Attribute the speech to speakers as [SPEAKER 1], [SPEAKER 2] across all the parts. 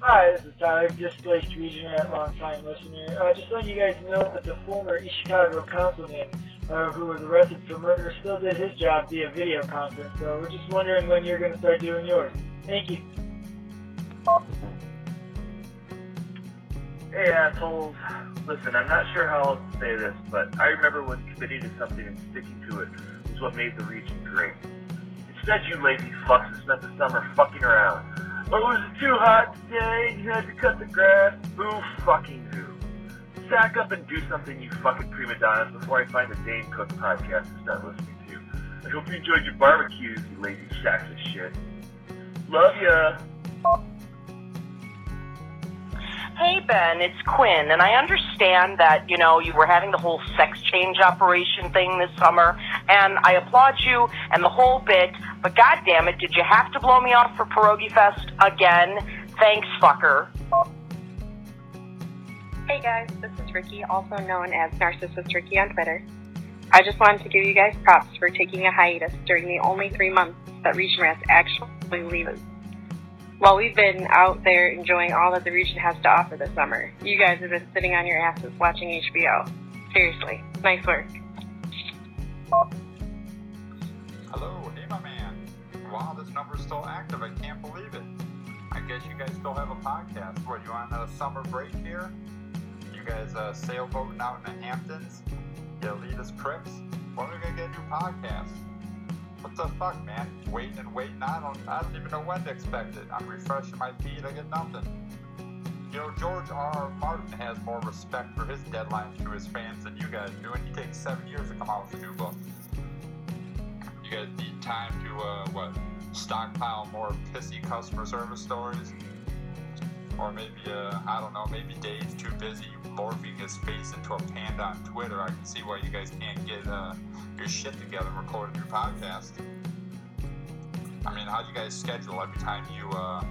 [SPEAKER 1] Hi, this is Tyler, displaced regional longtime listener. Uh, just letting you guys know that the former East Chicago councilman uh, who was arrested for murder still did his job via video conference. So we're just wondering when you're going to start doing yours. Thank you.
[SPEAKER 2] Hey assholes. Listen, I'm not sure how else to say this, but I remember when committing to something and sticking to it was what made the region great. Instead, you lazy fucks have spent the summer fucking around. Or was it too hot today? You had to cut the grass? Who fucking knew? Sack up and do something, you fucking prima donnas, before I find the Dane Cook podcast to start listening to. I hope you enjoyed your barbecues, you lazy sacks of shit. Love ya!
[SPEAKER 3] Hey Ben, it's Quinn, and I understand that, you know, you were having the whole sex change operation thing this summer, and I applaud you and the whole bit, but goddamn it, did you have to blow me off for Pierogi Fest again? Thanks, fucker.
[SPEAKER 4] Hey guys, this is Ricky, also known as Narcissist Ricky on Twitter. I just wanted to give you guys props for taking a hiatus during the only three months that Region Rats actually leaves. While we've been out there enjoying all that the region has to offer this summer, you guys have been sitting on your asses watching HBO. Seriously, nice work.
[SPEAKER 5] Hello, hey my man. Wow, this number's still active. I can't believe it. I guess you guys still have a podcast. What, you on a summer break here? You guys uh, sailboating out in the Hamptons? You elitist crips? When are we gonna get a new podcast? What the fuck, man? Waiting and waiting. I don't, I don't even know when to expect it. I'm refreshing my feed. I get nothing. You know, George R. R. Martin has more respect for his deadlines to his fans than you guys do, and he takes seven years to come out with a new book. You guys need time to, uh, what, stockpile more pissy customer service stories? Or maybe, uh, I don't know, maybe Dave's too busy morphing his face into a panda on Twitter. I can see why you guys can't get, uh, your shit together and record your podcast. I mean, how do you guys schedule every time you, uh,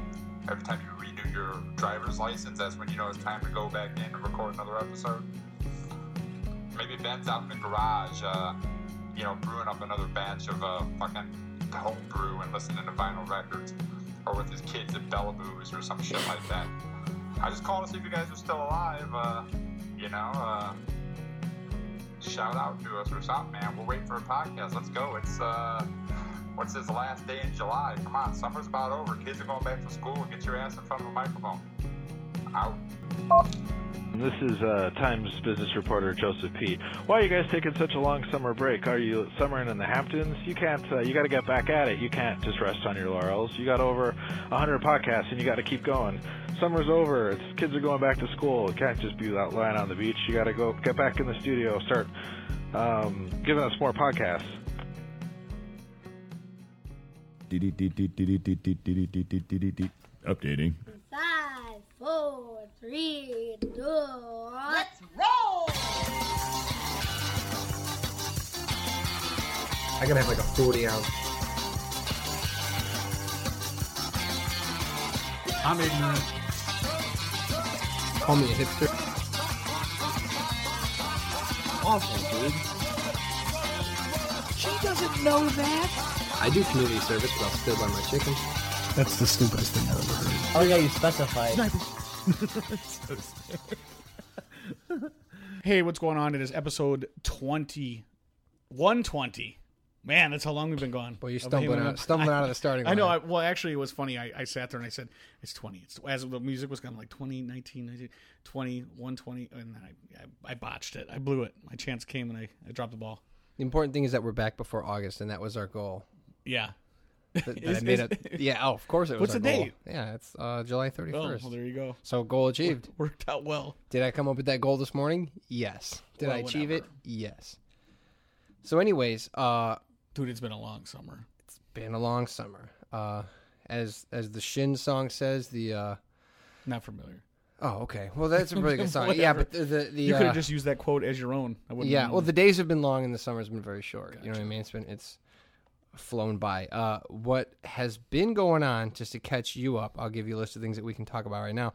[SPEAKER 5] every time you renew your driver's license? That's when you know it's time to go back in and record another episode. Maybe Ben's out in the garage, uh, you know, brewing up another batch of uh, fucking homebrew and listening to vinyl records, or with his kids at Bellamoo's or some shit like that. I just called to see if you guys are still alive. Uh, you know, uh, shout out to us or something, man. We're waiting for a podcast. Let's go. It's uh, what's his last day in July? Come on, summer's about over. Kids are going back to school. Get your ass in front of a microphone. Out.
[SPEAKER 6] This is uh, Times business reporter Joseph P. Why are you guys taking such a long summer break? Are you summering in the Hamptons? You can't. Uh, you got to get back at it. You can't just rest on your laurels. You got over 100 podcasts, and you got to keep going. Summer's over. It's, kids are going back to school. It can't just be out lying on the beach. You got to go get back in the studio. Start um, giving us more podcasts.
[SPEAKER 7] Updating.
[SPEAKER 8] Five, four, three, two, one.
[SPEAKER 9] I gotta have like a 40 ounce. I'm ignorant. Call me a hipster. Awful, dude.
[SPEAKER 10] She doesn't know that.
[SPEAKER 9] I do community service, but I'll still buy my chicken.
[SPEAKER 11] That's the stupidest thing I've ever heard.
[SPEAKER 10] Oh yeah, you specified.
[SPEAKER 12] Hey, what's going on? It is episode 20, 120. Man, that's how long we've been gone.
[SPEAKER 9] Well, you're
[SPEAKER 12] Of
[SPEAKER 9] stumbling
[SPEAKER 12] Halo
[SPEAKER 9] out-
[SPEAKER 12] Nine.
[SPEAKER 9] stumbling
[SPEAKER 12] I-
[SPEAKER 9] out of the starting
[SPEAKER 12] I know. I,
[SPEAKER 9] line.
[SPEAKER 12] well, actually, it was funny. I, I sat there and I said, it's 20. It's As the music was going like 20, 19, 19, 20, 120. And then I, I, I botched it. I blew it. My chance came and I, I dropped the ball.
[SPEAKER 9] The important thing is that we're back before August, and that was our goal.
[SPEAKER 12] Yeah.
[SPEAKER 9] That, that
[SPEAKER 12] Is-
[SPEAKER 9] I made
[SPEAKER 12] is-
[SPEAKER 9] it. Yeah, oh, of course it was
[SPEAKER 12] What's
[SPEAKER 9] our
[SPEAKER 12] the
[SPEAKER 9] goal.
[SPEAKER 12] date?
[SPEAKER 9] Yeah, it's uh, July 31st.
[SPEAKER 12] Oh, well, there you go.
[SPEAKER 9] So goal achieved.
[SPEAKER 12] Worked out well.
[SPEAKER 9] Did I come up with that goal this morning? Yes. Did I
[SPEAKER 12] Well,
[SPEAKER 9] achieve
[SPEAKER 12] whatever.
[SPEAKER 9] it? Yes. So, anyways, uh,
[SPEAKER 12] Dude, it's been a long summer.
[SPEAKER 9] been a long summer. Uh, as as the Shin song says, the uh,
[SPEAKER 12] Not familiar.
[SPEAKER 9] oh, okay. Well, that's a really good song. yeah,
[SPEAKER 12] Whatever.
[SPEAKER 9] but the the, the
[SPEAKER 12] You could
[SPEAKER 9] uh,
[SPEAKER 12] have just used that quote as your own. I wouldn't
[SPEAKER 9] yeah. Well, the days have been long and the summer's been very short. You know what I mean? It's been it's flown by. Uh, what has been going on? Just to catch you up, I'll give you a list of things that we can talk about right now.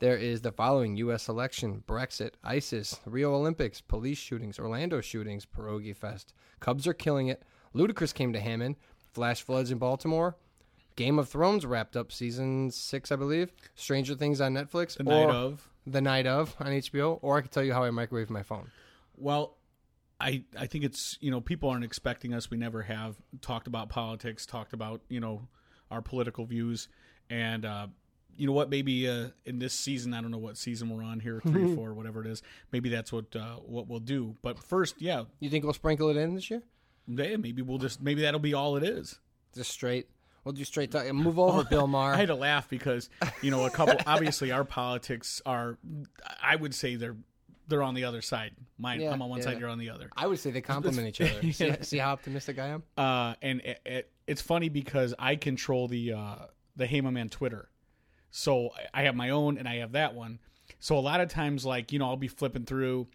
[SPEAKER 9] There is the following: U.S. election, Brexit, ISIS, Rio Olympics, police shootings, Orlando shootings, pierogi fest. Cubs are killing it. Ludacris came to Hammond. Flash floods in Baltimore. Game of Thrones wrapped up season six, I believe. Stranger Things on Netflix.
[SPEAKER 12] The night
[SPEAKER 9] or-
[SPEAKER 12] of.
[SPEAKER 9] The night of on HBO. Or I could tell you how I microwave my phone.
[SPEAKER 12] Well, I I think it's you know people aren't expecting us. We never have talked about politics, talked about you know our political views, and uh, you know what? Maybe uh, in this season, I don't know what season we're on here, three, four, whatever it is. Maybe that's what uh, what we'll do. But first, yeah,
[SPEAKER 9] you think we'll sprinkle it in this year?
[SPEAKER 12] Yeah, maybe we'll just maybe that'll be all it is.
[SPEAKER 9] Just straight. We'll do straight talk. Move over, Bill Maher.
[SPEAKER 12] I had to laugh because you know a couple. obviously, our politics are. I would say they're they're on the other side. Mine,
[SPEAKER 9] Yeah,
[SPEAKER 12] I'm on one
[SPEAKER 9] yeah.
[SPEAKER 12] side, you're on the other.
[SPEAKER 9] I would say they complement each other. See,
[SPEAKER 12] Yeah.
[SPEAKER 9] see how optimistic I am?
[SPEAKER 12] Uh, and it, it, it's funny because I control the uh, the Hey My Man Twitter, so I- I have my own and I have that one. So a lot of times, like you know, I'll be flipping through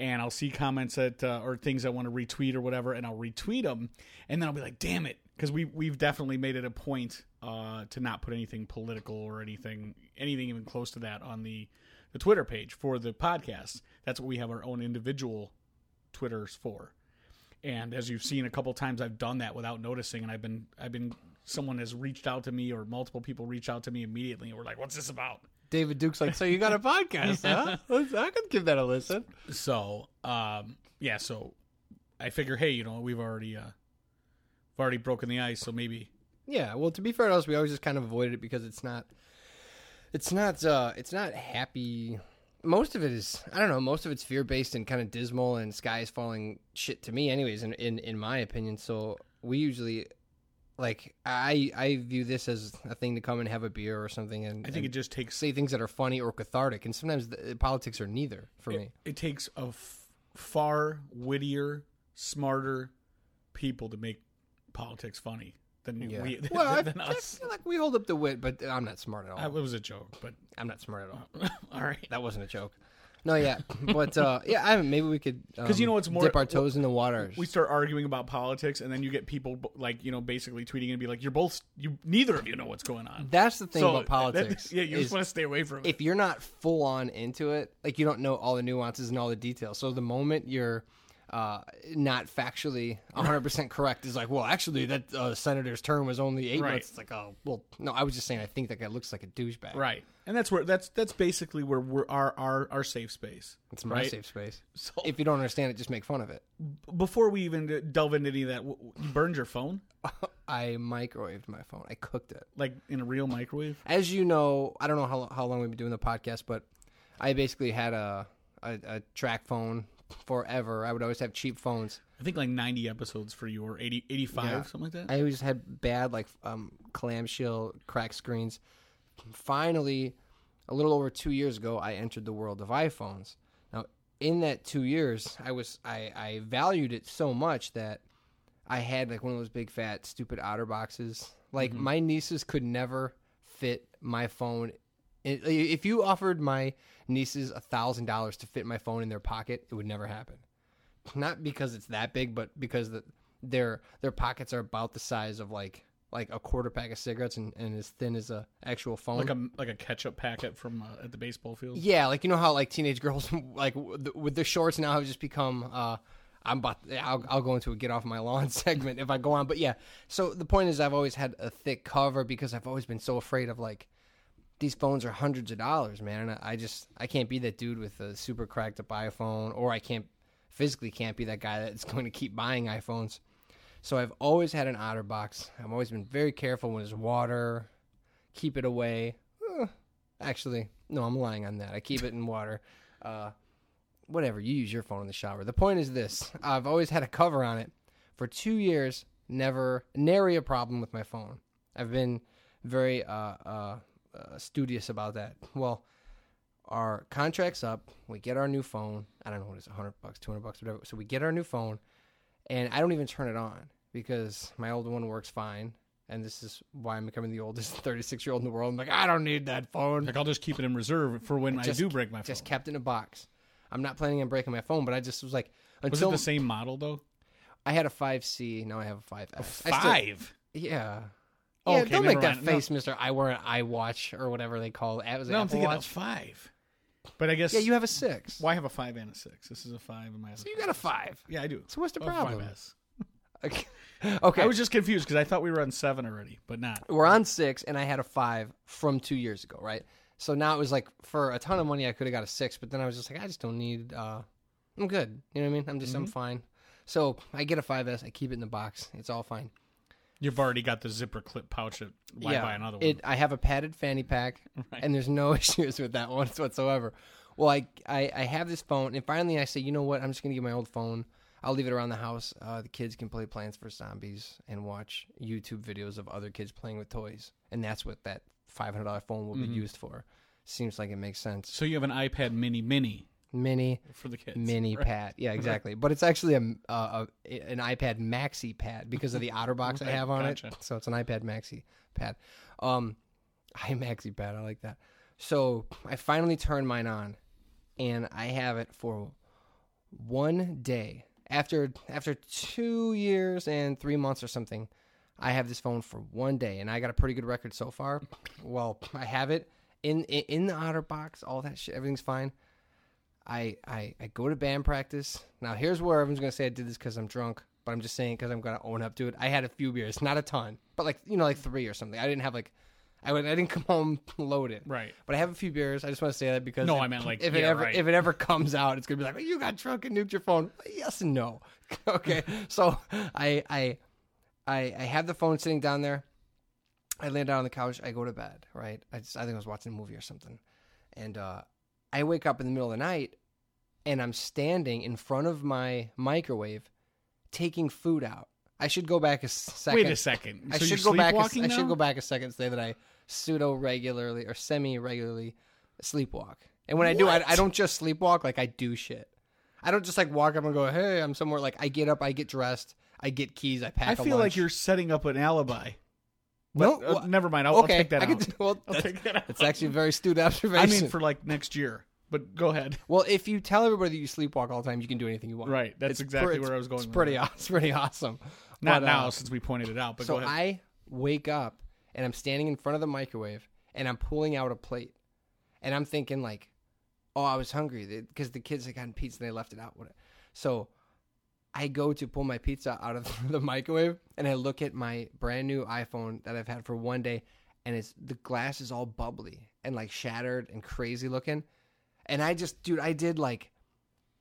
[SPEAKER 12] and I'll see comments that uh, or things I want to retweet or whatever, and I'll retweet them, and then I'll be like, "Damn it," because we we've definitely made it a point uh, to not put anything political or anything anything even close to that on the the Twitter page for the podcast. That's what we have our own individual Twitters for. And as you've seen a couple times, I've done that without noticing, and I've been I've been someone has reached out to me or multiple people reach out to me immediately and were like, "What's this about?"
[SPEAKER 9] David Duke's like, so you got a podcast, huh? I could give that a listen.
[SPEAKER 12] So, um, yeah, so I figure, hey, you know, we've already uh, we've already broken the ice, so maybe
[SPEAKER 9] Yeah, well, to be fair to us, we always just kind of avoided it because it's not, it's not, uh, it's not happy. Most of it is, I don't know, most of it's fear based and kind of dismal and sky is falling shit to me, anyways, in, in in my opinion. So we usually, like, I I view this as a thing to come and have a beer or something, and
[SPEAKER 12] I think
[SPEAKER 9] and
[SPEAKER 12] it just takes
[SPEAKER 9] say things that are funny or cathartic, and sometimes the, uh, politics are neither for me.
[SPEAKER 12] it takes a f- far wittier, smarter people to make politics funny than
[SPEAKER 9] Yeah.
[SPEAKER 12] we
[SPEAKER 9] well, I,
[SPEAKER 12] than
[SPEAKER 9] I
[SPEAKER 12] us.
[SPEAKER 9] feel like we hold up the wit, but I'm not smart at all.
[SPEAKER 12] I, it was a joke, but
[SPEAKER 9] I'm not smart at all.
[SPEAKER 12] all right.
[SPEAKER 9] That wasn't a joke. No, yeah, but uh, yeah, I maybe we could
[SPEAKER 12] 'Cause you
[SPEAKER 9] um,
[SPEAKER 12] know what's more-
[SPEAKER 9] dip our toes in the water.
[SPEAKER 12] we start arguing about politics and then you get people b- like you know basically tweeting and be like you're both you neither of you know what's going on
[SPEAKER 9] That's the thing
[SPEAKER 12] So,
[SPEAKER 9] about
[SPEAKER 12] that-
[SPEAKER 9] politics.
[SPEAKER 12] yeah you
[SPEAKER 9] is
[SPEAKER 12] just want to stay away from it
[SPEAKER 9] if you're not full on into it, like you don't know all the nuances and all the details. So the moment you're uh, not factually 100 percent correct is like, well, actually, that uh, senator's term was only eight
[SPEAKER 12] Right.
[SPEAKER 9] months. It's like, oh, well, no, I was just saying, I think that guy looks like a douchebag.
[SPEAKER 12] right and that's where that's that's basically where we're our our, our safe space
[SPEAKER 9] It's my
[SPEAKER 12] right?
[SPEAKER 9] safe space.
[SPEAKER 12] So-
[SPEAKER 9] if you don't understand it, just make fun of it.
[SPEAKER 12] before we even delve into any of that w- w- you burned your phone
[SPEAKER 9] I microwaved my phone. I cooked it.
[SPEAKER 12] like in a real microwave
[SPEAKER 9] as you know, I don't know how how long we've been doing the podcast, but I basically had a a, a track phone forever. I would always have cheap phones.
[SPEAKER 12] i think like 90 episodes for you or 80 85 something like that
[SPEAKER 9] I always had bad like um, clamshell crack screens. Finally, a little over two years ago, I entered the world of iPhones. Now, in that two years, I was I, I valued it so much that I had like one of those big fat stupid otter boxes. Like my nieces could never fit my phone. It, if you offered my nieces a thousand dollars to fit my phone in their pocket, it would never happen. Not because it's that big, but because the, their their pockets are about the size of like like a quarter pack of cigarettes and, and as thin as a actual phone.
[SPEAKER 12] like a like a ketchup packet from uh, at the baseball field
[SPEAKER 9] Yeah, like you know how like teenage girls like w- th- with their shorts now have just become. Uh, I'm about. I'll, I'll go into a get off my lawn segment if I go on, but yeah. So the point is, I've always had a thick cover because I've always been so afraid of like these phones are hundreds of dollars, man. And I, I just I can't be that dude with a super cracked up iPhone, or I can't physically can't be that guy that's going to keep buying iPhones. So I've always had an OtterBox. I've always been very careful when there's water. Keep it away. Eh, Actually, no, I'm lying on that. I keep it in water. Uh, whatever. You use your phone in the shower. The point is this: I've always had a cover on it for two years. Never, nary a problem with my phone. I've been very uh, uh, uh, studious about that. Well, our contract's up. We get our new phone. I don't know what it's 100 bucks, 200 bucks, whatever. So we get our new phone, and I don't even turn it on because my old one works fine. And this is why I'm becoming the oldest 36 year old in the world. I'm like, I don't need that phone.
[SPEAKER 12] like i'll just keep it in reserve for when
[SPEAKER 9] Just-
[SPEAKER 12] i do break my phone
[SPEAKER 9] Just kept in a box. I'm not planning on breaking my phone, but I just was like,
[SPEAKER 12] was it
[SPEAKER 9] until
[SPEAKER 12] the same model though
[SPEAKER 9] I had a 5C, now I have a 5S. A
[SPEAKER 12] five
[SPEAKER 9] yeah.
[SPEAKER 12] Oh,
[SPEAKER 9] yeah,
[SPEAKER 12] okay,
[SPEAKER 9] don't make
[SPEAKER 12] never
[SPEAKER 9] that
[SPEAKER 12] mind. No.
[SPEAKER 9] face, Mister. I wear an iWatch or whatever they call it. it was an
[SPEAKER 12] No, I'm
[SPEAKER 9] Apple
[SPEAKER 12] thinking
[SPEAKER 9] Watch.
[SPEAKER 12] of five. But I guess
[SPEAKER 9] Yeah, you have a six.
[SPEAKER 12] Why have a five and a six? This is a five and my.
[SPEAKER 9] So you got a five.
[SPEAKER 12] Yeah, I do.
[SPEAKER 9] So what's the
[SPEAKER 12] Oh,
[SPEAKER 9] problem?
[SPEAKER 12] 5S.
[SPEAKER 9] Okay.
[SPEAKER 12] I was just confused because I thought we were on seven already, but not.
[SPEAKER 9] We're on six, and I had a five from two years ago, right? So now it was like for a ton of money, I could have got a six, but then I was just like, I just don't need. uh I'm good. You know what I mean? I'm just, I'm
[SPEAKER 12] Mhm.
[SPEAKER 9] fine. So I get a 5S. I keep it in the box. It's all fine.
[SPEAKER 12] You've already got the zipper clip pouch. At, why buy another one?
[SPEAKER 9] It, I have a padded fanny pack, and there's no issues with that one whatsoever. Well, I, I I have this phone, and finally I say, you know what? I'm just gonna get my old phone. I'll leave it around the house. Uh, the kids can play Plants for Zombies and watch YouTube videos of other kids playing with toys, and that's what that $500 phone will
[SPEAKER 12] Mhm.
[SPEAKER 9] be used for. Seems like it makes sense.
[SPEAKER 12] so you have an iPad Mini Mini.
[SPEAKER 9] Mini
[SPEAKER 12] For the kids,
[SPEAKER 9] mini
[SPEAKER 12] right.
[SPEAKER 9] pad, yeah,
[SPEAKER 12] Right.
[SPEAKER 9] exactly. But it's actually a, uh, a an iPad Maxi pad because of the OtterBox I
[SPEAKER 12] Right,
[SPEAKER 9] have on it.
[SPEAKER 12] gotcha.
[SPEAKER 9] So it's an iPad Maxi pad. Um, iMaxi pad. I like that. So I finally turned mine on, and I have it for one day. After after two years and three months or something, I have this phone for one day, and I got a pretty good record so far. Well, I have it in in, in the OtterBox. All that shit. Everything's fine. I, I I go to band practice. Now here's where everyone's gonna say I did this because I'm drunk, but I'm just saying because I'm gonna own up to it. I had a few beers, not a ton, but like you know like three or something. I didn't have like I would I didn't come home loaded,
[SPEAKER 12] Right.
[SPEAKER 9] But I have a few beers. I just want to say that because
[SPEAKER 12] No,
[SPEAKER 9] if-
[SPEAKER 12] I meant, like,
[SPEAKER 9] if it
[SPEAKER 12] yeah,
[SPEAKER 9] ever
[SPEAKER 12] right.
[SPEAKER 9] if it ever comes out, it's gonna be like you got drunk and nuked your phone. Yes and no. okay, so I I I I have the phone sitting down there. I lay down on the couch. I go to bed. Right. I just, I think I was watching a movie or something, and uh, I wake up in the middle of the night, and I'm standing in front of my microwave, taking food out. I should go back a s- second.
[SPEAKER 12] Wait a second.
[SPEAKER 9] I
[SPEAKER 12] So
[SPEAKER 9] should
[SPEAKER 12] you're
[SPEAKER 9] go back. A, s-
[SPEAKER 12] sleepwalking
[SPEAKER 9] I should
[SPEAKER 12] now?
[SPEAKER 9] go back a second. and Say that I pseudo regularly or semi regularly sleepwalk. And when I do, I,
[SPEAKER 12] What?
[SPEAKER 9] I don't just sleepwalk. Like I do shit. I don't just like walk up and go, "Hey, I'm somewhere." Like I get up, I get dressed, I get keys, I pack.
[SPEAKER 12] I
[SPEAKER 9] a
[SPEAKER 12] feel
[SPEAKER 9] lunch.
[SPEAKER 12] like you're setting up an alibi.
[SPEAKER 9] No,
[SPEAKER 12] But, uh,
[SPEAKER 9] well,
[SPEAKER 12] never mind. I'll, I'll
[SPEAKER 9] okay,
[SPEAKER 12] take that
[SPEAKER 9] I
[SPEAKER 12] out.
[SPEAKER 9] can do- well,
[SPEAKER 12] I'll
[SPEAKER 9] that's-
[SPEAKER 12] take that out.
[SPEAKER 9] that's actually a very astute
[SPEAKER 12] I
[SPEAKER 9] observation.
[SPEAKER 12] mean, for like next year. But go ahead.
[SPEAKER 9] Well, if you tell everybody that you sleepwalk all the time, you can do anything you want.
[SPEAKER 12] Right, that's exactly
[SPEAKER 9] it's-
[SPEAKER 12] where I was going
[SPEAKER 9] It's
[SPEAKER 12] with
[SPEAKER 9] pretty,
[SPEAKER 12] that.
[SPEAKER 9] aw- it's pretty awesome.
[SPEAKER 12] Not
[SPEAKER 9] But, uh,
[SPEAKER 12] now, since we pointed it out. But
[SPEAKER 9] so
[SPEAKER 12] go ahead.
[SPEAKER 9] I wake up and I'm standing in front of the microwave and I'm pulling out a plate and I'm thinking like, oh, I was hungry because the kids had gotten pizza and they left it out. What- So I go to pull my pizza out of the microwave and I look at my brand new iPhone that I've had for one day and it's the glass is all bubbly and like shattered and crazy looking. And I just, dude, I did like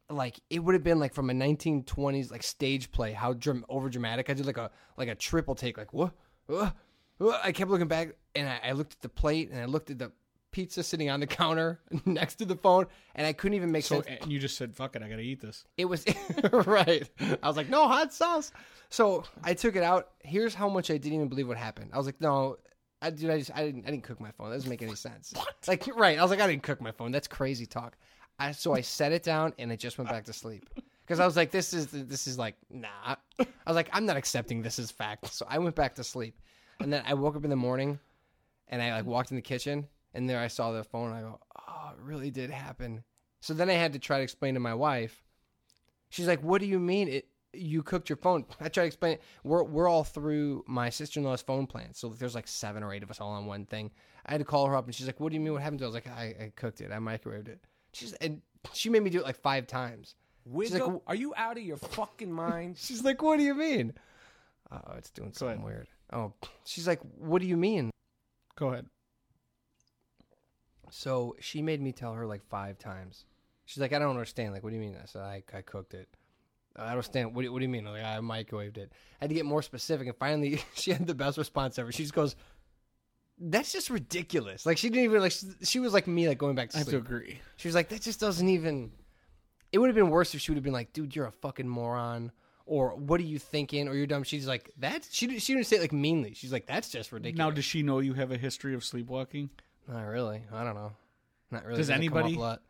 [SPEAKER 9] like it would have been like from a 1920s like stage play how dram- over dramatic i did like a like a triple take like what what what?" i kept looking back and I, I looked at the plate and i looked at the pizza sitting on the counter next to the phone and i couldn't even make
[SPEAKER 12] so
[SPEAKER 9] sense
[SPEAKER 12] and you just said, "Fuck it, I gotta eat this."
[SPEAKER 9] it was right i was like no hot sauce so i took it out here's how much i didn't even believe what happened i was like no I, dude, I just I didn't I didn't cook my phone. That doesn't make any sense. Like right, I was like I didn't cook my phone. That's crazy talk. I, so I set it down and I just went back to sleep because I was like this is this is like nah. I was like I'm not accepting this as fact. So I went back to sleep, and then I woke up in the morning, and I like walked in the kitchen and there I saw the phone. And I go oh it really did happen. So then I had to try to explain to my wife. She's like what do you mean it? You cooked your phone. I try to explain it. We're we're all through my sister in law's phone plan. So there's like seven or eight of us all on one thing. I had to call her up and she's like, "What do you mean? What happened?" to it?" I was like, "I, I cooked it. I microwaved it." She's and she made me do it like five times. She's like,
[SPEAKER 7] Wiggle, are you out of your fucking mind?
[SPEAKER 9] She's like, "What do you mean?" Oh, it's doing something weird. Oh, she's like, "What do you mean?"
[SPEAKER 12] Go ahead.
[SPEAKER 9] So she made me tell her like five times. She's like, "I don't understand. Like, what do you mean?" I said, "I, I cooked it." I don't understand. What do, what do you mean? Like, I microwaved it. I had to get more specific, and finally, she had the best response ever. She just goes, "That's just ridiculous." Like, she didn't even like. She, she was like me, like going back to
[SPEAKER 12] I have
[SPEAKER 9] sleep.
[SPEAKER 12] to agree.
[SPEAKER 9] She was like, that just doesn't even. It would have been worse if she would have been like, dude, you're a fucking moron, or what are you thinking, or you're dumb. She's like, that. She didn't- she didn't say it like meanly. She's like, that's just ridiculous.
[SPEAKER 12] Now, does she know you have a history of sleepwalking?
[SPEAKER 9] Not really. I don't know. Not really.
[SPEAKER 12] Does
[SPEAKER 9] Doesn't come up
[SPEAKER 12] anybody-
[SPEAKER 9] a lot.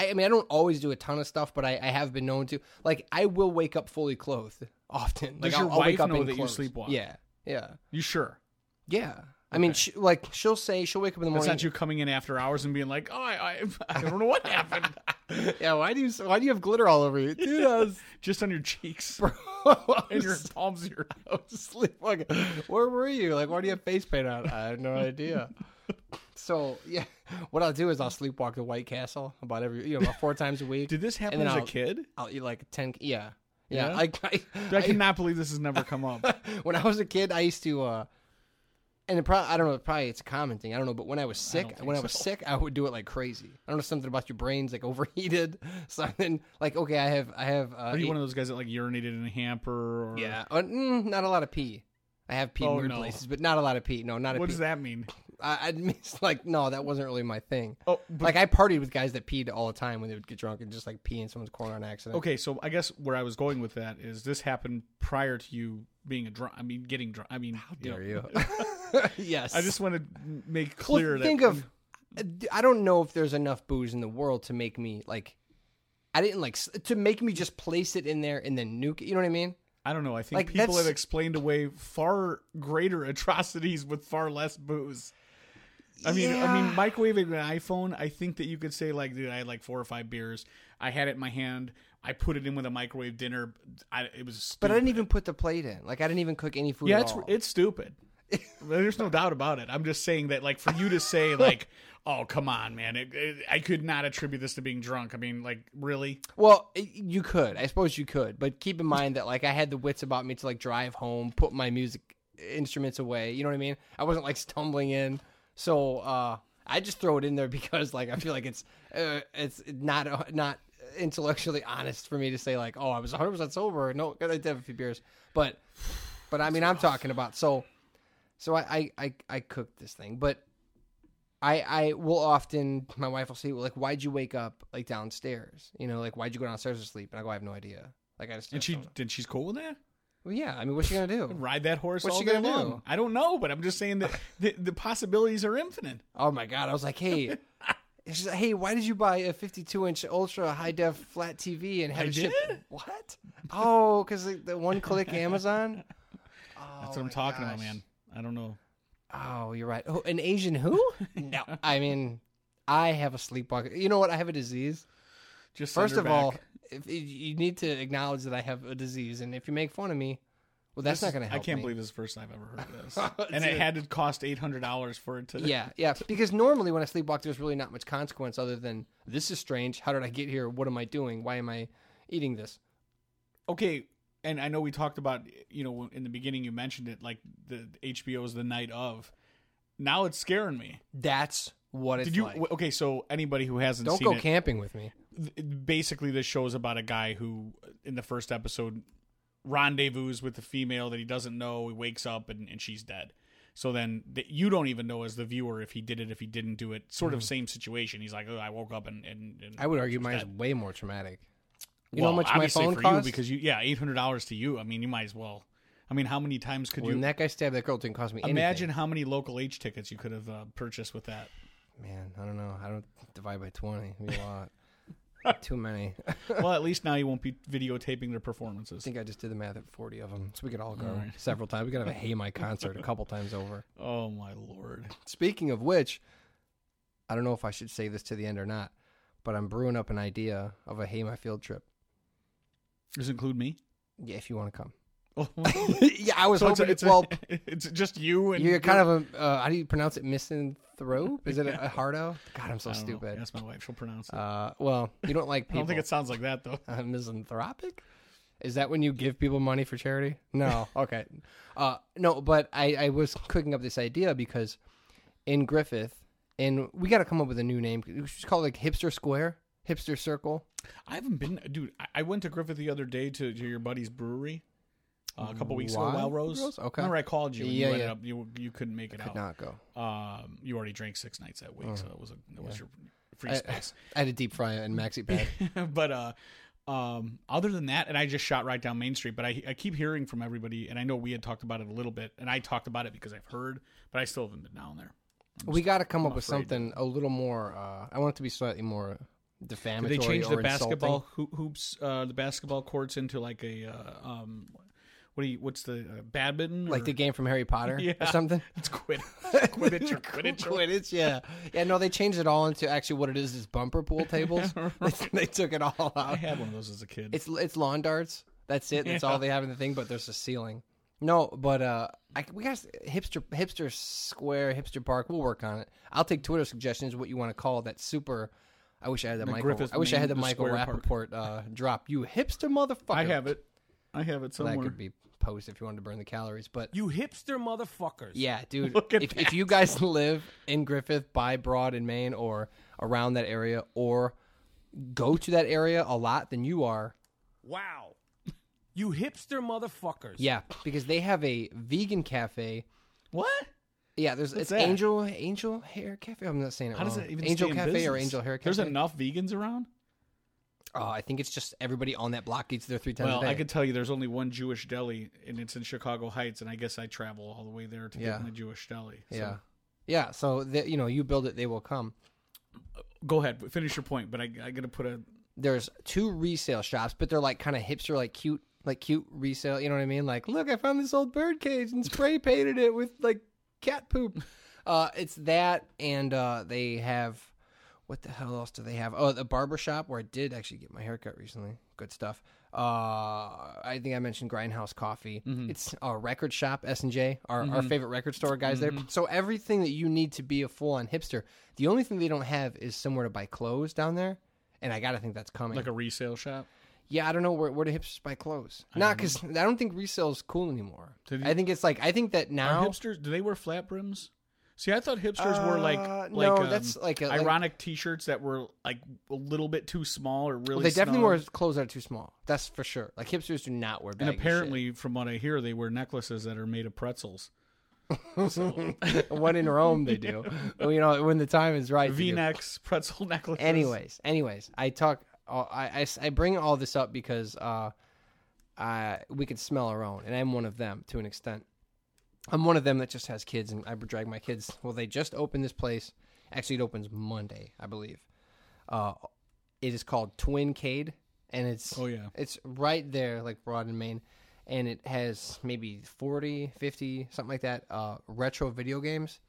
[SPEAKER 9] I, I mean, I don't always do a ton of stuff, but I, I have been known to. Like, I will wake up fully clothed often. Like,
[SPEAKER 12] does your
[SPEAKER 9] I'll, I'll wake
[SPEAKER 12] wife
[SPEAKER 9] up
[SPEAKER 12] know
[SPEAKER 9] in
[SPEAKER 12] that
[SPEAKER 9] clothes.
[SPEAKER 12] you sleepwalk?
[SPEAKER 9] Yeah, yeah.
[SPEAKER 12] You sure?
[SPEAKER 9] yeah. I mean, she, like she'll say she'll wake up in the
[SPEAKER 12] That's
[SPEAKER 9] morning.
[SPEAKER 12] not you coming in after hours and being like, "Oh, I, I, I don't know what happened."
[SPEAKER 9] yeah, why do you why do you have glitter all over you, dude? I was-
[SPEAKER 12] Just on your cheeks,
[SPEAKER 9] bro.
[SPEAKER 12] and your palms of your
[SPEAKER 9] I was sleepwalking. Where were you? Like, why do you have face paint on? I have no idea. So yeah, what I'll do is I'll sleepwalk to White Castle about every you know about four times a week.
[SPEAKER 12] Did this happen
[SPEAKER 9] And then
[SPEAKER 12] as a
[SPEAKER 9] I'll-
[SPEAKER 12] kid?
[SPEAKER 9] I'll eat like ten. Yeah, Yeah, I, I,
[SPEAKER 12] Dude, I cannot believe this has never come up.
[SPEAKER 9] when I was a kid, I used to, uh, and it probably I don't know, probably it's a common thing. I don't know, but when I was sick,
[SPEAKER 12] think
[SPEAKER 9] when I was
[SPEAKER 12] so.
[SPEAKER 9] sick, I would do it like crazy. I don't know something about your brain's like overheated. So then, like, okay, I have, I have. Uh,
[SPEAKER 12] Are you
[SPEAKER 9] eight-
[SPEAKER 12] one of those guys that like urinated in a hamper? Or...
[SPEAKER 9] Yeah, uh, mm, not a lot of pee. I have pee in
[SPEAKER 12] Oh,
[SPEAKER 9] weird
[SPEAKER 12] no.
[SPEAKER 9] places, but not a lot of pee. No, not a
[SPEAKER 12] What
[SPEAKER 9] pee.
[SPEAKER 12] does that mean?
[SPEAKER 9] I, I mean, it's like no, that wasn't really my thing.
[SPEAKER 12] Oh,
[SPEAKER 9] like I partied with guys that peed all the time when they would get drunk and just like pee in someone's corner on accident.
[SPEAKER 12] Okay, so I guess where I was going with that is this happened prior to you being a drunk. I mean, getting drunk. I mean, how
[SPEAKER 9] dare you? yes.
[SPEAKER 12] I just want to make clear
[SPEAKER 9] Well,
[SPEAKER 12] that
[SPEAKER 9] think of uh, I don't know if there's enough booze in the world to make me like I didn't like s- to make me just place it in there and then nuke it. You know what I mean?
[SPEAKER 12] I don't know. I think
[SPEAKER 9] Like,
[SPEAKER 12] people
[SPEAKER 9] that's-
[SPEAKER 12] have explained away far greater atrocities with far less booze. I mean, I mean, microwaving an iPhone. I think that you could say like, dude, I had like four or five beers. I had it in my hand. I put it in with a microwave dinner. I, it was. Stupid.
[SPEAKER 9] But I didn't even put the plate in. Like I didn't even cook any food.
[SPEAKER 12] yeah,
[SPEAKER 9] at
[SPEAKER 12] it's
[SPEAKER 9] all.
[SPEAKER 12] it's stupid. There's no doubt about it. I'm just saying that, like, for you to say, like, oh, come on, man, it, it, I could not attribute this to being drunk. I mean, like, really?
[SPEAKER 9] Well, i- you could. I suppose you could. But keep in mind that like I had the wits about me to like drive home, put my music instruments away. You know what I mean? I wasn't like stumbling in. So uh I just throw it in there because like I feel like it's uh, it's not not intellectually honest for me to say like, "Oh, I was 100% sober." No, 'cause I did have a few beers. But but I mean, I'm talking about so so I I I, I cooked this thing, but I I will often my wife will say like why'd you wake up like downstairs you know like why'd you go downstairs to sleep and I go I have no idea like I just
[SPEAKER 12] And she did. She's cool with that.
[SPEAKER 9] well yeah I mean what's she gonna do
[SPEAKER 12] Ride that horse
[SPEAKER 9] What's
[SPEAKER 12] all
[SPEAKER 9] she
[SPEAKER 12] day
[SPEAKER 9] gonna do?
[SPEAKER 12] long. I don't know, but I'm just saying that the, the possibilities are infinite.
[SPEAKER 9] oh my god I was like hey she's like hey why did you buy a 52 inch ultra high def flat TV and have
[SPEAKER 12] I
[SPEAKER 9] it shipped
[SPEAKER 12] did?
[SPEAKER 9] what oh because like, the one click Amazon
[SPEAKER 12] That's what I'm talking about, man. I don't know.
[SPEAKER 9] oh you're right oh an Asian who no I mean I have a sleepwalker you know what I have a disease
[SPEAKER 12] Just send
[SPEAKER 9] First
[SPEAKER 12] her
[SPEAKER 9] of all,
[SPEAKER 12] back.
[SPEAKER 9] if, if you need to acknowledge that I have a disease, and if you make fun of me, well, that's
[SPEAKER 12] This
[SPEAKER 9] not
[SPEAKER 12] is-
[SPEAKER 9] going to help.
[SPEAKER 12] I can't
[SPEAKER 9] me. Oh,
[SPEAKER 12] believe this is the first time I've ever heard of this. and it
[SPEAKER 9] Dude.
[SPEAKER 12] had to cost eight hundred dollars for it to.
[SPEAKER 9] Yeah, yeah. Because normally when I sleepwalk, there's really not much consequence other than this is strange. How did I get here? What am I doing? Why am I eating this?
[SPEAKER 12] okay and i know we talked about you know in the beginning you mentioned it like the the hbo is the night of now it's scaring me
[SPEAKER 9] That's what it's
[SPEAKER 12] did you
[SPEAKER 9] like.
[SPEAKER 12] w- okay so anybody who hasn't
[SPEAKER 9] Don't
[SPEAKER 12] seen
[SPEAKER 9] go
[SPEAKER 12] it,
[SPEAKER 9] camping with me.
[SPEAKER 12] th- basically this show is about a guy who in the first episode rendezvous with the female that he doesn't know he wakes up and, and she's dead so then th- you don't even know as the viewer if he did it if he didn't do it sort of
[SPEAKER 9] Mhm.
[SPEAKER 12] same situation he's like oh i woke up and, and, and
[SPEAKER 9] I would argue
[SPEAKER 12] she's
[SPEAKER 9] mine is
[SPEAKER 12] dead."
[SPEAKER 9] way more traumatic. You
[SPEAKER 12] well,
[SPEAKER 9] know how much my
[SPEAKER 12] obviously
[SPEAKER 9] phone
[SPEAKER 12] for
[SPEAKER 9] cost?
[SPEAKER 12] you because you yeah eight hundred dollars to you. I mean, you might as well. I mean, how many times could
[SPEAKER 9] when
[SPEAKER 12] you
[SPEAKER 9] that guy stabbed that girl, it didn't cost me
[SPEAKER 12] imagine how many local H tickets you could have uh, purchased with that?
[SPEAKER 9] anything. Man, I don't know. I don't divide by twenty. It'd be a lot. Too many. I
[SPEAKER 12] well, at least now you won't be videotaping their performances.
[SPEAKER 9] think I just did the math at forty of them, so we could all go
[SPEAKER 12] All right.
[SPEAKER 9] several times. We could have a Hey My concert a couple times over.
[SPEAKER 12] Oh my lord!
[SPEAKER 9] Speaking of which, I don't know if I should say this to the end or not, but I'm brewing up an idea of a Hey My Field trip.
[SPEAKER 12] Does it include me?
[SPEAKER 9] Yeah, if you want to come.
[SPEAKER 12] Oh.
[SPEAKER 9] yeah, I was
[SPEAKER 12] So
[SPEAKER 9] hoping
[SPEAKER 12] it's,
[SPEAKER 9] it's,
[SPEAKER 12] a-
[SPEAKER 9] well.
[SPEAKER 12] it's, a- it's just you and
[SPEAKER 9] You're kind of a uh, how do you pronounce it? Misanthrope? Is it a, a hardo? God, I'm so
[SPEAKER 12] I don't know.
[SPEAKER 9] stupid.
[SPEAKER 12] Ask my wife; she'll pronounce it.
[SPEAKER 9] Uh, well, you don't like
[SPEAKER 12] I
[SPEAKER 9] people.
[SPEAKER 12] don't think it sounds like that though.
[SPEAKER 9] uh, misanthropic? Is that when you give people money for charity? No. Okay. Uh, no, but I, I was cooking up this idea because in Griffith, and we got to come up with a new name. We should call it like Hipster Square, Hipster Circle.
[SPEAKER 12] I haven't been, dude. I, I went to Griffith the other day to, to your buddy's brewery uh, a couple weeks ago.
[SPEAKER 9] Wild
[SPEAKER 12] Wild Rose.
[SPEAKER 9] Rose? Okay.
[SPEAKER 12] Remember I called you. And
[SPEAKER 9] Yeah,
[SPEAKER 12] you ended
[SPEAKER 9] yeah.
[SPEAKER 12] Up, you you couldn't make it
[SPEAKER 9] Could
[SPEAKER 12] out.
[SPEAKER 9] not go. Mm.
[SPEAKER 12] Um, you already drank six nights that week, so that was a that was your free
[SPEAKER 9] I,
[SPEAKER 12] space.
[SPEAKER 9] I had a deep fryer and maxi pad.
[SPEAKER 12] but uh, um, other than that, and I just shot right down Main Street. But I I keep hearing from everybody, and I know we had talked about it a little bit, and I talked about it because I've heard, but I still haven't been down there.
[SPEAKER 9] we got to come up with
[SPEAKER 12] afraid.
[SPEAKER 9] something a little more. Uh, I want it to be slightly more defamatory.
[SPEAKER 12] Did they change
[SPEAKER 9] or
[SPEAKER 12] the
[SPEAKER 9] insulting.
[SPEAKER 12] basketball hoo- hoops, uh, the basketball courts into like a uh, um, what do you? What's the uh, badminton?
[SPEAKER 9] Like
[SPEAKER 12] or-
[SPEAKER 9] the game from Harry Potter
[SPEAKER 12] Yeah.
[SPEAKER 9] or something?
[SPEAKER 12] It's quid, Quidditch or Quidditch. or-
[SPEAKER 9] Quidditch, yeah, yeah. No, they changed it all into actually what it is is bumper pool tables. They- they took it all
[SPEAKER 12] I
[SPEAKER 9] out.
[SPEAKER 12] had one of those as a kid.
[SPEAKER 9] It's it's lawn darts. That's it. That's
[SPEAKER 12] Yeah.
[SPEAKER 9] all they have in the thing. But there's a ceiling. No, but uh, I, we got hipster hipster square hipster park. We'll work on it. I'll take Twitter suggestions. What you want to call that super? I wish I had the,
[SPEAKER 12] The
[SPEAKER 9] Michael.
[SPEAKER 12] Griffith
[SPEAKER 9] I wish I had the
[SPEAKER 12] main- the
[SPEAKER 9] Michael
[SPEAKER 12] square park.
[SPEAKER 9] Rappaport uh, drop. You hipster motherfucker.
[SPEAKER 12] I have it. I have it
[SPEAKER 9] That
[SPEAKER 12] somewhere.
[SPEAKER 9] could be posted if you wanted to burn the calories, but
[SPEAKER 7] You hipster motherfuckers.
[SPEAKER 9] Yeah, dude.
[SPEAKER 7] Look at
[SPEAKER 9] if, if you guys live in Griffith, by Broad in Maine, or around that area, or go to that area a lot, then you are.
[SPEAKER 7] Wow. You hipster motherfuckers.
[SPEAKER 9] Yeah, because they have a vegan cafe.
[SPEAKER 12] What?
[SPEAKER 9] Yeah, there's
[SPEAKER 12] What's
[SPEAKER 9] it's
[SPEAKER 12] that?
[SPEAKER 9] Angel Angel Hair Cafe. I'm not saying it
[SPEAKER 12] How
[SPEAKER 9] wrong.
[SPEAKER 12] does that even
[SPEAKER 9] Angel
[SPEAKER 12] stay in
[SPEAKER 9] Cafe or
[SPEAKER 12] business?
[SPEAKER 9] Angel Hair Cafe?
[SPEAKER 12] There's enough vegans around.
[SPEAKER 9] Uh, I think it's just everybody on that block eats their three times
[SPEAKER 12] well,
[SPEAKER 9] a day.
[SPEAKER 12] I could tell you there's only one Jewish deli, and it's in Chicago Heights, and I guess I travel all the way there to
[SPEAKER 9] Yeah.
[SPEAKER 12] get in the Jewish deli. so-
[SPEAKER 9] Yeah, yeah. So that you know, you build it, they will come.
[SPEAKER 12] Go ahead, finish your point. But I, I got to put a
[SPEAKER 9] There's two resale shops, but they're like kind of hipster, like cute, like cute resale. You know what I mean? Like, look, I found this old bird cage and spray painted it with like cat poop. Uh, it's that, and uh, they have what the hell else do they have? Oh, the barber shop where I did actually get my haircut recently. Good stuff. Uh, I think I mentioned Grindhouse Coffee.
[SPEAKER 12] Mhm.
[SPEAKER 9] It's a record shop, S and J, our our
[SPEAKER 12] Mhm.
[SPEAKER 9] favorite record store guys there.
[SPEAKER 12] Mhm.
[SPEAKER 9] So everything that you need to be a full on hipster. The only thing they don't have is somewhere to buy clothes down there, and I gotta think that's coming.
[SPEAKER 12] like a resale shop.
[SPEAKER 9] yeah, I don't know where where do hipsters buy clothes.
[SPEAKER 12] I
[SPEAKER 9] Not
[SPEAKER 12] don't know.
[SPEAKER 9] because I don't think resale's cool anymore.
[SPEAKER 12] Did
[SPEAKER 9] I think it's like I think that
[SPEAKER 12] Are
[SPEAKER 9] now.
[SPEAKER 12] hipsters do they wear flat brims? See, I thought hipsters were like
[SPEAKER 9] Uh,
[SPEAKER 12] like
[SPEAKER 9] no,
[SPEAKER 12] um,
[SPEAKER 9] that's like a- like-
[SPEAKER 12] ironic T-shirts that were like a little bit too small or really.
[SPEAKER 9] well, they definitely
[SPEAKER 12] snug.
[SPEAKER 9] wear clothes that are too small. That's for sure. Like hipsters do not wear.
[SPEAKER 12] And
[SPEAKER 9] baggy shit.
[SPEAKER 12] apparently, from what I hear, they wear necklaces that are made of pretzels. So-
[SPEAKER 9] when in Rome they do. you know, when the time is right. they do.
[SPEAKER 12] V-necks, pretzel necklaces.
[SPEAKER 9] Anyways, anyways, I talk. uh, I, I, I bring all this up because uh, I, we can smell our own, and I'm one of them to an extent. I'm one of them that just has kids, and I drag my kids. Well, they just opened this place. Actually, it opens Monday, I believe. Uh, it is called Twin Cade, and it's
[SPEAKER 12] Oh, yeah.
[SPEAKER 9] it's right there, like Broad and Maine, and it has maybe 40, 50, something like that, uh, retro video games,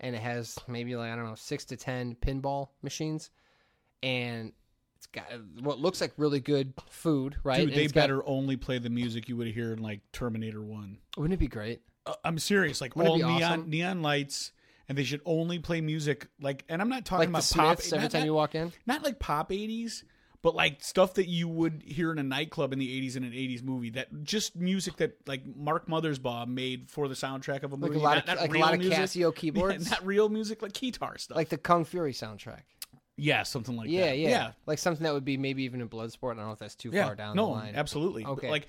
[SPEAKER 9] and it has maybe like I don't know six to ten pinball machines, and it's got what looks like really good food, right?
[SPEAKER 12] Dude,
[SPEAKER 9] And
[SPEAKER 12] they
[SPEAKER 9] it's got-
[SPEAKER 12] better only play the music you would hear in like Terminator One.
[SPEAKER 9] Wouldn't it be great?
[SPEAKER 12] Uh, I'm serious, like
[SPEAKER 9] Wouldn't it
[SPEAKER 12] all
[SPEAKER 9] be
[SPEAKER 12] neon
[SPEAKER 9] awesome?
[SPEAKER 12] neon lights, and they should only play music like. And I'm not talking
[SPEAKER 9] Like the
[SPEAKER 12] about pop.
[SPEAKER 9] Smiths every
[SPEAKER 12] not-
[SPEAKER 9] time
[SPEAKER 12] not-
[SPEAKER 9] you walk in?
[SPEAKER 12] not like pop '80s, but like stuff that you would hear in a nightclub in the '80s in an '80s movie. That just music that like Mark Mothersbaugh made for the soundtrack of a
[SPEAKER 9] Like
[SPEAKER 12] movie.
[SPEAKER 9] a lot
[SPEAKER 12] not,
[SPEAKER 9] of-
[SPEAKER 12] not
[SPEAKER 9] like a
[SPEAKER 12] real
[SPEAKER 9] lot of
[SPEAKER 12] music.
[SPEAKER 9] Casio
[SPEAKER 12] Yeah,
[SPEAKER 9] keyboards?
[SPEAKER 12] not real music, like guitar stuff.
[SPEAKER 9] like the Kung Fury soundtrack.
[SPEAKER 12] yeah, something like
[SPEAKER 9] yeah,
[SPEAKER 12] that.
[SPEAKER 9] yeah, Like something that would be maybe even in Bloodsport. I don't know if that's too far down
[SPEAKER 12] no,
[SPEAKER 9] the line.
[SPEAKER 12] absolutely.
[SPEAKER 9] Okay.
[SPEAKER 12] Okay. Like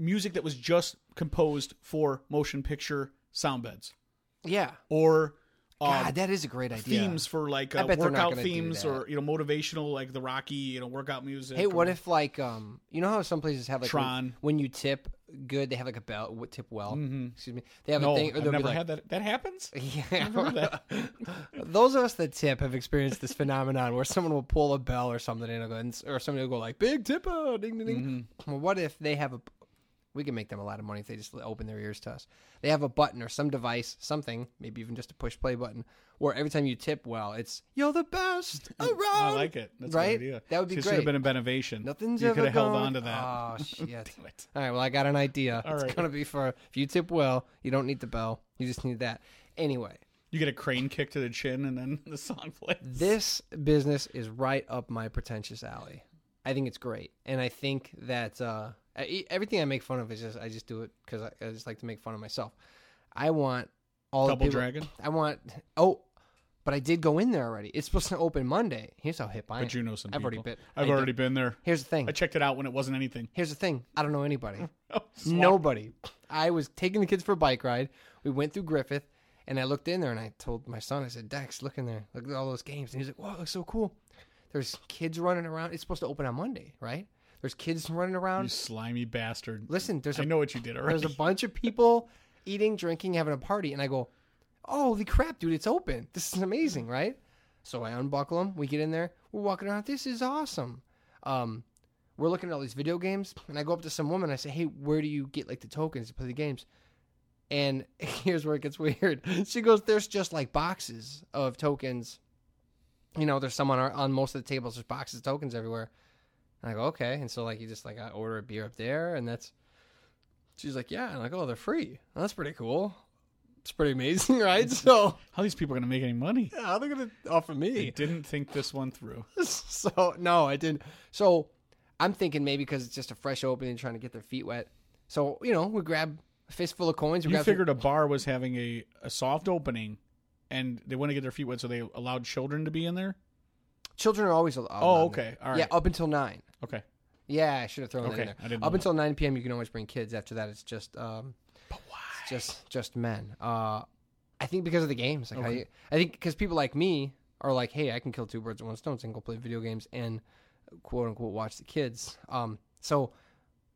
[SPEAKER 12] music that was just composed for motion picture sound beds
[SPEAKER 9] yeah.
[SPEAKER 12] or um,
[SPEAKER 9] God, that is a great idea.
[SPEAKER 12] themes for like
[SPEAKER 9] I
[SPEAKER 12] uh,
[SPEAKER 9] bet they're not
[SPEAKER 12] workout
[SPEAKER 9] gonna do
[SPEAKER 12] themes
[SPEAKER 9] that.
[SPEAKER 12] or you know motivational like the Rocky you know workout music.
[SPEAKER 9] Hey, what
[SPEAKER 12] or-
[SPEAKER 9] if like um, you know how some places have like when-
[SPEAKER 12] Tron.
[SPEAKER 9] when, you tip good, they have like a bell w- tip well.
[SPEAKER 12] Mhm.
[SPEAKER 9] Excuse me, they have
[SPEAKER 12] no,
[SPEAKER 9] a thing. Or
[SPEAKER 12] I've
[SPEAKER 9] they'll
[SPEAKER 12] never
[SPEAKER 9] be like,
[SPEAKER 12] had that. That happens.
[SPEAKER 9] Yeah. Those of us that tip have experienced this phenomenon where someone will pull a bell or something and it'll go, and- or somebody will go like big tipper, ding ding ding.
[SPEAKER 12] Mm-hmm.
[SPEAKER 9] Well, what if they have a? We can make them a lot of money if they just open their ears to us. They have a button or some device, something, maybe even just a push play button, where every time you tip well, it's you're the best around.
[SPEAKER 12] I like it. That's a
[SPEAKER 9] right?
[SPEAKER 12] good idea.
[SPEAKER 9] That would be
[SPEAKER 12] See, it
[SPEAKER 9] great.
[SPEAKER 12] Should have been a Benovation.
[SPEAKER 9] Nothing's
[SPEAKER 12] you
[SPEAKER 9] ever
[SPEAKER 12] could have held
[SPEAKER 9] gone-
[SPEAKER 12] on to that.
[SPEAKER 9] Oh shit! All right, well I got an idea.
[SPEAKER 12] All
[SPEAKER 9] it's
[SPEAKER 12] right.
[SPEAKER 9] gonna be for if you tip well, you don't need the bell. You just need that. Anyway,
[SPEAKER 12] you get a crane kick to the chin, and then the song plays.
[SPEAKER 9] this business is right up my pretentious alley. I think it's great, and I think that uh, I- everything I make fun of is just I just do it because I, I just like to make fun of myself. I want all
[SPEAKER 12] Double
[SPEAKER 9] the people,
[SPEAKER 12] Dragon?
[SPEAKER 9] I want oh, but I did go in there already. It's supposed to open Monday. Here's how hip I am.
[SPEAKER 12] But you know some
[SPEAKER 9] I've already
[SPEAKER 12] people.
[SPEAKER 9] been.
[SPEAKER 12] I've
[SPEAKER 9] I
[SPEAKER 12] already
[SPEAKER 9] did.
[SPEAKER 12] been there.
[SPEAKER 9] Here's the thing.
[SPEAKER 12] I checked it out when it wasn't anything. Oh,
[SPEAKER 9] Here's the thing. I don't know anybody. Nobody. I was taking the kids for a bike ride. We went through Griffith, and I looked in there and I told my son, I said, Dex, look in there. Look at all those games. And he's like, whoa, it looks so cool. There's kids running around. It's supposed to open on Monday, right? There's kids running
[SPEAKER 12] You
[SPEAKER 9] around.
[SPEAKER 12] slimy bastard.
[SPEAKER 9] Listen, there's
[SPEAKER 12] I
[SPEAKER 9] a
[SPEAKER 12] know what you did already.
[SPEAKER 9] there's a bunch of people eating, drinking, having a party, and I go, "Holy crap, dude! It's open. This is amazing, right?" So I unbuckle them. We get in there. We're walking around. This is awesome. Um, we're looking at all these video games, and I go up to some woman. I say, "Hey, where do you get like the tokens to play the games?" And here's where it gets weird. She goes, "There's just like boxes of tokens. You know, there's some on our on most of the tables. There's boxes of tokens everywhere." And I go, "Okay." And so like you just like I order a beer up there, and that's She's like, yeah, and I'm like, oh, they're free. Well, that's pretty cool. It's pretty amazing, right? So
[SPEAKER 12] How are these people going to make any money?
[SPEAKER 9] how are they gonna offer
[SPEAKER 12] They
[SPEAKER 9] me?
[SPEAKER 12] didn't think this one through.
[SPEAKER 9] so no, I didn't. So I'm thinking maybe because it's just a fresh opening, trying to get their feet wet. So you know, we grab a fistful of coins. We
[SPEAKER 12] You
[SPEAKER 9] grab
[SPEAKER 12] figured a bar was having a, a soft opening, and they want to get their feet wet, so they allowed children to be in there.
[SPEAKER 9] Children are always allowed.
[SPEAKER 12] Oh,
[SPEAKER 9] in there.
[SPEAKER 12] okay. All right.
[SPEAKER 9] Yeah, up until nine.
[SPEAKER 12] Okay.
[SPEAKER 9] Yeah, I should have thrown that
[SPEAKER 12] Okay,
[SPEAKER 9] in there.
[SPEAKER 12] I didn't know
[SPEAKER 9] up
[SPEAKER 12] that.
[SPEAKER 9] until nine p.m., you can always bring kids. After that, it's just um, It's just just men. Uh, I think because of the games. Like
[SPEAKER 12] Okay.
[SPEAKER 9] I, I think because people like me are like, hey, I can kill two birds with one stone. So I can go play video games and quote unquote watch the kids. Um, so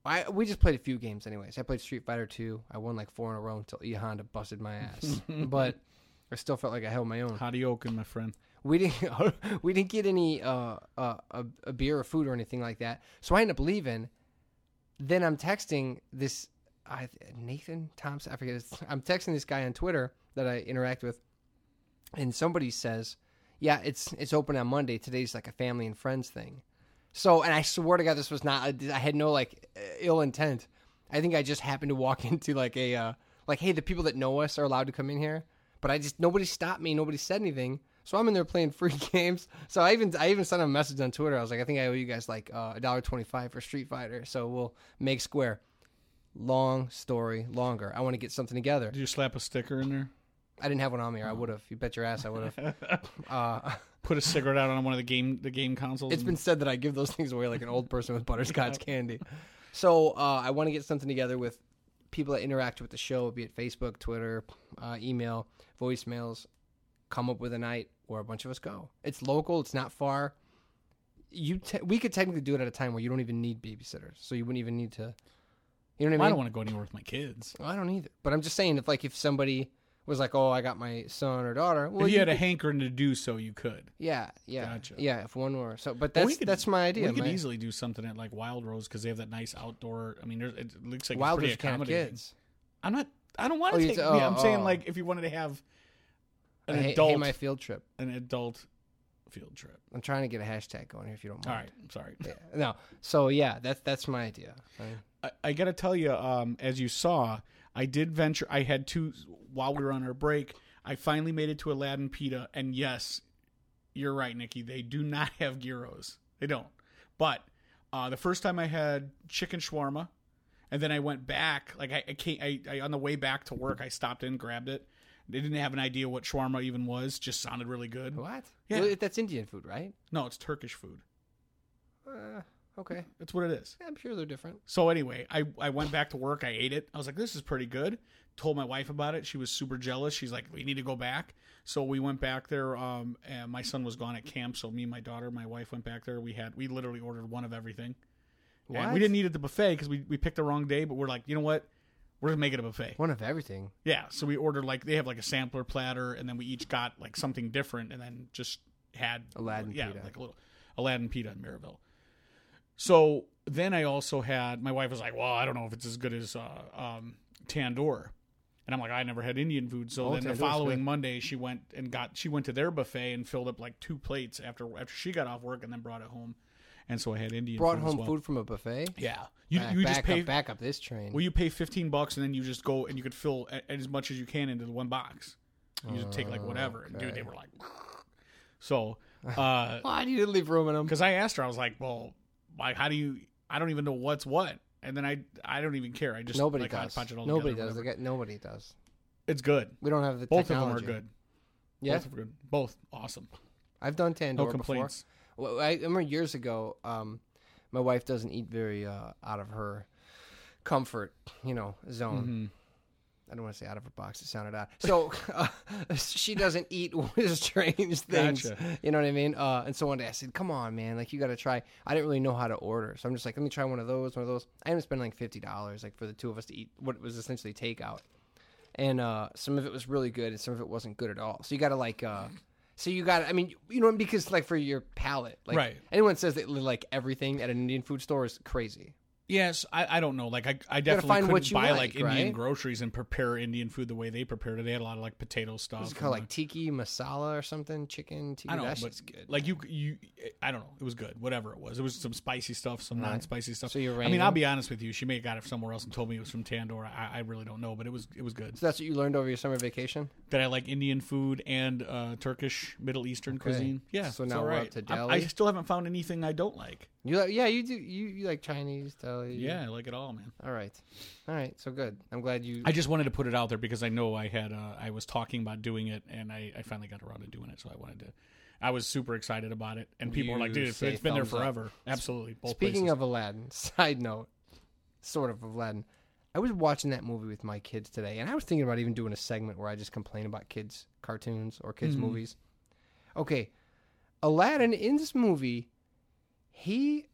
[SPEAKER 9] I we just played a few games anyways. I played Street Fighter two. I won like four in a row until E Honda busted my ass, but I still felt like I held my own.
[SPEAKER 12] Hadioken, my friend.
[SPEAKER 9] We didn't we didn't get any uh, uh, a, a beer or food or anything like that. So I ended up leaving. Then I'm texting this I, Nathan Thompson. I forget. His, I'm texting this guy on Twitter that I interact with, and somebody says, "Yeah, it's it's open on Monday. Today's like a family and friends thing." So, and I swear to God, this was not. I had no like ill intent. I think I just happened to walk into like a uh, like, hey, the people that know us are allowed to come in here, but I just nobody stopped me, nobody said anything. So I'm in there playing free games. So I even I even sent a message on Twitter. I was like, I think I owe you guys like uh, a dollar twenty five for Street Fighter. So we'll make square. Long story longer. I want to get something together.
[SPEAKER 12] Did you slap a sticker in there? Oh.
[SPEAKER 9] I didn't have one on me, or I would have. You bet your ass, I would have. uh,
[SPEAKER 12] Put a cigarette out on one of the game the game consoles.
[SPEAKER 9] It's been said that I give those things away like an old person with butterscotch candy. So uh, I want to get something together with people that interact with the show, be it Facebook, Twitter, uh, email, voicemails. Come up with a night where a bunch of us go. It's local. It's not far. You te- we could technically do it at a time where you don't even need babysitters, so you wouldn't even need to. You know what I mean? Oh,
[SPEAKER 12] I don't want to go anywhere with my kids.
[SPEAKER 9] I don't either. But I'm just saying, if like if somebody was like, "Oh, I got my son or daughter," well,
[SPEAKER 12] if you, had a
[SPEAKER 9] could-
[SPEAKER 12] hankering to do so, you could.
[SPEAKER 9] Yeah, yeah,
[SPEAKER 12] Gotcha.
[SPEAKER 9] yeah. If one were so, but
[SPEAKER 12] Well,
[SPEAKER 9] that's
[SPEAKER 12] we could-
[SPEAKER 9] that's my idea.
[SPEAKER 12] We could
[SPEAKER 9] my-
[SPEAKER 12] easily do something at like Wild Rose because they have that nice outdoor. I mean, there's, it looks like
[SPEAKER 9] Wild
[SPEAKER 12] it's pretty
[SPEAKER 9] Rose can't have
[SPEAKER 12] accommodating.
[SPEAKER 9] kids.
[SPEAKER 12] I'm not. I don't want
[SPEAKER 9] Oh,
[SPEAKER 12] to
[SPEAKER 9] you
[SPEAKER 12] take.
[SPEAKER 9] t-
[SPEAKER 12] yeah, I'm
[SPEAKER 9] oh,
[SPEAKER 12] saying
[SPEAKER 9] oh.
[SPEAKER 12] like if you wanted to have an
[SPEAKER 9] I hate- hate
[SPEAKER 12] adult
[SPEAKER 9] my field trip,
[SPEAKER 12] an adult field trip.
[SPEAKER 9] I'm trying to get a hashtag going here if you don't
[SPEAKER 12] All
[SPEAKER 9] mind.
[SPEAKER 12] right, I'm sorry.
[SPEAKER 9] No, so yeah, that's that's my idea. I-
[SPEAKER 12] I, I gotta tell you, um, as you saw, I did venture. I had two while we were on our break. I finally made it to Aladdin Pita, and yes, you're right, Nikki. They do not have gyros. They don't. But uh, the first time I had chicken shawarma, and then I went back. Like I, I can't. I, I on the way back to work, I stopped in, grabbed it. They didn't have an idea what shawarma even was. Just sounded really good.
[SPEAKER 9] What?
[SPEAKER 12] Yeah.
[SPEAKER 9] Well, that's Indian food, right?
[SPEAKER 12] No, it's Turkish food.
[SPEAKER 9] Uh, okay,
[SPEAKER 12] That's what it is.
[SPEAKER 9] I'm sure they're different.
[SPEAKER 12] So anyway, I, I went back to work. I ate it. I was like, this is pretty good. Told my wife about it. She was super jealous. She's like, we need to go back. So we went back there. Um, and my son was gone at camp, so me, my daughter, my wife went back there. We had we literally ordered one of everything. And
[SPEAKER 9] What?
[SPEAKER 12] we didn't eat at the buffet because we, we picked the wrong day. But we're like, you know what? We're gonna make it a buffet.
[SPEAKER 9] One of everything.
[SPEAKER 12] Yeah. So we ordered like they have like a sampler platter, and then we each got like something different, and then just had
[SPEAKER 9] Aladdin
[SPEAKER 12] yeah,
[SPEAKER 9] pita.
[SPEAKER 12] like a little Aladdin pita in Maryville. So then I also had my wife was like, "Well, I don't know if it's as good as uh, um, tandoor," and I'm like, "I never had Indian food." So
[SPEAKER 9] Oh,
[SPEAKER 12] then the
[SPEAKER 9] tandoor's
[SPEAKER 12] following
[SPEAKER 9] good.
[SPEAKER 12] Monday, she went and got she went to their buffet and filled up like two plates after after she got off work and then brought it home, and so I had Indian
[SPEAKER 9] Brought
[SPEAKER 12] food as
[SPEAKER 9] home
[SPEAKER 12] well.
[SPEAKER 9] food from a buffet.
[SPEAKER 12] Yeah, you
[SPEAKER 9] Back-
[SPEAKER 12] you just
[SPEAKER 9] back
[SPEAKER 12] pay
[SPEAKER 9] up, back up this train.
[SPEAKER 12] well, you pay fifteen bucks, and then you just go and you could fill a- as much as you can into the one box. You just take like whatever, and dude, they
[SPEAKER 9] Okay.
[SPEAKER 12] were like, so. Uh,
[SPEAKER 9] Why do you leave room in them?
[SPEAKER 12] Because I asked her, I was like, well, like, how do you? I don't even know what's what, and then I, I don't even care. I just
[SPEAKER 9] nobody
[SPEAKER 12] like,
[SPEAKER 9] does.
[SPEAKER 12] hodgepodge it all
[SPEAKER 9] Nobody
[SPEAKER 12] together,
[SPEAKER 9] does. They
[SPEAKER 12] whatever.
[SPEAKER 9] got- nobody does.
[SPEAKER 12] It's good.
[SPEAKER 9] We don't have the
[SPEAKER 12] Both
[SPEAKER 9] technology.
[SPEAKER 12] of them are good.
[SPEAKER 9] Yeah?
[SPEAKER 12] both of them are good. Both awesome.
[SPEAKER 9] I've done tandoor
[SPEAKER 12] No
[SPEAKER 9] before.
[SPEAKER 12] complaints.
[SPEAKER 9] Well, I remember years ago, um, my wife doesn't eat very uh, out of her comfort, you know, zone.
[SPEAKER 12] Mm-hmm.
[SPEAKER 9] I don't want to say out of her box. It sounded odd. So uh, she doesn't eat strange things.
[SPEAKER 12] Gotcha.
[SPEAKER 9] You know what I mean? Uh, and so one day I said, "Come on, man! Like you got to try." I didn't really know how to order, so I'm just like, "Let me try one of those, one of those." I ended up spending like fifty dollars, like for the two of us to eat what was essentially takeout and uh, some of it was really good and some of it wasn't good at all. So you got to like, uh, so you got, to I mean, you know, because like for your palate, like
[SPEAKER 12] Right.
[SPEAKER 9] anyone says that like everything at an Indian food store is crazy.
[SPEAKER 12] Yes, I, I don't know. Like I, I definitely
[SPEAKER 9] find
[SPEAKER 12] couldn't
[SPEAKER 9] what you
[SPEAKER 12] buy like,
[SPEAKER 9] like,
[SPEAKER 12] Indian
[SPEAKER 9] right?
[SPEAKER 12] groceries and prepare Indian food the way they prepared it. They had a lot of like potato stuff.
[SPEAKER 9] It's called
[SPEAKER 12] and,
[SPEAKER 9] like tiki masala or something, chicken tiki.
[SPEAKER 12] I don't know,
[SPEAKER 9] that
[SPEAKER 12] but
[SPEAKER 9] shit's good.
[SPEAKER 12] like you, you, I don't know. It was good, whatever it was. It was some spicy stuff, some
[SPEAKER 9] Right.
[SPEAKER 12] non-spicy stuff.
[SPEAKER 9] So you're
[SPEAKER 12] I mean, I'll
[SPEAKER 9] random?
[SPEAKER 12] be honest with you. She may have got it from somewhere else and told me it was from Tandoor. I, I really don't know, but it was it was good.
[SPEAKER 9] So that's what you learned over your summer vacation.
[SPEAKER 12] That I like Indian food and uh, Turkish, Middle Eastern
[SPEAKER 9] Okay.
[SPEAKER 12] cuisine. Yeah,
[SPEAKER 9] So
[SPEAKER 12] it's
[SPEAKER 9] now
[SPEAKER 12] all
[SPEAKER 9] we're up
[SPEAKER 12] right.
[SPEAKER 9] to
[SPEAKER 12] I- I,
[SPEAKER 9] Delhi?
[SPEAKER 12] still haven't found anything I don't like.
[SPEAKER 9] You like, yeah, you do. You, you like Chinese, really?
[SPEAKER 12] Yeah, I like it all, man.
[SPEAKER 9] All right, all right. So good. I'm glad you.
[SPEAKER 12] I just wanted to put it out there because I know I had uh, I was talking about doing it and I, I finally got around to doing it, so I wanted to. I was super excited about it, and people were like,
[SPEAKER 9] You
[SPEAKER 12] "Dude, it's,
[SPEAKER 9] say
[SPEAKER 12] it's been there
[SPEAKER 9] thumbs up.
[SPEAKER 12] forever." Absolutely. Both
[SPEAKER 9] Speaking
[SPEAKER 12] places.
[SPEAKER 9] of Aladdin, side note, sort of Aladdin. I was watching that movie with my kids today, and I was thinking about even doing a segment where I just complain about kids' cartoons or kids'
[SPEAKER 13] Mhm.
[SPEAKER 12] Mm-hmm.
[SPEAKER 9] movies. Okay, Aladdin in this movie, he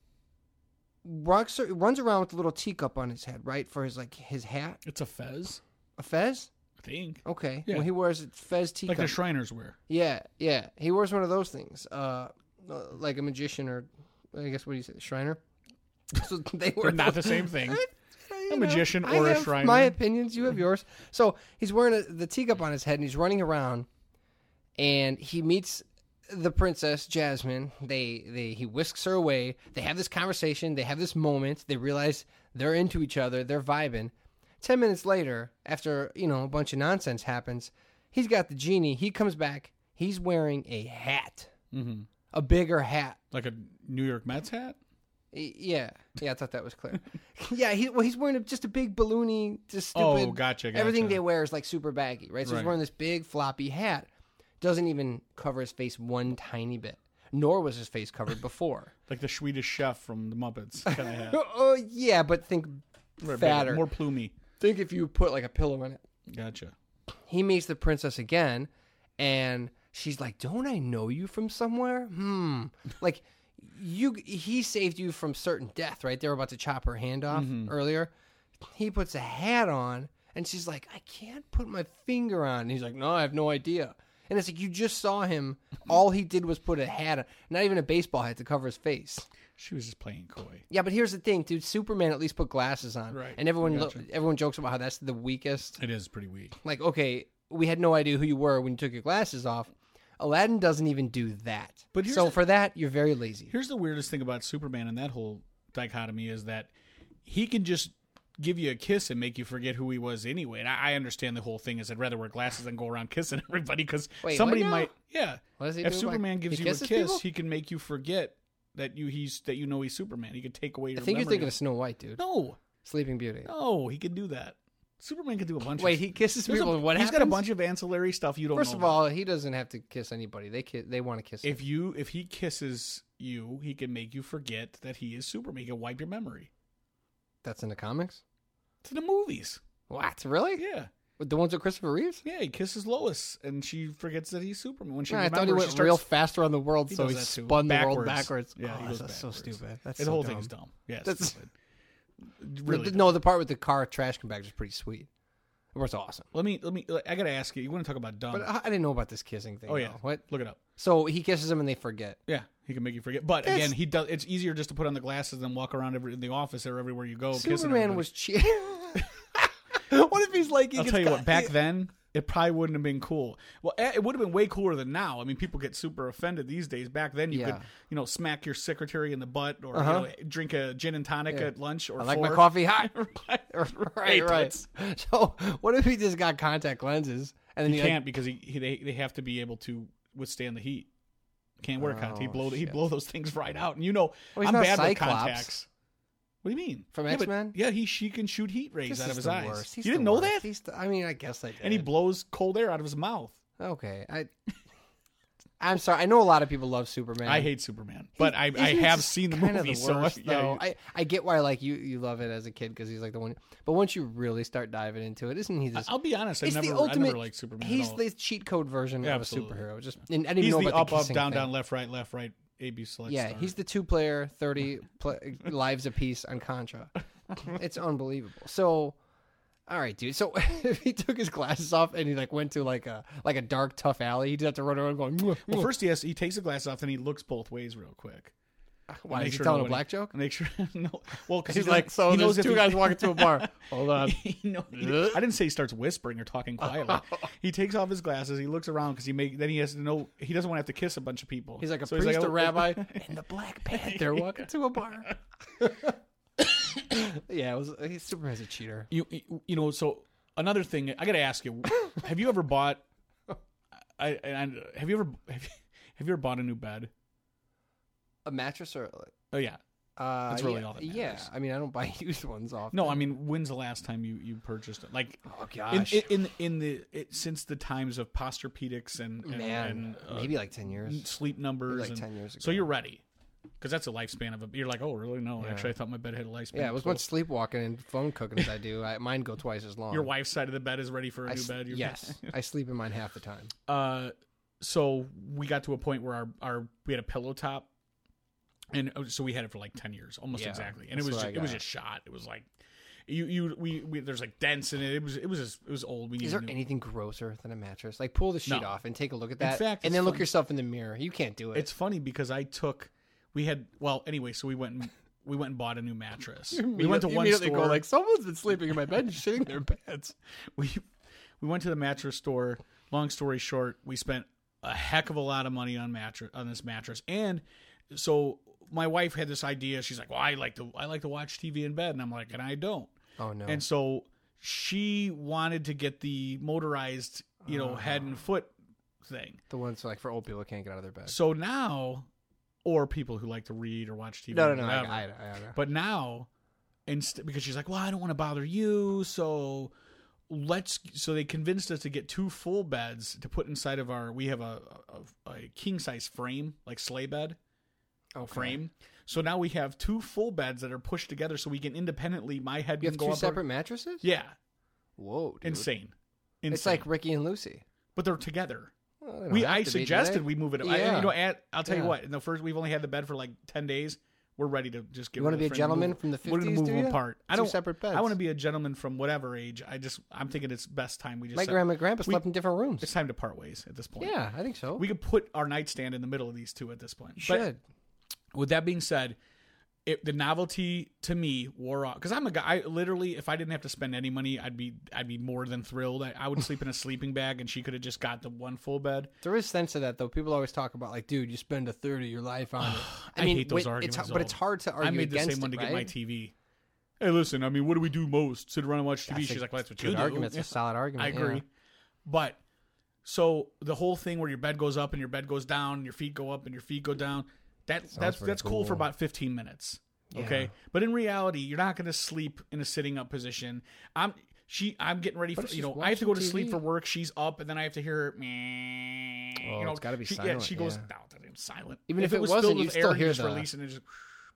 [SPEAKER 9] runs, runs around with a little teacup on his head, right, for his like his hat.
[SPEAKER 12] It's a fez.
[SPEAKER 9] A fez.
[SPEAKER 12] I think.
[SPEAKER 9] Okay.
[SPEAKER 12] Yeah.
[SPEAKER 9] Well, he wears a fez teacup.
[SPEAKER 12] like the Shriners wear.
[SPEAKER 9] Yeah, yeah. He wears one of those things, uh, like a magician or, I guess what do you say, Shriner. So they
[SPEAKER 12] They're not the same thing.
[SPEAKER 9] you
[SPEAKER 12] A
[SPEAKER 9] know,
[SPEAKER 12] magician
[SPEAKER 9] I
[SPEAKER 12] or a
[SPEAKER 9] have
[SPEAKER 12] Shriner.
[SPEAKER 9] My opinions, you have yours. So he's wearing a, the teacup on his head and he's running around, and he meets the princess Jasmine. They they he whisks her away. They have this conversation. They have this moment. They realize they're into each other. They're vibing. Ten minutes later, after you know a bunch of nonsense happens, he's got the genie. He comes back. He's wearing a hat,
[SPEAKER 12] Mm-hmm.
[SPEAKER 9] a bigger hat.
[SPEAKER 12] Like a New York Mets hat.
[SPEAKER 9] Y- Yeah, yeah, I thought that was clear. yeah, he, well, he's wearing a, just a big balloony, just stupid.
[SPEAKER 12] Oh, gotcha,
[SPEAKER 9] Everything
[SPEAKER 12] gotcha.
[SPEAKER 9] they wear is like super baggy, right? So he's
[SPEAKER 12] Right.
[SPEAKER 9] wearing this big floppy hat. Doesn't even cover his face one tiny bit. Nor was his face covered before.
[SPEAKER 12] Like the Swedish chef from the Muppets kind of hat.
[SPEAKER 9] oh yeah, but think
[SPEAKER 12] Right, bigger,
[SPEAKER 9] fatter,
[SPEAKER 12] more plumey.
[SPEAKER 9] Think if you put like a pillow in it.
[SPEAKER 12] Gotcha.
[SPEAKER 9] He meets the princess again, and she's like, "Don't I know you from somewhere? Hmm. Like you, he saved you from certain death, right? They were about to chop her hand off
[SPEAKER 12] Mm-hmm.
[SPEAKER 13] Mhm.
[SPEAKER 9] earlier. He puts a hat on, and she's like, "I can't put my finger on." And he's like, "No, I have no idea." And it's like you just saw him. All he did was put a hat on, not even a baseball hat to cover his face.
[SPEAKER 12] She was just playing coy.
[SPEAKER 9] Yeah, but here's the thing, dude. Superman at least put glasses on,
[SPEAKER 12] Right.
[SPEAKER 9] And everyone lo-
[SPEAKER 12] Gotcha.
[SPEAKER 9] everyone jokes about how that's the weakest.
[SPEAKER 12] It is pretty weak.
[SPEAKER 9] Like, okay, we had no idea who you were when you took your glasses off. Aladdin doesn't even do that.
[SPEAKER 12] But
[SPEAKER 9] But
[SPEAKER 12] here's
[SPEAKER 9] so
[SPEAKER 12] the-
[SPEAKER 9] for that, you're very lazy.
[SPEAKER 12] Here's the weirdest thing about Superman and that whole dichotomy is that he can just give you a kiss and make you forget who he was anyway. And I, I understand the whole thing is I'd rather wear glasses than go around kissing everybody because
[SPEAKER 9] Wait,
[SPEAKER 12] somebody
[SPEAKER 9] what now?
[SPEAKER 12] might. Yeah.
[SPEAKER 9] What does he
[SPEAKER 12] if
[SPEAKER 9] do?
[SPEAKER 12] Superman
[SPEAKER 9] Like,
[SPEAKER 12] gives
[SPEAKER 9] he
[SPEAKER 12] you a kiss,
[SPEAKER 9] kisses people?
[SPEAKER 12] he can make you forget that you he's that you know he's Superman. He could take away your.
[SPEAKER 9] I think you're
[SPEAKER 12] memory
[SPEAKER 9] thinking of Snow White, dude.
[SPEAKER 12] No,
[SPEAKER 9] Sleeping Beauty.
[SPEAKER 12] No, he could do that. Superman could do a bunch.
[SPEAKER 9] Wait,
[SPEAKER 12] of
[SPEAKER 9] he kisses
[SPEAKER 12] There's a-
[SPEAKER 9] people and what
[SPEAKER 12] He's got a
[SPEAKER 9] happens?
[SPEAKER 12] bunch of ancillary stuff you don't.
[SPEAKER 9] First
[SPEAKER 12] know
[SPEAKER 9] of
[SPEAKER 12] about.
[SPEAKER 9] all, he doesn't have to kiss anybody. They ki- they want to kiss.
[SPEAKER 12] if
[SPEAKER 9] him.
[SPEAKER 12] you if he kisses you, he can make you forget that he is Superman. He can wipe your memory.
[SPEAKER 9] That's in the comics.
[SPEAKER 12] To the movies.
[SPEAKER 9] What? Really?
[SPEAKER 12] Yeah.
[SPEAKER 9] With the ones with Christopher Reeves.
[SPEAKER 12] Yeah, he kisses Lois, and she forgets that he's Superman. When she
[SPEAKER 9] Nah, I
[SPEAKER 12] remembers,
[SPEAKER 9] thought he went
[SPEAKER 12] she starts-
[SPEAKER 9] real fast around the world,
[SPEAKER 12] He
[SPEAKER 9] so
[SPEAKER 12] does
[SPEAKER 9] he
[SPEAKER 12] that too.
[SPEAKER 9] spun the world backwards.
[SPEAKER 12] Yeah,
[SPEAKER 9] Oh,
[SPEAKER 12] he goes
[SPEAKER 9] that's so
[SPEAKER 12] backwards.
[SPEAKER 9] stupid. That's
[SPEAKER 12] the
[SPEAKER 9] so
[SPEAKER 12] whole
[SPEAKER 9] dumb.
[SPEAKER 12] thing's dumb. Yes,
[SPEAKER 9] That's-
[SPEAKER 12] really
[SPEAKER 9] The- no, the part with the car trash compactor is pretty sweet. It was awesome.
[SPEAKER 12] Let me let me. I gotta ask you. You want to talk about dumb?
[SPEAKER 9] But I I didn't know about this kissing thing.
[SPEAKER 12] oh yeah,
[SPEAKER 9] though.
[SPEAKER 12] what? Look it up.
[SPEAKER 9] So he kisses him and they forget.
[SPEAKER 12] Yeah, he can make you forget. But
[SPEAKER 9] That's-
[SPEAKER 12] again, he does. It's easier just to put on the glasses than walk around every, in the office or everywhere you go. kissing
[SPEAKER 9] Superman
[SPEAKER 12] everybody.
[SPEAKER 9] was cheating. what if he's like? He
[SPEAKER 12] I'll
[SPEAKER 9] gets
[SPEAKER 12] tell you
[SPEAKER 9] got-
[SPEAKER 12] what. Back then, it probably wouldn't have been cool. Well, eh, it would have been way cooler than now. I mean, people get super offended these days. Back then, you could
[SPEAKER 9] Yeah.
[SPEAKER 12] you know smack your secretary in the butt or
[SPEAKER 9] Uh-huh.
[SPEAKER 12] you know, drink a gin and tonic
[SPEAKER 9] Yeah.
[SPEAKER 12] at lunch. Or
[SPEAKER 9] I like my
[SPEAKER 12] four.
[SPEAKER 9] coffee hot.
[SPEAKER 12] right,
[SPEAKER 9] right, right. So what if he just got contact lenses and then
[SPEAKER 12] he
[SPEAKER 9] he, like-
[SPEAKER 12] can't because he, he they, they have to be able to withstand the heat. Can't wear contact. He
[SPEAKER 9] Oh,
[SPEAKER 12] blow he
[SPEAKER 9] shit.
[SPEAKER 12] blow those things right out, and you know
[SPEAKER 9] Well, he's
[SPEAKER 12] I'm
[SPEAKER 9] not
[SPEAKER 12] bad
[SPEAKER 9] Cyclops.
[SPEAKER 12] with contacts. What do you mean
[SPEAKER 9] From
[SPEAKER 12] Yeah, but-
[SPEAKER 9] X-Men?
[SPEAKER 12] Yeah, he she can shoot heat rays
[SPEAKER 9] This
[SPEAKER 12] out
[SPEAKER 9] is
[SPEAKER 12] of his
[SPEAKER 9] the
[SPEAKER 12] eyes.
[SPEAKER 9] worst. He's
[SPEAKER 12] you didn't
[SPEAKER 9] the
[SPEAKER 12] know
[SPEAKER 9] worst.
[SPEAKER 12] that?
[SPEAKER 9] He's the- I mean, I guess I did.
[SPEAKER 12] And he blows cold air out of his mouth.
[SPEAKER 9] okay, I. I'm sorry. I know a lot of people love Superman.
[SPEAKER 12] I hate Superman, but I, I have seen the
[SPEAKER 9] kind
[SPEAKER 12] movie.
[SPEAKER 9] Of the
[SPEAKER 12] so
[SPEAKER 9] worst,
[SPEAKER 12] yeah,
[SPEAKER 9] though.
[SPEAKER 12] you-
[SPEAKER 9] I, I get why like you you love it as a kid because he's like the one. But once you really start diving into it, isn't he? Just,
[SPEAKER 12] I'll be honest, I
[SPEAKER 9] it's the
[SPEAKER 12] never- I never
[SPEAKER 9] ultimate,
[SPEAKER 12] liked Superman at
[SPEAKER 9] He's
[SPEAKER 12] all.
[SPEAKER 9] the cheat code version
[SPEAKER 12] Yeah,
[SPEAKER 9] of a
[SPEAKER 12] absolutely.
[SPEAKER 9] superhero. Just and I didn't
[SPEAKER 12] he's
[SPEAKER 9] know
[SPEAKER 12] the
[SPEAKER 9] about
[SPEAKER 12] up,
[SPEAKER 9] the
[SPEAKER 12] up,
[SPEAKER 9] kissing
[SPEAKER 12] down,
[SPEAKER 9] thing.
[SPEAKER 12] down, left, right, left, right. A B select.
[SPEAKER 9] yeah,
[SPEAKER 12] star.
[SPEAKER 9] he's the two player, 30 pl- lives apiece on Contra. It's unbelievable. So, all right, dude. So if he took his glasses off and he like went to like a like a dark, tough alley, he'd have to run around going. "Mwah,
[SPEAKER 12] Well,
[SPEAKER 9] mwah."
[SPEAKER 12] first he has he takes the glass off, then he looks both ways real quick.
[SPEAKER 9] Uh, Why,
[SPEAKER 12] Make
[SPEAKER 9] is he
[SPEAKER 12] sure
[SPEAKER 9] telling a
[SPEAKER 12] nobody-
[SPEAKER 9] black joke?
[SPEAKER 12] Make sure no. Well, because
[SPEAKER 9] He's like, "So there's two guys walking to a bar. Hold on. Uh. Oh.
[SPEAKER 12] he know, he- I didn't say he starts whispering or talking quietly. he takes off his glasses. He looks around because he make then he has to know he doesn't want to have to kiss a bunch of people.
[SPEAKER 9] he's like a
[SPEAKER 12] So
[SPEAKER 9] priest,
[SPEAKER 12] "Oh,
[SPEAKER 9] a rabbi, and the Black Panther walking to a bar. yeah, it was he, Superman's a cheater.
[SPEAKER 12] You you know so another thing I got to ask you: Have you ever bought? I, I I- have you ever have you, have you ever bought a new bed?
[SPEAKER 9] A mattress or like,
[SPEAKER 12] Oh yeah.
[SPEAKER 6] Uh,
[SPEAKER 9] That's really
[SPEAKER 6] yeah,
[SPEAKER 9] all that
[SPEAKER 6] Yeah, I mean, I don't buy used ones off.
[SPEAKER 9] No, I mean, when's the last time you, you purchased it? Like,
[SPEAKER 6] Oh, gosh.
[SPEAKER 9] in in, in the it, since the times of posturpedics and, and
[SPEAKER 6] Man,
[SPEAKER 9] and, uh,
[SPEAKER 6] maybe like 10 years.
[SPEAKER 9] sleep numbers,
[SPEAKER 6] Like
[SPEAKER 9] and-
[SPEAKER 6] 10 years
[SPEAKER 9] So you're ready because that's a lifespan of a. You're like, oh, really? No,
[SPEAKER 6] Yeah.
[SPEAKER 9] actually, I thought my bed had a lifespan.
[SPEAKER 6] Yeah, it was
[SPEAKER 9] Cool.
[SPEAKER 6] much sleepwalking and phone cooking as I do. I, mine go twice as long.
[SPEAKER 9] Your wife's side of the bed is ready for a
[SPEAKER 6] I
[SPEAKER 9] new
[SPEAKER 6] s-
[SPEAKER 9] bed. Your-
[SPEAKER 6] yes, I sleep in mine half the time.
[SPEAKER 9] uh, so we got to a point where our, our we had a pillow top, and uh, so we had it for like ten years, almost
[SPEAKER 6] Yeah,
[SPEAKER 9] exactly. And it
[SPEAKER 6] that's
[SPEAKER 9] was
[SPEAKER 6] what
[SPEAKER 9] just,
[SPEAKER 6] I
[SPEAKER 9] it was
[SPEAKER 6] got.
[SPEAKER 9] just shot. It was like you you we, we there's like dents in it. It was it was just, it was old. We
[SPEAKER 6] Is
[SPEAKER 9] needed
[SPEAKER 6] there
[SPEAKER 9] new.
[SPEAKER 6] anything grosser than a mattress? Like pull the sheet
[SPEAKER 9] No.
[SPEAKER 6] off and take a look at
[SPEAKER 9] In
[SPEAKER 6] that,
[SPEAKER 9] fact,
[SPEAKER 6] and
[SPEAKER 9] it's
[SPEAKER 6] then look
[SPEAKER 9] funny.
[SPEAKER 6] yourself in the mirror. You can't do it.
[SPEAKER 9] It's funny because I took we had well anyway, so we went and, we went and bought a new mattress.
[SPEAKER 6] You
[SPEAKER 9] we went to
[SPEAKER 6] immediately- you
[SPEAKER 9] one
[SPEAKER 6] immediately
[SPEAKER 9] store
[SPEAKER 6] go like someone's been sleeping in my bed, and shitting their beds.
[SPEAKER 9] we we went to the mattress store. Long story short, we spent a heck of a lot of money on mattress on this mattress, and so my wife had this idea. She's like, "Well, I like to I like to watch TV in bed," and I'm like, "And I don't."
[SPEAKER 6] Oh no!
[SPEAKER 9] And so she wanted to get the motorized, you know, head and foot thing.
[SPEAKER 6] Ah. The ones like for old people who can't get out of their bed.
[SPEAKER 9] So now, or people who like to read or watch TV.
[SPEAKER 6] No,
[SPEAKER 9] or
[SPEAKER 6] no, no, I-
[SPEAKER 9] whatever.
[SPEAKER 6] I- I- I know.
[SPEAKER 9] But now, inst- because she's like, well, I don't want to bother you, so let's. So they convinced us to get two full beds to put inside of our. We have a a, a king size frame, like sleigh bed.
[SPEAKER 6] Oh,
[SPEAKER 9] frame. So now we have two full beds that are pushed together, so we can independently. My head
[SPEAKER 6] You
[SPEAKER 9] can
[SPEAKER 6] have
[SPEAKER 9] go
[SPEAKER 6] two
[SPEAKER 9] up or-
[SPEAKER 6] separate mattresses.
[SPEAKER 9] Yeah,
[SPEAKER 6] Whoa, dude.
[SPEAKER 9] insane. insane.
[SPEAKER 6] It's like Ricky and Lucy.
[SPEAKER 9] but they're together.
[SPEAKER 6] Well, they don't
[SPEAKER 9] we
[SPEAKER 6] have
[SPEAKER 9] I
[SPEAKER 6] to be, do they?
[SPEAKER 9] suggested we move it. I,
[SPEAKER 6] Yeah.
[SPEAKER 9] you know, at, I'll tell
[SPEAKER 6] Yeah.
[SPEAKER 9] you what. In the first, we've only had the bed for like ten days. We're ready to just get.
[SPEAKER 6] You wanna
[SPEAKER 9] rid of
[SPEAKER 6] be a
[SPEAKER 9] the frame and
[SPEAKER 6] gentleman
[SPEAKER 9] move-
[SPEAKER 6] from the
[SPEAKER 9] We're gonna
[SPEAKER 6] 50s,
[SPEAKER 9] move
[SPEAKER 6] do
[SPEAKER 9] them
[SPEAKER 6] ya?
[SPEAKER 9] apart. I
[SPEAKER 6] Two
[SPEAKER 9] don't
[SPEAKER 6] separate
[SPEAKER 9] I
[SPEAKER 6] beds.
[SPEAKER 9] want to be a gentleman from whatever age. I just I'm thinking it's best time we just.
[SPEAKER 6] My
[SPEAKER 9] sep-
[SPEAKER 6] grandma and grandpa
[SPEAKER 9] we-
[SPEAKER 6] slept in different rooms.
[SPEAKER 9] It's time to part ways at this point.
[SPEAKER 6] Yeah, I think so.
[SPEAKER 9] We could put our nightstand in the middle of these two at this point.
[SPEAKER 6] You
[SPEAKER 9] But
[SPEAKER 6] should.
[SPEAKER 9] with that being said, it, the novelty to me wore off because I'm a guy. I, literally, if I didn't have to spend any money, I'd be I'd be more than thrilled. I, I would sleep in a sleeping bag, and she could have just got the one full bed.
[SPEAKER 6] There is sense of that though. People always talk about like, dude, you spend a third of your life on it.
[SPEAKER 9] I, hate those
[SPEAKER 6] wait,
[SPEAKER 9] arguments,
[SPEAKER 6] It's, but it's
[SPEAKER 9] though.
[SPEAKER 6] hard to argue
[SPEAKER 9] I made the
[SPEAKER 6] against
[SPEAKER 9] same one
[SPEAKER 6] it,
[SPEAKER 9] to
[SPEAKER 6] right?
[SPEAKER 9] get my TV. Hey, listen. I mean, what do we do most? Sit around and watch TV.
[SPEAKER 6] That's a
[SPEAKER 9] She's like, well, "That's what
[SPEAKER 6] good
[SPEAKER 9] you do."
[SPEAKER 6] argument. It's a solid argument,
[SPEAKER 9] I agree.
[SPEAKER 6] yeah.
[SPEAKER 9] But so the whole thing where your bed goes up and your bed goes down, your feet go up and your feet go down. That that's
[SPEAKER 6] pretty
[SPEAKER 9] that's cool. for
[SPEAKER 6] cool.
[SPEAKER 9] about fifteen minutes. Okay,
[SPEAKER 6] Yeah.
[SPEAKER 9] but in reality, you're not going to sleep in a sitting up position. I'm she. I'm getting ready
[SPEAKER 6] But
[SPEAKER 9] for
[SPEAKER 6] it's
[SPEAKER 9] you
[SPEAKER 6] just
[SPEAKER 9] know. I have to go to
[SPEAKER 6] watching
[SPEAKER 9] sleep
[SPEAKER 6] TV.
[SPEAKER 9] for work. She's up, and then I have to hear her. meh,
[SPEAKER 6] Oh,
[SPEAKER 9] you know,
[SPEAKER 6] it's gotta be
[SPEAKER 9] she,
[SPEAKER 6] silent,
[SPEAKER 9] Yeah, she goes
[SPEAKER 6] yeah.
[SPEAKER 9] no, that ain't silent.
[SPEAKER 6] Even if it
[SPEAKER 9] was
[SPEAKER 6] wasn't,
[SPEAKER 9] filled
[SPEAKER 6] you'd
[SPEAKER 9] with
[SPEAKER 6] still
[SPEAKER 9] air, you
[SPEAKER 6] hear
[SPEAKER 9] just
[SPEAKER 6] the-
[SPEAKER 9] release and it just.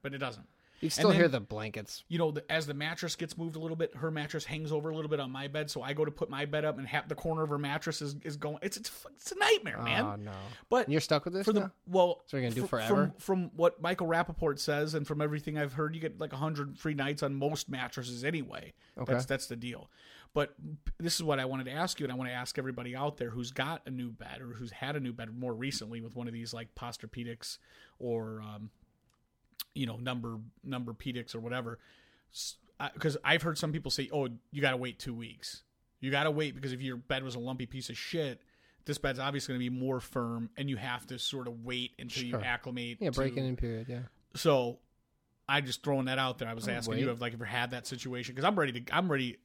[SPEAKER 9] But it doesn't.
[SPEAKER 6] You
[SPEAKER 9] And
[SPEAKER 6] still hear
[SPEAKER 9] then-
[SPEAKER 6] the blankets.
[SPEAKER 9] you know, the, as the mattress gets moved a little bit, her mattress hangs over a little bit on my bed. So I go to put my bed up, and half the corner of her mattress is, is going. It's it's, fu- it's a nightmare,
[SPEAKER 6] Oh
[SPEAKER 9] man.
[SPEAKER 6] no!
[SPEAKER 9] But
[SPEAKER 6] And you're stuck with this
[SPEAKER 9] for the
[SPEAKER 6] now?
[SPEAKER 9] well,
[SPEAKER 6] So you're gonna do
[SPEAKER 9] fr-
[SPEAKER 6] forever?
[SPEAKER 9] From, from what Michael Rappaport says, and from everything I've heard, you get like hundred free nights on most mattresses anyway.
[SPEAKER 6] Okay.
[SPEAKER 9] That's that's the deal. But this is what I wanted to ask you, and I want to ask everybody out there who's got a new bed or who's had a new bed more recently with one of these like Posturpedics or um, you know number number pedics or whatever because i've heard some people say oh you gotta wait two weeks you gotta wait because if your bed was a lumpy piece of shit this bed's obviously going to be more firm and you have to sort of wait until
[SPEAKER 6] Sure.
[SPEAKER 9] you acclimate
[SPEAKER 6] Yeah,
[SPEAKER 9] to-
[SPEAKER 6] break-in and period. Yeah.
[SPEAKER 9] so i just throwing that out there i was
[SPEAKER 6] I would
[SPEAKER 9] asking
[SPEAKER 6] wait.
[SPEAKER 9] you if like ever had that situation because i'm ready to i'm ready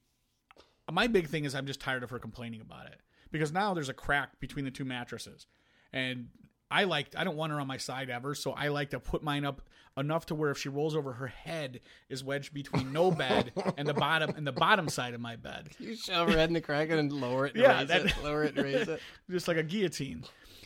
[SPEAKER 9] my big thing is i'm just tired of her complaining about it because now there's a crack between the two mattresses and I liked I don't want her on my side ever, so I like to put mine up enough to where if she rolls over her head is wedged between no bed and the bottom and the bottom side of my bed.
[SPEAKER 6] You shove her head in the crack and lower it. And
[SPEAKER 9] Yeah,
[SPEAKER 6] raise
[SPEAKER 9] that-
[SPEAKER 6] it, lower it, and raise it.
[SPEAKER 9] Just like a guillotine.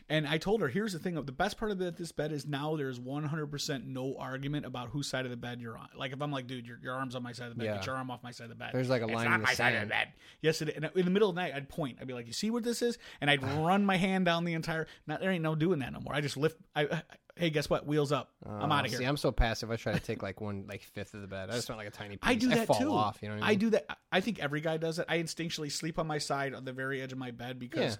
[SPEAKER 9] And I told her, here's the thing. The best part of it, this bed is now there's 100% no argument about whose side of the bed you're on. Like if I'm like, dude, your, your arm's on my side of the bed,
[SPEAKER 6] Yeah.
[SPEAKER 9] get your arm off my side of the bed.
[SPEAKER 6] There's like a
[SPEAKER 9] it's
[SPEAKER 6] line
[SPEAKER 9] not
[SPEAKER 6] in the
[SPEAKER 9] my side of
[SPEAKER 6] sand.
[SPEAKER 9] the bed. Yes, it, and in the middle of the night, I'd point. I'd be like, you see what this is? And I'd run my hand down the entire. Not there ain't no doing that no more. I just lift. I, I hey, guess what? Wheels up. I'm
[SPEAKER 6] Oh,
[SPEAKER 9] out of here.
[SPEAKER 6] See, I'm so passive. I try to take like one, like fifth of the bed. I just want like a tiny piece.
[SPEAKER 9] I do that
[SPEAKER 6] fall
[SPEAKER 9] too.
[SPEAKER 6] off. You know what I mean?
[SPEAKER 9] do that. I think every guy does it. I instinctually sleep on my side on the very edge of my bed because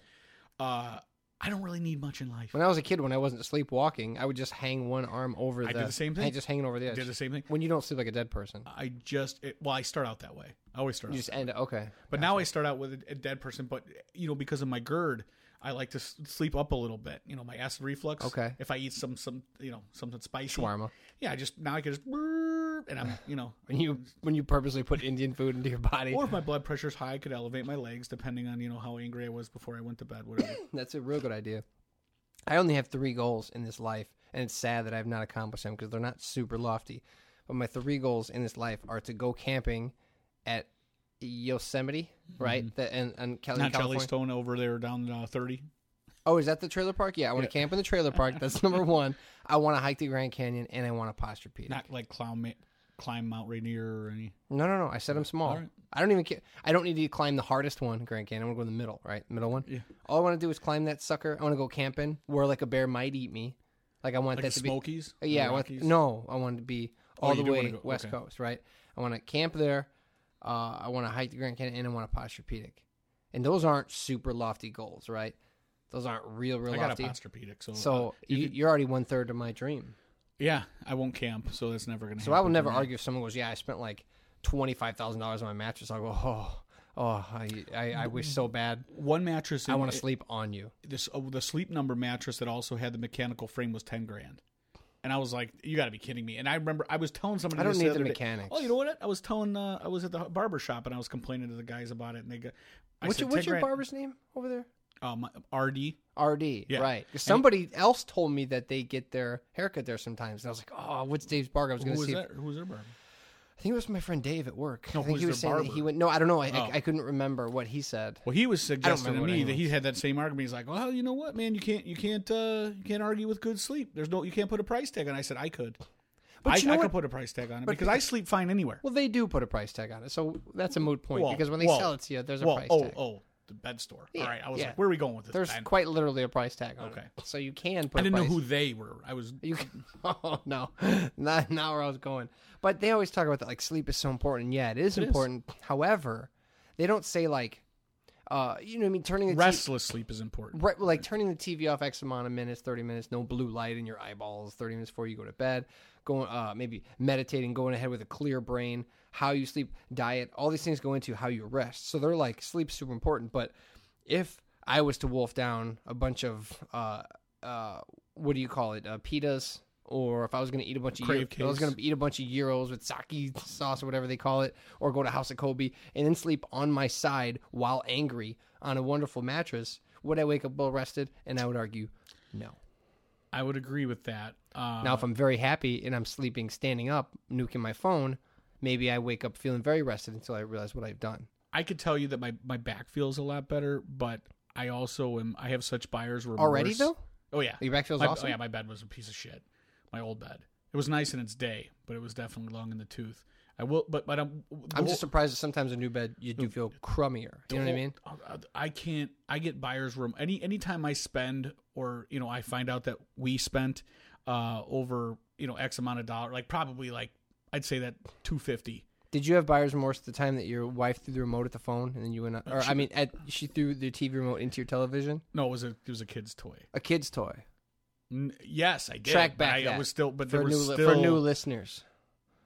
[SPEAKER 9] uh, I don't really need much in life.
[SPEAKER 6] When I was a kid, when I wasn't sleepwalking, I would just hang one arm over the.
[SPEAKER 9] I did the same thing.
[SPEAKER 6] I just hanging over the edge.
[SPEAKER 9] Did the same thing.
[SPEAKER 6] When you don't sleep like a dead person,
[SPEAKER 9] I just it, well, I start out that way. I always start.
[SPEAKER 6] you
[SPEAKER 9] out
[SPEAKER 6] just
[SPEAKER 9] that way.
[SPEAKER 6] end. it. Okay.
[SPEAKER 9] But now I start out with a, a dead person. But you know, because of my GERD, I like to s- sleep up a little bit. You know, my acid reflux.
[SPEAKER 6] Okay.
[SPEAKER 9] If I eat some some you know something spicy.
[SPEAKER 6] Shawarma.
[SPEAKER 9] Yeah, I just now I can just brrr, and I'm you know
[SPEAKER 6] When you when you purposely put Indian food into your body,
[SPEAKER 9] or if my blood pressure's high, I could elevate my legs depending on you know how angry I was before I went to bed. Whatever.
[SPEAKER 6] that's a real good idea. I only have three goals in this life, and it's sad that I've not accomplished them because they're not super lofty.
[SPEAKER 9] But my three goals in this life are to go camping at Yosemite, right?
[SPEAKER 12] Mhm.
[SPEAKER 9] The, and and Kelly,
[SPEAKER 12] Not
[SPEAKER 9] California.
[SPEAKER 12] Jellystone over there down uh, 30.
[SPEAKER 9] Oh, is that the trailer park? Yeah, I want to camp in the trailer park. That's number one. I want to hike the Grand Canyon and I want to posturpedic.
[SPEAKER 12] Not like climb, Ma- climb Mount Rainier or any.
[SPEAKER 9] No, no, no. I said I'm small.
[SPEAKER 12] All right.
[SPEAKER 9] I don't even care. I don't need to climb the hardest one, Grand Canyon. I want to go in the middle, right? Middle one.
[SPEAKER 12] Yeah.
[SPEAKER 9] All I want to do is climb that sucker. I want to go camping where like a bear might eat me. Like I want
[SPEAKER 12] Like
[SPEAKER 9] that
[SPEAKER 12] the
[SPEAKER 9] to be Uh,
[SPEAKER 12] Smokies? The
[SPEAKER 9] Yeah. I want,
[SPEAKER 12] Rockies?
[SPEAKER 9] no, I want to be
[SPEAKER 12] Oh,
[SPEAKER 9] all
[SPEAKER 12] you
[SPEAKER 9] the
[SPEAKER 12] do wanna
[SPEAKER 9] way
[SPEAKER 12] go-
[SPEAKER 9] west
[SPEAKER 12] okay.
[SPEAKER 9] coast, right? I want to camp there. Uh, I want to hike the Grand Canyon and I want to posturpedic. And those aren't super lofty goals, right? Those aren't real, real
[SPEAKER 12] I got
[SPEAKER 9] lofty.
[SPEAKER 12] a posturpedic, so, uh,
[SPEAKER 9] you, you're already one third of my dream.
[SPEAKER 12] Yeah, I won't camp, so that's never going to
[SPEAKER 9] So
[SPEAKER 12] happen.
[SPEAKER 9] I will never
[SPEAKER 12] for me.
[SPEAKER 9] argue if someone goes, "Yeah, I spent like twenty five thousand dollars on my mattress." I'll go, "Oh, oh, I, I, I wish so bad."
[SPEAKER 12] One mattress.
[SPEAKER 9] I
[SPEAKER 12] in-
[SPEAKER 9] want to sleep on you.
[SPEAKER 12] This uh, the sleep number mattress that also had the mechanical frame was ten grand, and I was like, "You got to be kidding me!" And I remember I was telling somebody.
[SPEAKER 9] I don't
[SPEAKER 12] this
[SPEAKER 9] need
[SPEAKER 12] other
[SPEAKER 9] the
[SPEAKER 12] day-
[SPEAKER 9] mechanics.
[SPEAKER 12] Oh, you know what? I was telling. Uh, I was at the barber shop and I was complaining to the guys about it, and they got. I
[SPEAKER 9] what's
[SPEAKER 12] said,
[SPEAKER 9] your, what's
[SPEAKER 12] 10
[SPEAKER 9] your
[SPEAKER 12] grand-
[SPEAKER 9] barber's name over there?
[SPEAKER 12] Um, RD.
[SPEAKER 9] RD.
[SPEAKER 12] Yeah.
[SPEAKER 9] Right. 'Cause
[SPEAKER 12] And-
[SPEAKER 9] Somebody else told me that they get their haircut there sometimes, and I was like, "Oh, what's Dave's barber?" I was
[SPEAKER 12] Who
[SPEAKER 9] going to
[SPEAKER 12] was
[SPEAKER 9] see.
[SPEAKER 12] that? Who was their barber?
[SPEAKER 9] I think it was my friend Dave at work.
[SPEAKER 12] No,
[SPEAKER 9] I think
[SPEAKER 12] who's
[SPEAKER 9] he was
[SPEAKER 12] their
[SPEAKER 9] saying that
[SPEAKER 12] barber?
[SPEAKER 9] he went. No, I don't know. I,
[SPEAKER 12] Oh.
[SPEAKER 9] I, I couldn't remember what he said.
[SPEAKER 12] Well, he was
[SPEAKER 9] I don't
[SPEAKER 12] suggesting to
[SPEAKER 9] remember what
[SPEAKER 12] me
[SPEAKER 9] I
[SPEAKER 12] that he had that same argument. He's like, "Well, you know what, man? You can't, you can't, uh, you can't argue with good sleep. There's no, you can't put a price tag on." it." I said, "I could,
[SPEAKER 9] But
[SPEAKER 12] I,
[SPEAKER 9] you know
[SPEAKER 12] I
[SPEAKER 9] what?
[SPEAKER 12] could put a price tag on it
[SPEAKER 9] But-
[SPEAKER 12] because I sleep fine anywhere."
[SPEAKER 9] Well, they do put a price tag on it, so that's a moot point
[SPEAKER 12] Whoa,
[SPEAKER 9] because when they
[SPEAKER 12] whoa,
[SPEAKER 9] sell it to you, there's a
[SPEAKER 12] whoa,
[SPEAKER 9] price
[SPEAKER 12] oh,
[SPEAKER 9] tag.
[SPEAKER 12] Oh, the bed store.
[SPEAKER 9] Yeah,
[SPEAKER 12] All right, I was
[SPEAKER 9] yeah.
[SPEAKER 12] like, "Where are we going with this?"
[SPEAKER 9] There's
[SPEAKER 12] Ben?
[SPEAKER 9] quite literally a price tag on
[SPEAKER 12] Okay.
[SPEAKER 9] it, so you can put.
[SPEAKER 12] I
[SPEAKER 9] a
[SPEAKER 12] didn't know
[SPEAKER 9] price
[SPEAKER 12] who they were. I was
[SPEAKER 9] You can, oh no, not not where I was going. But they always talk about that, like sleep is so important. And Yeah, it is
[SPEAKER 12] It is.
[SPEAKER 9] important. However, they don't say like, uh, you know, what I mean, turning the
[SPEAKER 12] restless sleep is
[SPEAKER 9] T-
[SPEAKER 12] important.
[SPEAKER 9] right, like turning the TV off X amount of minutes, thirty minutes, no blue light in your eyeballs, thirty minutes before you go to bed, going uh, maybe meditating, going ahead with a clear brain, how you sleep, diet, all these things go into how you rest. So they're like sleep's super important. But if I was to wolf down a bunch of uh, uh, what do you call it, uh, pitas, or if I was going to eat a bunch of
[SPEAKER 12] Crave
[SPEAKER 9] if I was
[SPEAKER 12] cakes.
[SPEAKER 9] going to eat a bunch of gyros with sake sauce or whatever they call it, or go to House of Kobe and then sleep on my side while angry on a wonderful mattress, would I wake up well rested? And I would argue, no.
[SPEAKER 12] I would agree with that. Uh,
[SPEAKER 9] now, if I'm very happy and I'm sleeping standing up, nuking my phone, maybe I wake up feeling very rested until I realize what I've done.
[SPEAKER 12] I could tell you that my my back feels a lot better, but I also am. I have such buyer's remorse
[SPEAKER 9] Already, though?
[SPEAKER 12] Oh yeah,
[SPEAKER 9] Your back feels
[SPEAKER 12] my,
[SPEAKER 9] awesome?
[SPEAKER 12] Oh yeah, my bed was a piece of shit. My old bed. It was nice in its day, but it was definitely long in the tooth. I will, but but I'm.
[SPEAKER 9] I'm just surprised that sometimes a new bed you do feel crummier. You know what I mean?
[SPEAKER 12] uh, I can't. I get buyer's room any anytime I spend or you know I find out that we spent uh over you know x amount of dollar like probably like I'd say that two fifty.
[SPEAKER 9] Did you have buyer's remorse at the time that your wife threw the remote at the phone and then you went, out- or I mean, at, she threw the TV remote into your television?
[SPEAKER 12] Uh, No, it was a it was a kid's toy.
[SPEAKER 9] A kid's toy.
[SPEAKER 12] N- yes, I did.
[SPEAKER 9] Track
[SPEAKER 12] but
[SPEAKER 9] back.
[SPEAKER 12] I, I
[SPEAKER 9] that
[SPEAKER 12] was still, but
[SPEAKER 9] for
[SPEAKER 12] there was
[SPEAKER 9] new, li-
[SPEAKER 12] still
[SPEAKER 9] for new listeners.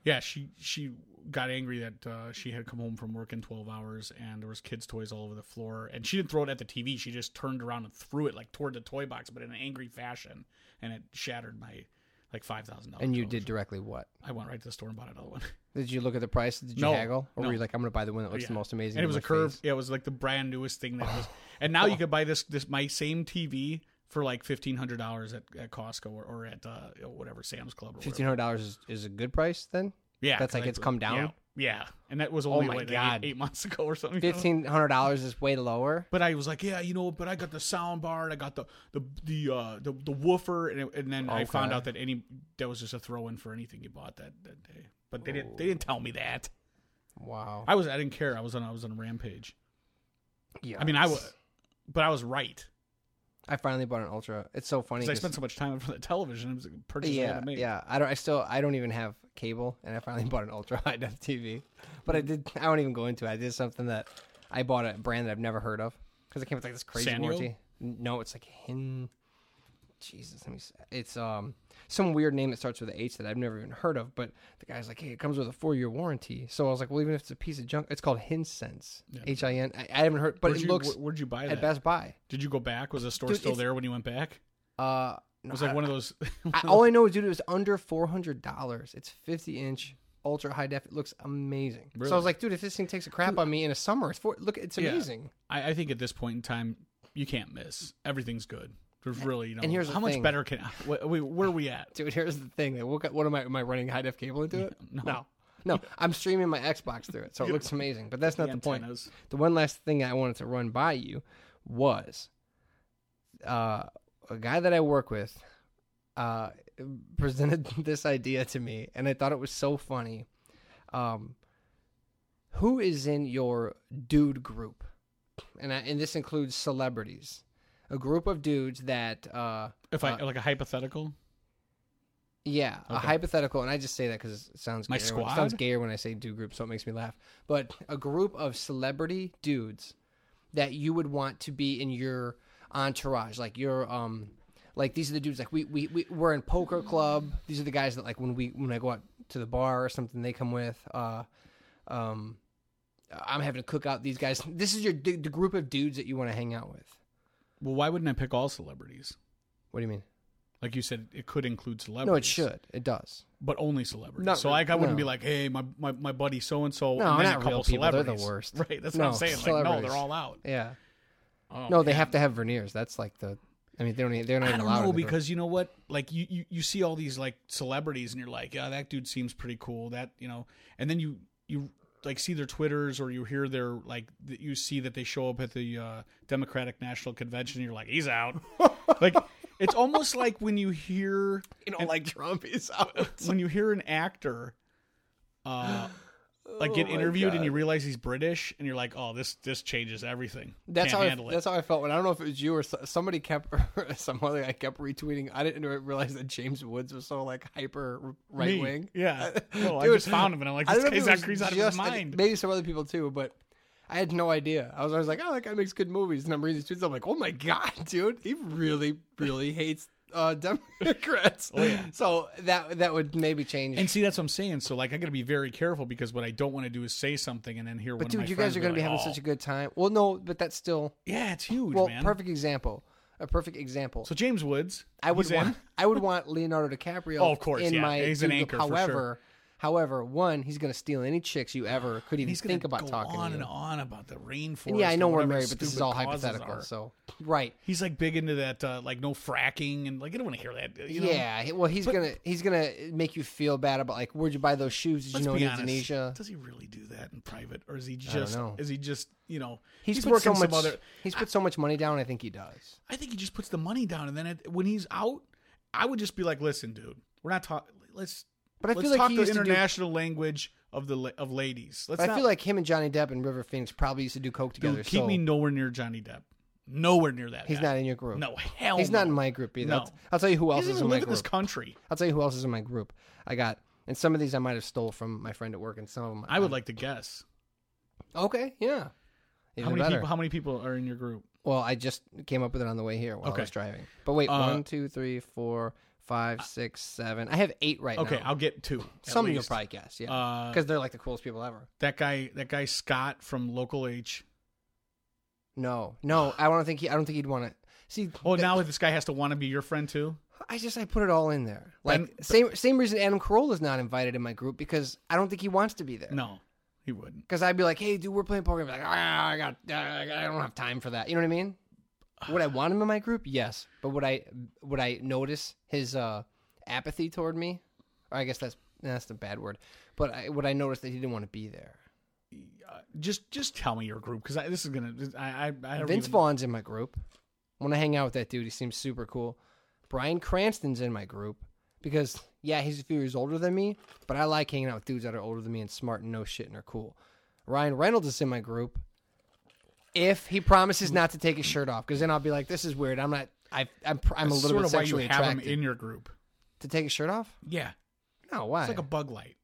[SPEAKER 12] Yeah, she she got angry that uh, she had come home from work in twelve hours, and there was kids' toys all over the floor. And she didn't throw it at the TV; she just turned around and threw it like toward the toy box, but in an angry fashion, and it shattered my like five thousand dollars.
[SPEAKER 9] And you did directly what?
[SPEAKER 12] I went right to the store and bought another one.
[SPEAKER 9] Did you look at the price? Did you
[SPEAKER 12] No,
[SPEAKER 9] haggle, or
[SPEAKER 12] no.
[SPEAKER 9] were you like, "I'm going to buy the one that looks
[SPEAKER 12] Yeah.
[SPEAKER 9] the most amazing"?
[SPEAKER 12] And
[SPEAKER 9] in
[SPEAKER 12] it was
[SPEAKER 9] my
[SPEAKER 12] a curve.
[SPEAKER 9] face? Oh.
[SPEAKER 12] Yeah, it was like the brand newest thing that was. And now you could buy this this my same TV for like fifteen hundred dollars at, at Costco or, or at uh, whatever Sam's Club. Or whatever.
[SPEAKER 9] Fifteen hundred dollars is, is a good price then.
[SPEAKER 12] Yeah,
[SPEAKER 9] that's like
[SPEAKER 12] I-
[SPEAKER 9] it's come down.
[SPEAKER 12] Yeah, yeah. and that was
[SPEAKER 9] Oh
[SPEAKER 12] only
[SPEAKER 9] my
[SPEAKER 12] what, like, eight-
[SPEAKER 9] God.
[SPEAKER 12] eight, months ago or something. you know?
[SPEAKER 9] Fifteen hundred dollars is way lower.
[SPEAKER 12] But I was like, yeah, you know, but I got the sound bar and I got the the the uh, the, the woofer, and, it, and then I found
[SPEAKER 9] Okay.
[SPEAKER 12] out that any that was just a throw in for anything you bought that, that day. But they didn't they didn't tell me that.
[SPEAKER 9] Oh. Wow.
[SPEAKER 12] I was I didn't care. I was on I was on a rampage.
[SPEAKER 9] yeah.
[SPEAKER 12] I mean, I was, but I was right
[SPEAKER 9] I finally bought an ultra. It's so funny.
[SPEAKER 12] because I
[SPEAKER 9] 'cause-
[SPEAKER 12] spent so much time in front of the television. It was like purchasing
[SPEAKER 9] yeah,
[SPEAKER 12] it made.
[SPEAKER 9] yeah. I don't. I still. I don't even have cable, and I finally bought an ultra high def TV. But I did. I won't even go into it. I did something that I bought a brand that I've never heard of because it came with like this crazy
[SPEAKER 12] Sanyo?
[SPEAKER 9] warranty. No, it's like Hin. Jesus, let me. s- It's um some weird name that starts with a H that I've never even heard of. But the guy's like, hey, it comes with a four year warranty. So I was like, well, even if it's a piece of junk, it's called Hinsense. H I N. I I haven't heard, but
[SPEAKER 12] Where'd
[SPEAKER 9] it
[SPEAKER 12] you-
[SPEAKER 9] looks
[SPEAKER 12] where- where'd you buy
[SPEAKER 9] at
[SPEAKER 12] that?
[SPEAKER 9] Best Buy.
[SPEAKER 12] Did you go back? Was the store
[SPEAKER 9] Dude,
[SPEAKER 12] still
[SPEAKER 9] it's-
[SPEAKER 12] there when you went back?
[SPEAKER 9] Uh,
[SPEAKER 12] It was like one of those.
[SPEAKER 9] I, all I know is, dude, it was under four hundred dollars. It's fifty inch ultra high def. It looks amazing. So I
[SPEAKER 12] Really?
[SPEAKER 9] was like, dude, if this thing takes a crap on me in a summer, it's for look, it's
[SPEAKER 12] Yeah.
[SPEAKER 9] amazing.
[SPEAKER 12] I, I think at this point in time, you can't miss. Everything's good. There's really no.
[SPEAKER 9] And here's the
[SPEAKER 12] how much
[SPEAKER 9] thing.
[SPEAKER 12] better can. Wait, wait, where are we at?
[SPEAKER 9] Dude, here's the thing. What, got- what am I? Am I running high def cable into it? No. no. I'm streaming my Xbox through it, so it looks amazing. But that's not
[SPEAKER 12] The
[SPEAKER 9] the, point. The one last thing I wanted to run by you was uh, a guy that I work with uh, presented this idea to me, and I thought it was so funny. Um, who is in your dude group? And I, and this includes celebrities, a group of dudes that uh,
[SPEAKER 12] If I
[SPEAKER 9] uh,
[SPEAKER 12] like a hypothetical,
[SPEAKER 9] yeah, a
[SPEAKER 12] Okay.
[SPEAKER 9] hypothetical, and I just say that because it sounds
[SPEAKER 12] My
[SPEAKER 9] gayer when- it
[SPEAKER 12] squad?
[SPEAKER 9] sounds gayer when I say dude group, so it makes me laugh. But a group of celebrity dudes that you would want to be in your entourage, like your um, like these are the dudes like we we we we're in poker club. These are the guys that like when we when I go out to the bar or something, they come with. Uh, um, I'm having a cookout. These guys. This is your the the group of dudes that you want to hang out with.
[SPEAKER 12] well, why wouldn't I pick all celebrities?
[SPEAKER 9] What do you mean?
[SPEAKER 12] Like you said, it could include celebrities.
[SPEAKER 9] No, it should. It does.
[SPEAKER 12] but only celebrities.
[SPEAKER 9] Not
[SPEAKER 12] so
[SPEAKER 9] re-
[SPEAKER 12] like I wouldn't
[SPEAKER 9] no.
[SPEAKER 12] be like, hey, my my, my buddy so and so.
[SPEAKER 9] No,
[SPEAKER 12] and then
[SPEAKER 9] not
[SPEAKER 12] a couple
[SPEAKER 9] real people. They're the
[SPEAKER 12] celebrities.
[SPEAKER 9] worst.
[SPEAKER 12] Right. That's
[SPEAKER 9] No,
[SPEAKER 12] what I'm saying. Like, no,
[SPEAKER 9] celebrities.
[SPEAKER 12] they're all out.
[SPEAKER 9] Yeah.
[SPEAKER 12] Oh,
[SPEAKER 9] no, they
[SPEAKER 12] man.
[SPEAKER 9] have to have veneers. That's like the. I mean, they don't. Even, they're not
[SPEAKER 12] I
[SPEAKER 9] even
[SPEAKER 12] don't
[SPEAKER 9] allowed. in
[SPEAKER 12] know
[SPEAKER 9] the group.
[SPEAKER 12] because you know what? Like you, you you see all these like celebrities and you're like, yeah, that dude seems pretty cool. That you know, and then you you like see their twitters or you hear their like th- you see that they show up at the uh, Democratic National Convention. and You're like, he's out. like it's almost like when you hear
[SPEAKER 9] you know, like Trump is out.
[SPEAKER 12] when you hear an actor. Uh, like
[SPEAKER 9] Oh
[SPEAKER 12] get
[SPEAKER 9] my
[SPEAKER 12] interviewed and
[SPEAKER 9] God.
[SPEAKER 12] you realize he's British and you're like, oh, this this changes everything.
[SPEAKER 9] That's
[SPEAKER 12] Can't
[SPEAKER 9] how I,
[SPEAKER 12] handle it.
[SPEAKER 9] that's how I felt when I don't know if it was you or so- somebody kept some other guy kept retweeting. I didn't realize that James Woods was so like hyper right wing.
[SPEAKER 12] Yeah. No, I just found him and I'm like,
[SPEAKER 9] I
[SPEAKER 12] this
[SPEAKER 9] don't know if
[SPEAKER 12] guy's
[SPEAKER 9] it
[SPEAKER 12] out-
[SPEAKER 9] was
[SPEAKER 12] he's out of his
[SPEAKER 9] just- I think
[SPEAKER 12] mind.
[SPEAKER 9] Maybe some other people too, but I had no idea. I was always like, oh, that guy makes good movies, and I'm reading these tweets. I'm like, oh my god, dude, he really really hates uh, Democrats. So that that would maybe change.
[SPEAKER 12] Oh, And see, that's what I'm saying. So, like, I got to be very careful because what I don't want to do is say something and then hear.
[SPEAKER 9] But
[SPEAKER 12] one
[SPEAKER 9] dude, you guys are
[SPEAKER 12] going
[SPEAKER 9] going to be having such a good time. Well, no, but that's still
[SPEAKER 12] "Oh." yeah, it's huge.
[SPEAKER 9] well,
[SPEAKER 12] man.
[SPEAKER 9] perfect example. A perfect example.
[SPEAKER 12] So James Woods,
[SPEAKER 9] I would
[SPEAKER 12] he's in.
[SPEAKER 9] want I would want Leonardo DiCaprio.
[SPEAKER 12] Oh, of course,
[SPEAKER 9] in
[SPEAKER 12] yeah.
[SPEAKER 9] my
[SPEAKER 12] He's an
[SPEAKER 9] Google.
[SPEAKER 12] anchor for sure.
[SPEAKER 9] However, however, one he's going to steal any chicks you ever could even
[SPEAKER 12] he's gonna
[SPEAKER 9] think about
[SPEAKER 12] go
[SPEAKER 9] talking.
[SPEAKER 12] on
[SPEAKER 9] to
[SPEAKER 12] and
[SPEAKER 9] you.
[SPEAKER 12] on about the rainforest.
[SPEAKER 9] And yeah, I know
[SPEAKER 12] and
[SPEAKER 9] we're
[SPEAKER 12] whatever
[SPEAKER 9] married, but this is
[SPEAKER 12] stupid
[SPEAKER 9] all
[SPEAKER 12] causes
[SPEAKER 9] hypothetical.
[SPEAKER 12] are.
[SPEAKER 9] So right,
[SPEAKER 12] he's like big into that, uh, like no fracking and like I don't want to hear that. You know?
[SPEAKER 9] yeah. he- Well, he's
[SPEAKER 12] But
[SPEAKER 9] gonna he's gonna make you feel bad about like where'd you buy those shoes? Did you
[SPEAKER 12] Let's
[SPEAKER 9] know
[SPEAKER 12] be
[SPEAKER 9] in
[SPEAKER 12] honest,
[SPEAKER 9] Indonesia?
[SPEAKER 12] Does he really do that in private, or is he
[SPEAKER 9] don't
[SPEAKER 12] just?
[SPEAKER 9] know.
[SPEAKER 12] Is he just? You know,
[SPEAKER 9] He's, put
[SPEAKER 12] working
[SPEAKER 9] so
[SPEAKER 12] some
[SPEAKER 9] much.
[SPEAKER 12] other.
[SPEAKER 9] he's put so much money down. I think he does.
[SPEAKER 12] I think he just puts the money down, and then it, when he's out, I would just be like, "Listen, dude, we're not talking. Let's."
[SPEAKER 9] But I
[SPEAKER 12] let's
[SPEAKER 9] feel like
[SPEAKER 12] talk
[SPEAKER 9] he
[SPEAKER 12] the
[SPEAKER 9] used to do-
[SPEAKER 12] international language of the la- of ladies. Let's
[SPEAKER 9] But I
[SPEAKER 12] not-
[SPEAKER 9] feel like him and Johnny Depp and River Phoenix probably used to do coke
[SPEAKER 12] dude,
[SPEAKER 9] together.
[SPEAKER 12] keep
[SPEAKER 9] so
[SPEAKER 12] me nowhere near Johnny Depp. Nowhere near that.
[SPEAKER 9] he's
[SPEAKER 12] guy.
[SPEAKER 9] not in your group.
[SPEAKER 12] No, hell
[SPEAKER 9] He's not in my group either.
[SPEAKER 12] No.
[SPEAKER 9] I'll, I'll tell you who
[SPEAKER 12] He
[SPEAKER 9] else
[SPEAKER 12] doesn't
[SPEAKER 9] is
[SPEAKER 12] even
[SPEAKER 9] in my
[SPEAKER 12] live in
[SPEAKER 9] group.
[SPEAKER 12] this country.
[SPEAKER 9] I'll tell you who else is in my group. I got, and some of these I might have stole from my friend at work, and some of them.
[SPEAKER 12] I would like to guess.
[SPEAKER 9] Okay, yeah.
[SPEAKER 12] how
[SPEAKER 9] Even
[SPEAKER 12] many
[SPEAKER 9] better.
[SPEAKER 12] people? How many people are in your group?
[SPEAKER 9] well, I just came up with it on the way here while
[SPEAKER 12] Okay.
[SPEAKER 9] I was driving. But wait,
[SPEAKER 12] Uh,
[SPEAKER 9] one, two, three, four, five, six, seven. I have eight right
[SPEAKER 12] okay,
[SPEAKER 9] now.
[SPEAKER 12] I'll get two. at
[SPEAKER 9] Some you'll
[SPEAKER 12] least.
[SPEAKER 9] probably guess, yeah,
[SPEAKER 12] Uh,
[SPEAKER 9] because they're like the coolest people ever.
[SPEAKER 12] that guy, that guy Scott from Local H.
[SPEAKER 9] No, no, I don't think he. I don't think he'd want to see.
[SPEAKER 12] Oh, now this guy has to want to be your friend too.
[SPEAKER 9] I just I put it all in there. Like
[SPEAKER 12] Ben-
[SPEAKER 9] same same reason Adam Carolla's not invited in my group because I don't think he wants to be there.
[SPEAKER 12] No, he wouldn't.
[SPEAKER 9] Because I'd be like, hey, dude, we're playing poker. I'd be like, ah, I got, I don't have time for that. You know what I mean? Would I want him in my group? Yes, but would I would I notice his uh, apathy toward me? Or I guess that's that's the bad word. But I, would I notice that he didn't want to be there?
[SPEAKER 12] Uh, Just, just tell me your group because this is gonna. I, I, I don't
[SPEAKER 9] Vince
[SPEAKER 12] even-
[SPEAKER 9] Vaughn's in my group. When I hang out with that dude, he seems super cool. Brian Cranston's in my group because yeah, he's a few years older than me, but I like hanging out with dudes that are older than me and smart and know shit and are cool. Ryan Reynolds is in my group. If he promises not to take his shirt off, because then I'll be like, "This is weird. I'm not. I, I'm. pr- I'm a
[SPEAKER 12] That's
[SPEAKER 9] little
[SPEAKER 12] sort
[SPEAKER 9] bit
[SPEAKER 12] of why you
[SPEAKER 9] sexually
[SPEAKER 12] have him
[SPEAKER 9] attracted
[SPEAKER 12] in your group.
[SPEAKER 9] to take his shirt off.
[SPEAKER 12] Yeah,
[SPEAKER 9] No, why?
[SPEAKER 12] it's like a bug light.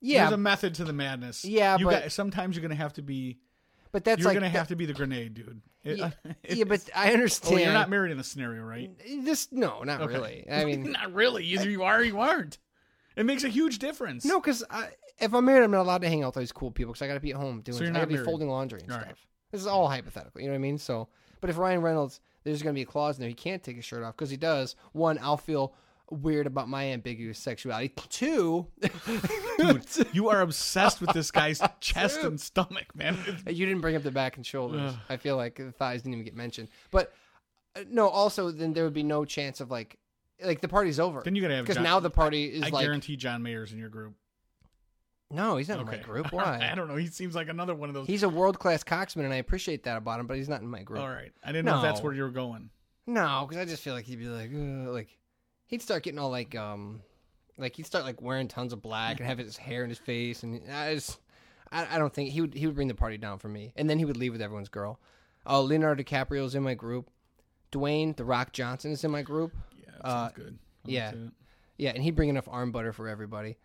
[SPEAKER 9] yeah,
[SPEAKER 12] there's a method to the madness.
[SPEAKER 9] Yeah,
[SPEAKER 12] you
[SPEAKER 9] but-
[SPEAKER 12] got- sometimes you're gonna have to be.
[SPEAKER 9] but that's
[SPEAKER 12] you're
[SPEAKER 9] like
[SPEAKER 12] gonna
[SPEAKER 9] that-
[SPEAKER 12] have to be the grenade, dude. It-
[SPEAKER 9] Yeah,
[SPEAKER 12] it-
[SPEAKER 9] yeah, but I
[SPEAKER 12] oh,
[SPEAKER 9] understand.
[SPEAKER 12] you're not married in the scenario, right?
[SPEAKER 9] This no, not
[SPEAKER 12] Okay.
[SPEAKER 9] really. I mean,
[SPEAKER 12] not really. Either you are or you aren't. It makes a huge difference.
[SPEAKER 9] No, because if I'm married, I'm not allowed to hang out with these cool people because I got to be at home doing.
[SPEAKER 12] So you're
[SPEAKER 9] I got
[SPEAKER 12] not
[SPEAKER 9] to be
[SPEAKER 12] married.
[SPEAKER 9] folding laundry and
[SPEAKER 12] All
[SPEAKER 9] stuff.
[SPEAKER 12] right.
[SPEAKER 9] This is all hypothetical. You know what I mean? So, but if Ryan Reynolds, there's going to be a clause in there he can't take his shirt off because he does. One, I'll feel weird about my ambiguous sexuality. Two,
[SPEAKER 12] Dude, you are obsessed with this guy's chest and stomach, man. It's-
[SPEAKER 9] you didn't bring up the back and shoulders. I feel like the thighs didn't even get mentioned, but. Uh, No, also then there would be no chance of like, like the party's over.
[SPEAKER 12] Then you gotta have
[SPEAKER 9] because
[SPEAKER 12] John-
[SPEAKER 9] now the party is
[SPEAKER 12] I
[SPEAKER 9] like
[SPEAKER 12] guarantee John Mayer's in your group.
[SPEAKER 9] no, he's not in my
[SPEAKER 12] Okay.
[SPEAKER 9] group.
[SPEAKER 12] I
[SPEAKER 9] Why?
[SPEAKER 12] don't know. He seems like another one of those.
[SPEAKER 9] He's a world class coxman, and I appreciate that about him, but he's not in my group.
[SPEAKER 12] all right. I didn't know if that's
[SPEAKER 9] No.
[SPEAKER 12] where you were going.
[SPEAKER 9] No, because I just feel like he'd be like, uh, like he'd start getting all like, um, like he'd start like wearing tons of black and have his hair in his face, and I just, I, I don't think he would he would bring the party down for me, and then he would leave with everyone's girl. Oh, Leonardo DiCaprio's in my group. Dwayne the Rock Johnson is in my group. Yeah,
[SPEAKER 12] that sounds good. I like
[SPEAKER 9] yeah,
[SPEAKER 12] that.
[SPEAKER 9] yeah, and he'd bring enough arm butter for everybody.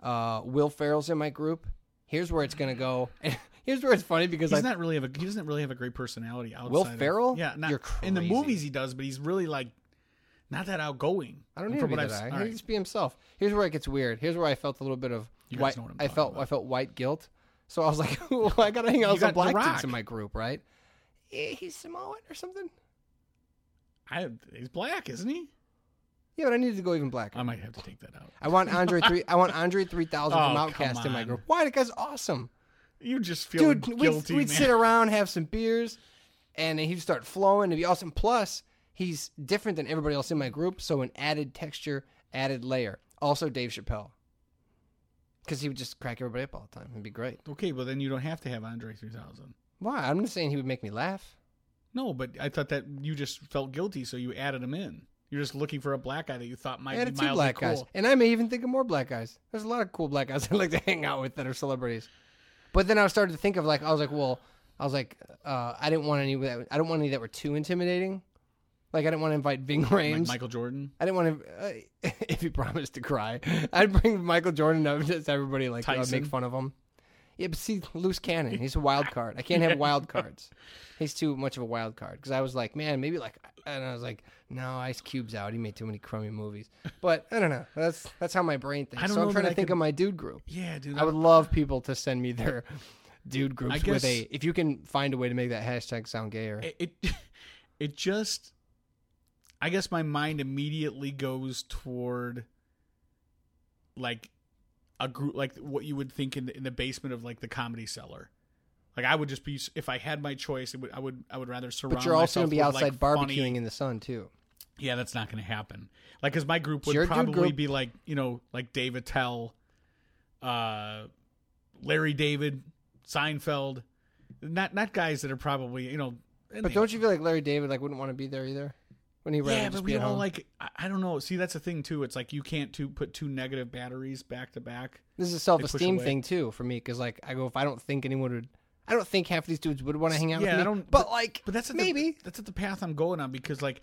[SPEAKER 9] Uh, Will Ferrell's in my group. Here's where it's gonna go. Here's where it's funny because
[SPEAKER 12] He's
[SPEAKER 9] I
[SPEAKER 12] not really have a he doesn't really have a great personality outside.
[SPEAKER 9] Will
[SPEAKER 12] of-
[SPEAKER 9] Ferrell?
[SPEAKER 12] yeah, not
[SPEAKER 9] You're
[SPEAKER 12] in the
[SPEAKER 9] crazy.
[SPEAKER 12] movies he does, but he's really like not that outgoing.
[SPEAKER 9] I don't
[SPEAKER 12] And
[SPEAKER 9] need to
[SPEAKER 12] from
[SPEAKER 9] be
[SPEAKER 12] what I've
[SPEAKER 9] that
[SPEAKER 12] s-
[SPEAKER 9] guy.
[SPEAKER 12] all
[SPEAKER 9] He
[SPEAKER 12] right.
[SPEAKER 9] can just be himself. Here's where it gets weird. Here's where I felt a little bit of
[SPEAKER 12] You guys
[SPEAKER 9] white.
[SPEAKER 12] know what I'm
[SPEAKER 9] I felt I felt white guilt. So I was like, well, I gotta hang
[SPEAKER 12] You
[SPEAKER 9] out with
[SPEAKER 12] got
[SPEAKER 9] some
[SPEAKER 12] The
[SPEAKER 9] black
[SPEAKER 12] Rock.
[SPEAKER 9] dudes in my group, right? Eh, He's Samoan or something.
[SPEAKER 12] I, he's black, isn't he?
[SPEAKER 9] Yeah, but I needed to go even blacker.
[SPEAKER 12] I might have to take that out.
[SPEAKER 9] I want Andre three. I want Andre three thousand
[SPEAKER 12] Oh,
[SPEAKER 9] from
[SPEAKER 12] come
[SPEAKER 9] Outcast in my
[SPEAKER 12] on.
[SPEAKER 9] group. Why? That guy's awesome,
[SPEAKER 12] You just feel
[SPEAKER 9] dude.
[SPEAKER 12] guilty,
[SPEAKER 9] We'd,
[SPEAKER 12] man.
[SPEAKER 9] we'd sit around, have some beers, and he'd start flowing. It'd be awesome. Plus, he's different than everybody else in my group, so an added texture, added layer. Also, Dave Chappelle, because he would just crack everybody up all the time. It'd be great.
[SPEAKER 12] Okay, well then you don't have to have Andre three thousand.
[SPEAKER 9] Why? I'm just saying he would make me laugh.
[SPEAKER 12] No, but I thought that you just felt guilty, so you added him in. You're just looking for a black guy that you thought might
[SPEAKER 9] I had
[SPEAKER 12] be
[SPEAKER 9] two
[SPEAKER 12] mildly
[SPEAKER 9] black
[SPEAKER 12] cool.
[SPEAKER 9] guys, and I may even think of more black guys. There's a lot of cool black guys I like to hang out with that are celebrities. But then I started to think of like I was like, well, I was like, uh, I didn't want any that I don't want any that were too intimidating. Like I didn't want to invite Ving Rhames.
[SPEAKER 12] Like Michael Jordan,
[SPEAKER 9] I didn't want to. Uh, if he promised to cry, I'd bring Michael Jordan up just everybody like uh,
[SPEAKER 12] Tyson.
[SPEAKER 9] make fun of him. Yeah, but see, loose cannon. He's a wild card. I can't have wild cards. He's too much of a wild card. Because I was like, man, maybe like, and I was like, no, Ice Cube's out. He made too many crummy movies. But I don't know. That's that's how my brain thinks.
[SPEAKER 12] I don't
[SPEAKER 9] so I'm
[SPEAKER 12] know
[SPEAKER 9] trying
[SPEAKER 12] that
[SPEAKER 9] to
[SPEAKER 12] I
[SPEAKER 9] think
[SPEAKER 12] could-
[SPEAKER 9] of my dude group.
[SPEAKER 12] Yeah, dude,
[SPEAKER 9] I would love people to send me their dude groups
[SPEAKER 12] guess-
[SPEAKER 9] with a. If you can find a way to make that hashtag sound gayer.
[SPEAKER 12] it, it it just I guess my mind immediately goes toward like a group like what you would think in the, in the basement of like the comedy cellar. Like I would just be if I had my choice, it would, I would I would rather surround.
[SPEAKER 9] but you're also
[SPEAKER 12] myself
[SPEAKER 9] going to be
[SPEAKER 12] with,
[SPEAKER 9] outside
[SPEAKER 12] like,
[SPEAKER 9] barbecuing
[SPEAKER 12] funny-
[SPEAKER 9] in the sun too.
[SPEAKER 12] Yeah, that's not going to happen. Like, because my group would
[SPEAKER 9] Your dude
[SPEAKER 12] probably
[SPEAKER 9] group-
[SPEAKER 12] be like, you know, like Dave Attell, uh, Larry David, Seinfeld, not not guys that are probably you know. and
[SPEAKER 9] But
[SPEAKER 12] they-
[SPEAKER 9] don't you feel like Larry David like wouldn't want to be there either? When he rather
[SPEAKER 12] yeah,
[SPEAKER 9] just
[SPEAKER 12] but
[SPEAKER 9] be
[SPEAKER 12] we
[SPEAKER 9] at
[SPEAKER 12] don't
[SPEAKER 9] home?
[SPEAKER 12] like. I, I don't know. See, that's the thing too. It's like you can't two put two negative batteries back to back.
[SPEAKER 9] This is
[SPEAKER 12] They
[SPEAKER 9] a
[SPEAKER 12] push
[SPEAKER 9] self-esteem
[SPEAKER 12] away.
[SPEAKER 9] thing too for me because like I go if I don't think anyone would, I don't think half these dudes would want to hang out.
[SPEAKER 12] yeah,
[SPEAKER 9] with me,
[SPEAKER 12] I don't.
[SPEAKER 9] But like,
[SPEAKER 12] but that's not
[SPEAKER 9] maybe
[SPEAKER 12] the, that's not the path I'm going on because like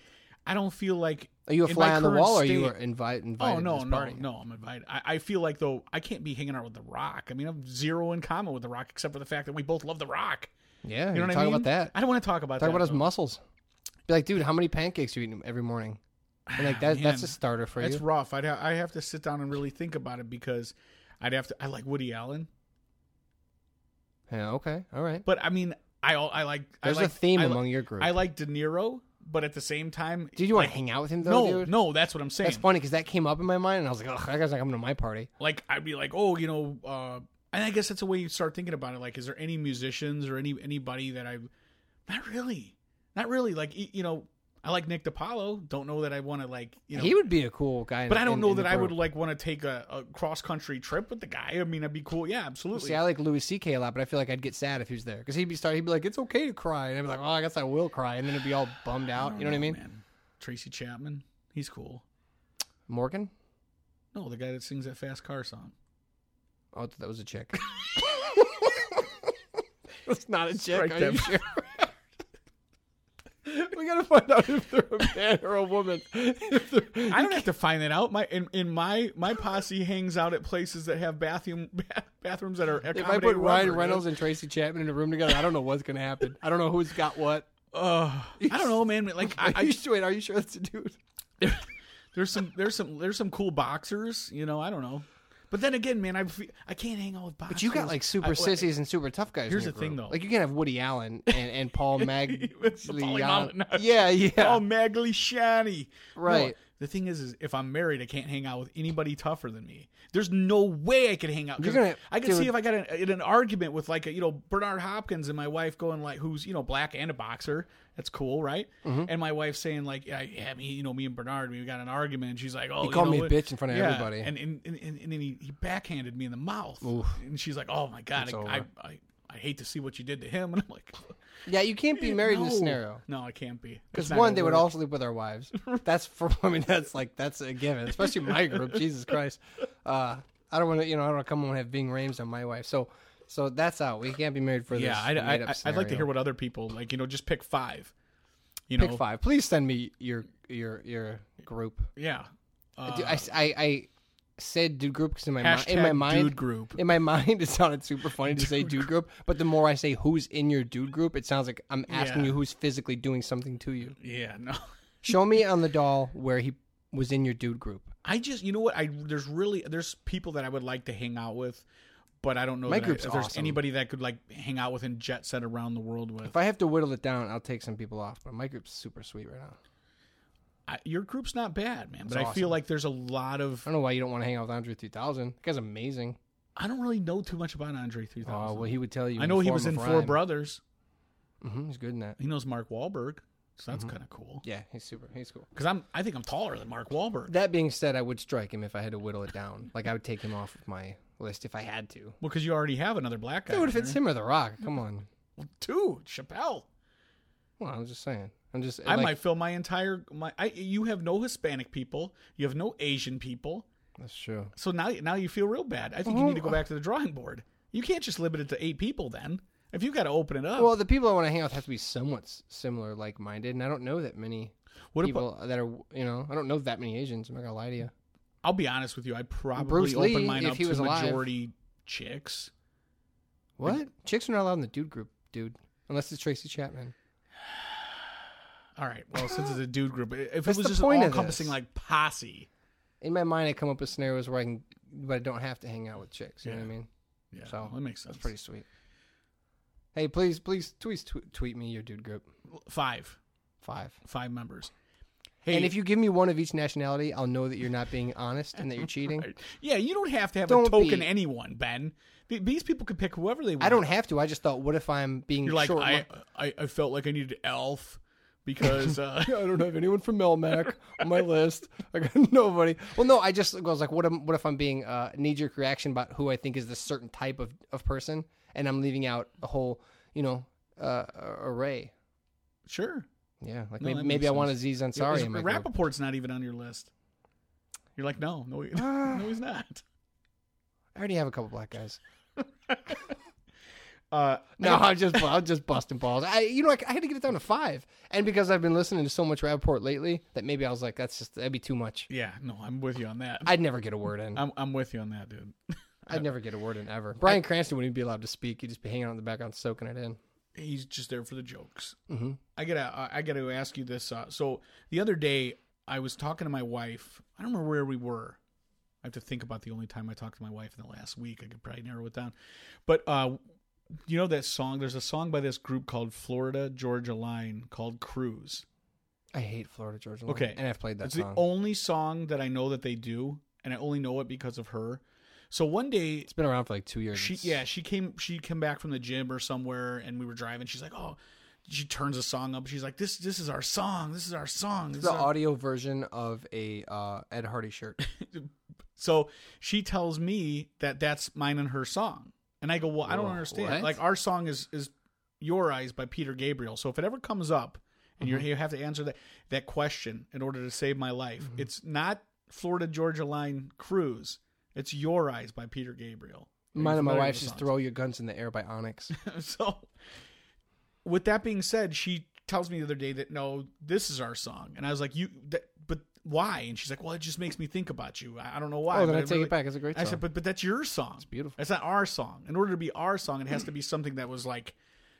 [SPEAKER 12] I don't feel like
[SPEAKER 9] are you a
[SPEAKER 12] in my
[SPEAKER 9] fly on the
[SPEAKER 12] current
[SPEAKER 9] wall? or Are you
[SPEAKER 12] state-
[SPEAKER 9] were invite invited?
[SPEAKER 12] Oh
[SPEAKER 9] to
[SPEAKER 12] no,
[SPEAKER 9] this
[SPEAKER 12] no,
[SPEAKER 9] party?
[SPEAKER 12] no! I'm invited. I, I feel like though I can't be hanging out with The Rock. I mean, I'm zero in common with The Rock except for the fact that we both love The Rock.
[SPEAKER 9] Yeah,
[SPEAKER 12] You know
[SPEAKER 9] you
[SPEAKER 12] what I
[SPEAKER 9] talk
[SPEAKER 12] mean?
[SPEAKER 9] about that.
[SPEAKER 12] I don't want to talk about
[SPEAKER 9] Talk
[SPEAKER 12] that.
[SPEAKER 9] about his
[SPEAKER 12] though.
[SPEAKER 9] muscles. Be like, dude, how many pancakes you eat every morning? And like that, that's a
[SPEAKER 12] Man,
[SPEAKER 9] starter for
[SPEAKER 12] That's
[SPEAKER 9] you.
[SPEAKER 12] rough. I'd ha- I have to sit down and really think about it because I'd have to. I like Woody Allen,
[SPEAKER 9] Yeah, okay, all right.
[SPEAKER 12] but I mean, I al- I like.
[SPEAKER 9] There's
[SPEAKER 12] I like,
[SPEAKER 9] a theme
[SPEAKER 12] I li-
[SPEAKER 9] among your group.
[SPEAKER 12] I like De Niro, but at the same time,
[SPEAKER 9] Did you want
[SPEAKER 12] like,
[SPEAKER 9] to hang out with him though?
[SPEAKER 12] No,
[SPEAKER 9] dude?
[SPEAKER 12] no, that's what I'm saying.
[SPEAKER 9] That's funny because that came up in my mind, and I was like, oh, that guy's not coming to my party.
[SPEAKER 12] like I'd be like, oh, you know, uh, and I guess that's the way you start thinking about it. Like, is there any musicians or any anybody that I, not really, not really. Like, y- you know, I like Nick DiPaolo. Don't know that I want to like, you know,
[SPEAKER 9] he would be a cool guy. in-
[SPEAKER 12] but I don't
[SPEAKER 9] in-
[SPEAKER 12] know
[SPEAKER 9] in the
[SPEAKER 12] that I would
[SPEAKER 9] group.
[SPEAKER 12] like want to take a, a cross country trip with the guy. I mean, that'd be cool. Yeah, absolutely.
[SPEAKER 9] See, I like Louis C.K. a lot, but I feel like I'd get sad if he was there because he'd be starting. He'd be like, "It's okay to cry," and I'd be like, "Oh, I guess I will cry," and then it'd be all bummed out.
[SPEAKER 12] don't
[SPEAKER 9] You know what I mean?
[SPEAKER 12] man. Tracy Chapman, he's cool.
[SPEAKER 9] Morgan?
[SPEAKER 12] No, the guy that sings that fast car song.
[SPEAKER 9] Oh, I thought that was a chick. That's not a chick.
[SPEAKER 12] Strike
[SPEAKER 9] Are
[SPEAKER 12] them.
[SPEAKER 9] you sure? we gotta find out if they're a man or a woman. If they're-
[SPEAKER 12] I don't have to find that out. My in, in my my posse hangs out at places that have bathroom bathrooms that are.
[SPEAKER 9] if I put
[SPEAKER 12] accommodate
[SPEAKER 9] Ryan
[SPEAKER 12] rubber,
[SPEAKER 9] Reynolds and Tracy Chapman in a room together, I don't know what's gonna happen. I don't know who's got what.
[SPEAKER 12] Uh, I don't know, man. Like, I,
[SPEAKER 9] Are you
[SPEAKER 12] I,
[SPEAKER 9] sure? Wait, are you sure that's a dude?
[SPEAKER 12] there's some, there's some, there's some cool boxers. You know, I don't know. But then again, man, I fe- I can't hang out with boxers.
[SPEAKER 9] But you got like super
[SPEAKER 12] I- like,
[SPEAKER 9] sissies and super tough guys. in
[SPEAKER 12] Here's
[SPEAKER 9] your
[SPEAKER 12] the thing,
[SPEAKER 9] group.
[SPEAKER 12] though.
[SPEAKER 9] Like you can't have Woody Allen and, and Paul Mag.
[SPEAKER 12] It's the Polly
[SPEAKER 9] Leon-
[SPEAKER 12] Malinowski.
[SPEAKER 9] Yeah, yeah.
[SPEAKER 12] Oh, Magley Shani.
[SPEAKER 9] Right. The thing is, is if I'm married, I can't hang out with anybody tougher than me. There's no way I could hang out. 'cause
[SPEAKER 6] You're gonna-
[SPEAKER 9] I could
[SPEAKER 6] dude.
[SPEAKER 9] see if I got in, in an argument with like a, you know Bernard Hopkins and my wife going like, who's you know black and a boxer. That's cool, right?
[SPEAKER 6] Mhm.
[SPEAKER 9] And my wife saying like, yeah, yeah, me, you know, me and Bernard, we got in an argument. And she's like, oh,
[SPEAKER 6] He
[SPEAKER 9] you
[SPEAKER 6] called
[SPEAKER 9] know
[SPEAKER 6] me a
[SPEAKER 9] what?"
[SPEAKER 6] bitch in front of
[SPEAKER 9] Yeah,
[SPEAKER 6] everybody.
[SPEAKER 9] and and, and, and, and then he, he backhanded me in the mouth.
[SPEAKER 6] Oof.
[SPEAKER 9] And she's like, oh my god,
[SPEAKER 6] It's
[SPEAKER 9] I,
[SPEAKER 6] over.
[SPEAKER 9] I, I I hate to see what you did to him. And I'm like,
[SPEAKER 6] Yeah, you can't be
[SPEAKER 9] eh,
[SPEAKER 6] married in
[SPEAKER 9] no.
[SPEAKER 6] this scenario.
[SPEAKER 9] No, I can't be
[SPEAKER 6] Because
[SPEAKER 9] It's not
[SPEAKER 6] one,
[SPEAKER 9] gonna
[SPEAKER 6] they would
[SPEAKER 9] work.
[SPEAKER 6] all sleep with our wives. That's for I mean, that's like that's a given, especially my group. Jesus Christ, uh, I don't want to you know I don't want to come home and have Bing Rames on my wife. So so that's out. We can't be married for
[SPEAKER 9] yeah,
[SPEAKER 6] this.
[SPEAKER 9] I'd, I,
[SPEAKER 6] made-up
[SPEAKER 9] I- I'd like to
[SPEAKER 6] scenario.
[SPEAKER 9] hear what other people like. You know, just pick five. You
[SPEAKER 6] Pick
[SPEAKER 9] know,
[SPEAKER 6] five. Please send me your your your group.
[SPEAKER 9] Yeah. Uh,
[SPEAKER 6] Dude, I, I, I said dude group because in my mi- in
[SPEAKER 9] Hashtag
[SPEAKER 6] my mind
[SPEAKER 9] dude group.
[SPEAKER 6] in my mind it sounded super funny to say dude group, but the more I say who's in your dude group, it sounds like I'm asking
[SPEAKER 9] Yeah.
[SPEAKER 6] you who's physically doing something to you.
[SPEAKER 9] yeah, no.
[SPEAKER 6] Show me on the doll where he was in your dude group.
[SPEAKER 9] I just, you know what? I there's really there's people that I would like to hang out with, but I don't know
[SPEAKER 6] My
[SPEAKER 9] that I-
[SPEAKER 6] group's
[SPEAKER 9] if there's
[SPEAKER 6] awesome.
[SPEAKER 9] anybody that could like hang out with and jet set around the world with.
[SPEAKER 6] If I have to whittle it down, I'll take some people off. But my group's super sweet right now.
[SPEAKER 9] I, your group's not bad, man,
[SPEAKER 6] It's
[SPEAKER 9] but I feel
[SPEAKER 6] awesome.
[SPEAKER 9] like there's a lot of
[SPEAKER 6] I don't know why you don't want to hang out with Andre 3000. That guy's amazing.
[SPEAKER 9] I don't really know too much about Andre 3000.
[SPEAKER 6] Oh, well, he would tell you.
[SPEAKER 9] I know he was in Four
[SPEAKER 6] Brothers.
[SPEAKER 9] Brothers.
[SPEAKER 6] Mm-hmm, he's good in that.
[SPEAKER 9] He knows Mark Wahlberg, so that's
[SPEAKER 6] Mhm.
[SPEAKER 9] kind of cool.
[SPEAKER 6] Yeah, he's super. He's cool.
[SPEAKER 9] Because I'm, I think I'm taller than Mark Wahlberg.
[SPEAKER 6] That being said, I would strike him if I had to whittle it down. Like I would take him off of my list if I had to.
[SPEAKER 9] Well, because you already have another black guy.
[SPEAKER 6] Dude,
[SPEAKER 9] on
[SPEAKER 6] if it's
[SPEAKER 9] there.
[SPEAKER 6] him or The Rock, come on.
[SPEAKER 9] Two Chappelle.
[SPEAKER 6] Well, I'm just saying. I'm just.
[SPEAKER 9] I
[SPEAKER 6] like,
[SPEAKER 9] might fill my entire my. I you have no Hispanic people. You have no Asian people.
[SPEAKER 6] That's true.
[SPEAKER 9] So now now you feel real bad. I think you
[SPEAKER 6] Well,
[SPEAKER 9] need to go back to the drawing board. You can't just limit it to eight people. Then if you got to open it up,
[SPEAKER 6] Well, the people I want to hang out with have to be somewhat s- similar, like-minded, and I don't know that many
[SPEAKER 9] What about-
[SPEAKER 6] people that are. You know, I don't know that many Asians. I'm not gonna lie to you.
[SPEAKER 9] I'll be honest with you. I probably
[SPEAKER 6] Bruce
[SPEAKER 9] open
[SPEAKER 6] Lee,
[SPEAKER 9] mine
[SPEAKER 6] if
[SPEAKER 9] up
[SPEAKER 6] he
[SPEAKER 9] to
[SPEAKER 6] was alive.
[SPEAKER 9] majority chicks.
[SPEAKER 6] What? Chicks are not allowed in the dude group, dude. Unless it's Tracy Chapman.
[SPEAKER 9] All right. Well, since it's a dude group, if
[SPEAKER 6] That's
[SPEAKER 9] it
[SPEAKER 6] the
[SPEAKER 9] was just
[SPEAKER 6] point
[SPEAKER 9] all
[SPEAKER 6] of
[SPEAKER 9] encompassing
[SPEAKER 6] this.
[SPEAKER 9] like posse,
[SPEAKER 6] In my mind, I come up with scenarios where I can, but I don't have to hang out with chicks. You know what I mean?
[SPEAKER 9] yeah,
[SPEAKER 6] So,
[SPEAKER 9] that makes sense.
[SPEAKER 6] That's pretty sweet. Hey, please, please, tweet, tweet, tweet me your dude group.
[SPEAKER 9] Five,
[SPEAKER 6] Five.
[SPEAKER 9] five members. Hey,
[SPEAKER 6] And if you give me one of each nationality, I'll know that you're not being honest and that you're cheating.
[SPEAKER 9] yeah, you don't have to have a
[SPEAKER 6] Don't
[SPEAKER 9] token
[SPEAKER 6] be-
[SPEAKER 9] anyone, Ben. Th- These people could pick whoever they want.
[SPEAKER 6] I don't have to. I just thought, what if I'm being
[SPEAKER 9] You're like
[SPEAKER 6] short?
[SPEAKER 9] I, I, I felt like I needed elf because uh,
[SPEAKER 6] I don't have anyone from Melmac on my list. I got nobody. Well, no, I just I was like, what? Am, what if I'm being uh, knee jerk reaction about who I think is the certain type of, of person, and I'm leaving out a whole, you know, uh, array.
[SPEAKER 9] sure.
[SPEAKER 6] Yeah, like
[SPEAKER 9] No,
[SPEAKER 6] maybe,
[SPEAKER 9] that
[SPEAKER 6] maybe
[SPEAKER 9] makes
[SPEAKER 6] I want a
[SPEAKER 9] sense.
[SPEAKER 6] Aziz
[SPEAKER 9] Yeah,
[SPEAKER 6] Ansari
[SPEAKER 9] is-
[SPEAKER 6] in my group.
[SPEAKER 9] Rappaport's not even on your list. You're like, no, no, he- no he's not.
[SPEAKER 6] I already have a couple black guys.
[SPEAKER 9] Uh,
[SPEAKER 6] No, I'm just I'm just busting balls. I you know I, I had to get it down to five, and because I've been listening to so much Rapport lately, that maybe I was like, that's just that'd be too much.
[SPEAKER 9] yeah, no, I'm with you on that.
[SPEAKER 6] I'd never get a word in.
[SPEAKER 9] I'm, I'm with you on that, dude.
[SPEAKER 6] I'd never get a word in ever. Brian Cranston wouldn't even be allowed to speak. He'd just be hanging out in the background soaking it in.
[SPEAKER 9] He's just there for the jokes.
[SPEAKER 6] Mm-hmm.
[SPEAKER 9] I gotta, uh, I gotta ask you this. Uh, so the other day, I was talking to my wife. I don't remember where we were. I have to think about the only time I talked to my wife in the last week. I could probably narrow it down. But uh, you know that song? There's a song by this group called Florida Georgia Line called Cruise.
[SPEAKER 6] I hate Florida Georgia. Line,
[SPEAKER 9] Okay,
[SPEAKER 6] and I've played that
[SPEAKER 9] It's
[SPEAKER 6] song.
[SPEAKER 9] the only song that I know that they do, and I only know it because of her. So one day,
[SPEAKER 6] it's been around for like two years.
[SPEAKER 9] she
[SPEAKER 6] It's-
[SPEAKER 9] yeah she came she came back from the gym or somewhere and we were driving she's like oh she turns a song up she's like this this is our song this is our song
[SPEAKER 6] it's
[SPEAKER 9] this
[SPEAKER 6] the
[SPEAKER 9] is our-"
[SPEAKER 6] audio version of a uh, Ed Hardy shirt.
[SPEAKER 9] so she tells me that that's mine and her song and i go well i don't
[SPEAKER 6] Whoa,
[SPEAKER 9] understand
[SPEAKER 6] what?
[SPEAKER 9] like our song is is your eyes by peter gabriel so if it ever comes up and
[SPEAKER 6] Mm-hmm.
[SPEAKER 9] you're, you have to answer that that question in order to save my life
[SPEAKER 6] Mm-hmm.
[SPEAKER 9] it's not florida georgia line cruise it's your eyes by peter gabriel Are you
[SPEAKER 6] Mine and my
[SPEAKER 9] familiar
[SPEAKER 6] wife's
[SPEAKER 9] with
[SPEAKER 6] just
[SPEAKER 9] the song?
[SPEAKER 6] "Throw Your Guns in the Air" by Onyx.
[SPEAKER 9] so with that being said she tells me the other day that no this is our song and i was like you that, but why and she's like well it just makes me think about you i, I don't know why
[SPEAKER 6] Oh, then
[SPEAKER 9] but
[SPEAKER 6] I
[SPEAKER 9] it
[SPEAKER 6] take it back. It's a great
[SPEAKER 9] i
[SPEAKER 6] song.
[SPEAKER 9] said but, but that's your song it's
[SPEAKER 6] beautiful.
[SPEAKER 9] it's not our song in order to be our song it has to be something that was like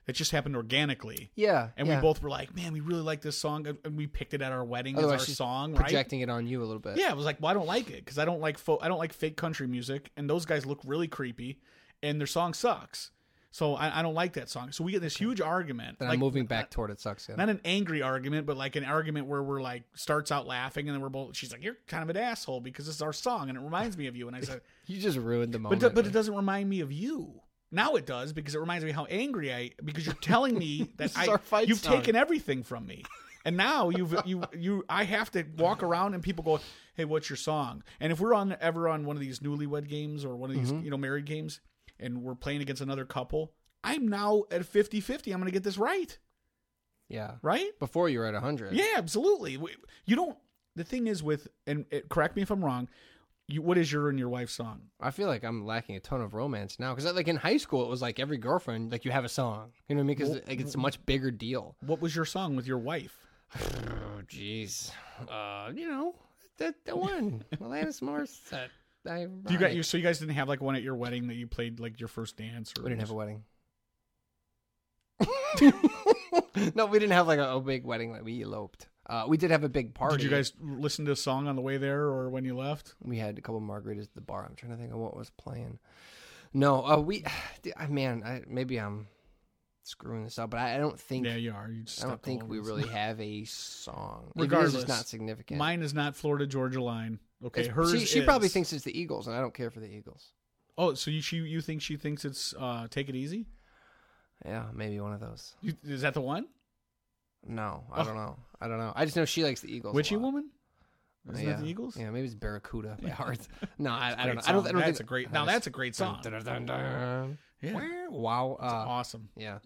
[SPEAKER 9] that just happened organically
[SPEAKER 6] Yeah,
[SPEAKER 9] and
[SPEAKER 6] yeah.
[SPEAKER 9] we both were like man we really like this song and- and we picked it at our wedding as
[SPEAKER 6] Otherwise,
[SPEAKER 9] our
[SPEAKER 6] she's
[SPEAKER 9] song right
[SPEAKER 6] projecting it on you a little bit.
[SPEAKER 9] yeah, I was like, well, I don't like it because I don't like fo- I don't like fake country music, and those guys look really creepy, and their song sucks. So I, I don't like that song. So we get this huge argument.
[SPEAKER 6] Then
[SPEAKER 9] like-
[SPEAKER 6] I'm moving back toward it sucks. Yeah.
[SPEAKER 9] not an angry argument, but like an argument where we're like starts out laughing and then we're both. She's like, "You're kind of an asshole because this is our song and it reminds me of you." And I said,
[SPEAKER 6] you just ruined the
[SPEAKER 9] "But
[SPEAKER 6] moment.
[SPEAKER 9] do- but it doesn't remind me of you." Now it does because it reminds me how angry I because you're telling me that
[SPEAKER 6] This is
[SPEAKER 9] I
[SPEAKER 6] our fight
[SPEAKER 9] you've
[SPEAKER 6] song.
[SPEAKER 9] taken everything from me. And now you've you you I have to walk around and people go, "Hey, what's your song?" And if we're on ever on one of these newlywed games or one of these,
[SPEAKER 6] Mhm.
[SPEAKER 9] you know, married games and we're playing against another couple, I'm now at 50-50. I'm going to get this right.
[SPEAKER 6] yeah.
[SPEAKER 9] Right?
[SPEAKER 6] Before you were at 100.
[SPEAKER 9] Yeah, absolutely. We- You don't. The thing is with and it, correct me if I'm wrong. You, what is your and your wife's song?
[SPEAKER 6] I feel like I'm lacking a ton of romance now because like in high school it was like every girlfriend like you have a song. You know what I mean? Because
[SPEAKER 9] Wh-
[SPEAKER 6] like, it's a much bigger deal.
[SPEAKER 9] What was your song with your wife?
[SPEAKER 6] Oh jeez. Uh, you know that the one Alanis Morissette. I,
[SPEAKER 9] Do you got you? So you guys didn't have like one at your wedding that you played like your first dance? Or
[SPEAKER 6] We didn't have a wedding. no, we didn't have like a, a big wedding. Like we eloped. Uh, we did have a big party.
[SPEAKER 9] Did you guys listen to a song on the way there or when you left?
[SPEAKER 6] We had a couple margaritas at the bar. I'm trying to think of what was playing. No, uh, we, I man, I, maybe I'm screwing this up, but I, I don't think.
[SPEAKER 9] Yeah, you are. You
[SPEAKER 6] I
[SPEAKER 9] just stuck
[SPEAKER 6] don't
[SPEAKER 9] all
[SPEAKER 6] think
[SPEAKER 9] over
[SPEAKER 6] we
[SPEAKER 9] the
[SPEAKER 6] really
[SPEAKER 9] song.
[SPEAKER 6] have a song. If it is,
[SPEAKER 9] Regardless,
[SPEAKER 6] it's not significant.
[SPEAKER 9] Mine is not Florida Georgia Line. Okay,
[SPEAKER 6] It's-
[SPEAKER 9] hers.
[SPEAKER 6] She, she probably
[SPEAKER 9] is.
[SPEAKER 6] thinks it's the Eagles, and I don't care for the Eagles.
[SPEAKER 9] Oh, so you she you think she thinks it's uh Take It Easy?
[SPEAKER 6] Yeah, maybe one of those.
[SPEAKER 9] You, is that the one?
[SPEAKER 6] No, I
[SPEAKER 9] Oh.
[SPEAKER 6] don't know. I don't know. I just know she likes the Eagles. a
[SPEAKER 9] Witchy
[SPEAKER 6] lot.
[SPEAKER 9] Woman? Isn't
[SPEAKER 6] yeah.
[SPEAKER 9] that the Eagles?
[SPEAKER 6] Yeah, maybe it's Barracuda by
[SPEAKER 9] Yeah.
[SPEAKER 6] heart. No, I,
[SPEAKER 9] It's a
[SPEAKER 6] I don't know.
[SPEAKER 9] great
[SPEAKER 6] I don't. I don't
[SPEAKER 9] song. That's
[SPEAKER 6] think
[SPEAKER 9] a great-
[SPEAKER 6] I
[SPEAKER 9] now
[SPEAKER 6] don't-
[SPEAKER 9] that's a great
[SPEAKER 6] Dun,
[SPEAKER 9] song.
[SPEAKER 6] dun, dun, dun, dun.
[SPEAKER 9] Yeah.
[SPEAKER 6] Wah, Wow.
[SPEAKER 9] It's
[SPEAKER 6] Uh,
[SPEAKER 9] awesome.
[SPEAKER 6] Yeah.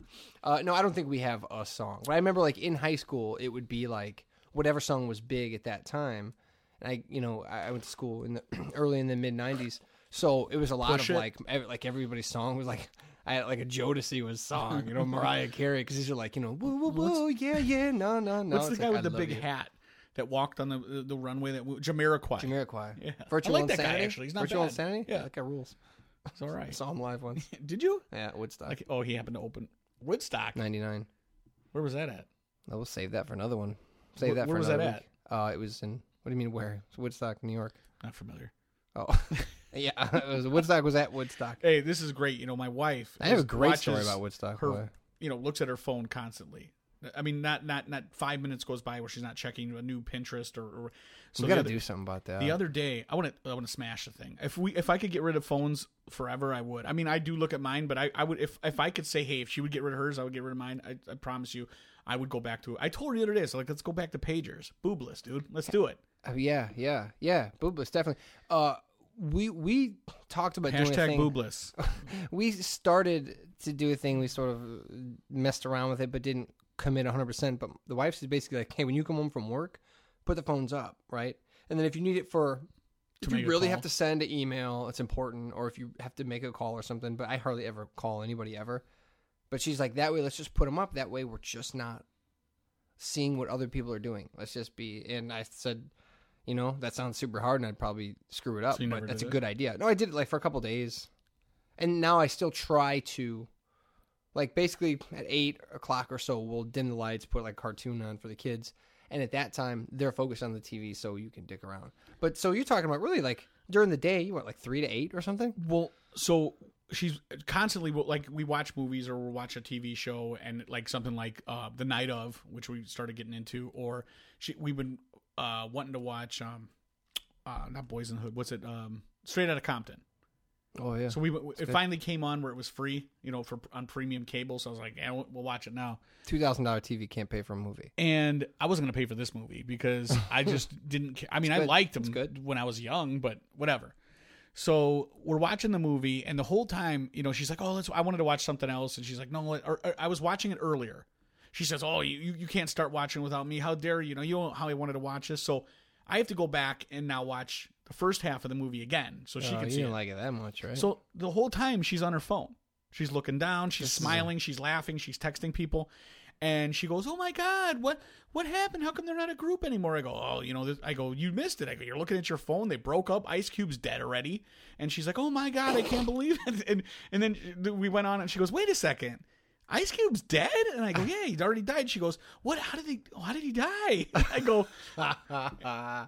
[SPEAKER 6] Uh, no, I don't think we have a song. But I remember, like in high school, it would be like whatever song was big at that time. And I, you know, I, I went to school in the early in the mid '90s, so it was a lot
[SPEAKER 9] Push
[SPEAKER 6] of
[SPEAKER 9] It.
[SPEAKER 6] like, ev- like everybody's song was like, I had like a Jodeci was song, you know, Mariah Carey, because these are like, you know, woo woo
[SPEAKER 9] What's-
[SPEAKER 6] woo, yeah yeah, no no no.
[SPEAKER 9] What's the
[SPEAKER 6] It's
[SPEAKER 9] guy
[SPEAKER 6] like,
[SPEAKER 9] with
[SPEAKER 6] I
[SPEAKER 9] the
[SPEAKER 6] love
[SPEAKER 9] big
[SPEAKER 6] you.
[SPEAKER 9] hat that walked on the the runway? That w- Jamiroquai.
[SPEAKER 6] Jamiroquai.
[SPEAKER 9] Yeah.
[SPEAKER 6] Virtual
[SPEAKER 9] I like that
[SPEAKER 6] Insanity.
[SPEAKER 9] guy actually. He's not
[SPEAKER 6] Virtual
[SPEAKER 9] bad.
[SPEAKER 6] Insanity.
[SPEAKER 9] Yeah.
[SPEAKER 6] that guy rules.
[SPEAKER 9] It's all
[SPEAKER 6] I
[SPEAKER 9] right.
[SPEAKER 6] saw him live once.
[SPEAKER 9] Did you?
[SPEAKER 6] Yeah, at Woodstock.
[SPEAKER 9] Like, oh, he happened to open Woodstock.
[SPEAKER 6] '99.
[SPEAKER 9] Where was that at?
[SPEAKER 6] No, we'll save that for another one. Save
[SPEAKER 9] Wh-
[SPEAKER 6] that.
[SPEAKER 9] where
[SPEAKER 6] for
[SPEAKER 9] was
[SPEAKER 6] another
[SPEAKER 9] that
[SPEAKER 6] week. Uh, it was in. What do you mean where? It's Woodstock, New York.
[SPEAKER 9] Not familiar.
[SPEAKER 6] Oh, yeah. It was Woodstock was at Woodstock.
[SPEAKER 9] Hey, this is great. You know, my wife.
[SPEAKER 6] I have a
[SPEAKER 9] just
[SPEAKER 6] great story
[SPEAKER 9] watches
[SPEAKER 6] about Woodstock.
[SPEAKER 9] Her,
[SPEAKER 6] boy.
[SPEAKER 9] you know, looks at her phone constantly. I mean, not not not five minutes goes by where she's not checking a new Pinterest or. or so
[SPEAKER 6] we
[SPEAKER 9] the
[SPEAKER 6] got to
[SPEAKER 9] other-
[SPEAKER 6] do something about that.
[SPEAKER 9] The other day, I want to I want to smash the thing. If we if I could get rid of phones forever, I would. I mean, I do look at mine, but I, I would if if I could say, hey, if she would get rid of hers, I would get rid of mine. I, I promise you, I would go back to it. I told her the other day, so like, let's go back to pagers, boobless, dude. Let's do it.
[SPEAKER 6] Oh, yeah, yeah, yeah. Boobless definitely. Uh, we we talked about doing a
[SPEAKER 9] Hashtag
[SPEAKER 6] thing.
[SPEAKER 9] boobless.
[SPEAKER 6] we started to do a thing. We sort of messed around with it, but didn't commit 100%. But the wife's is basically like, hey, when you come home from work, put the phones up, right? And then if you need it for, if
[SPEAKER 9] make
[SPEAKER 6] you
[SPEAKER 9] a
[SPEAKER 6] really
[SPEAKER 9] call.
[SPEAKER 6] have to send an email, it's important, or if you have to make a call or something, but I hardly ever call anybody ever. But she's like, that way, let's just put them up. That way, we're just not seeing what other people are doing. Let's just be. And I said, you know, that sounds super hard, and I'd probably screw it up.
[SPEAKER 9] So you never
[SPEAKER 6] but that's a
[SPEAKER 9] did it?
[SPEAKER 6] good idea. No, I did it like for a couple days, and now I still try to, like, basically at eight o'clock or so, we'll dim the lights, put like cartoon on for the kids, and at that time they're focused on the TV, so you can dick around. But so you're talking about really like during the day, you went like three to eight or something.
[SPEAKER 9] Well, so she's constantly like we watch movies or we'll watch a TV show and like something like uh, the night of, which we started getting into, or she we've been uh, wanting to watch um, uh, not Boys in the Hood, what's it? Um, Straight Outta Compton.
[SPEAKER 6] Oh yeah.
[SPEAKER 9] So we it
[SPEAKER 6] good.
[SPEAKER 9] finally came on where it was free, you know, for on premium cable. So I was like, yeah, we'll, we'll watch it now.
[SPEAKER 6] Two thousand dollar TV can't pay for a movie.
[SPEAKER 9] And I wasn't gonna pay for this movie because I just didn't. Care. I mean, I
[SPEAKER 6] good.
[SPEAKER 9] liked them
[SPEAKER 6] It's good.
[SPEAKER 9] when I was young, but whatever. So we're watching the movie, and the whole time, you know, she's like, "Oh, let's." I wanted to watch something else, and she's like, "No, let- or, or, I was watching it earlier." She says, "Oh, you you- you can't start watching without me. How dare you? You know you know how I wanted to watch this, so I have to go back and now watch the first half of the movie again, so she
[SPEAKER 6] Oh,
[SPEAKER 9] can
[SPEAKER 6] you
[SPEAKER 9] see
[SPEAKER 6] didn't
[SPEAKER 9] it.
[SPEAKER 6] like it that much, right?
[SPEAKER 9] So the whole time she's on her phone. She's looking down, she's
[SPEAKER 6] This is a-
[SPEAKER 9] smiling, she's laughing, she's texting people. And she goes, "Oh my God, what what happened? How come they're not a group anymore?" I go, "Oh, you know," this, I go, "You missed it." I go, "You're looking at your phone. They broke up. Ice Cube's dead already." And she's like, "Oh my God, I can't believe it." And and then we went on, and she goes, "Wait a second, Ice Cube's dead?" And I go, "Yeah, he's already died." She goes, "What? How did he? How did he die?" I go, "I-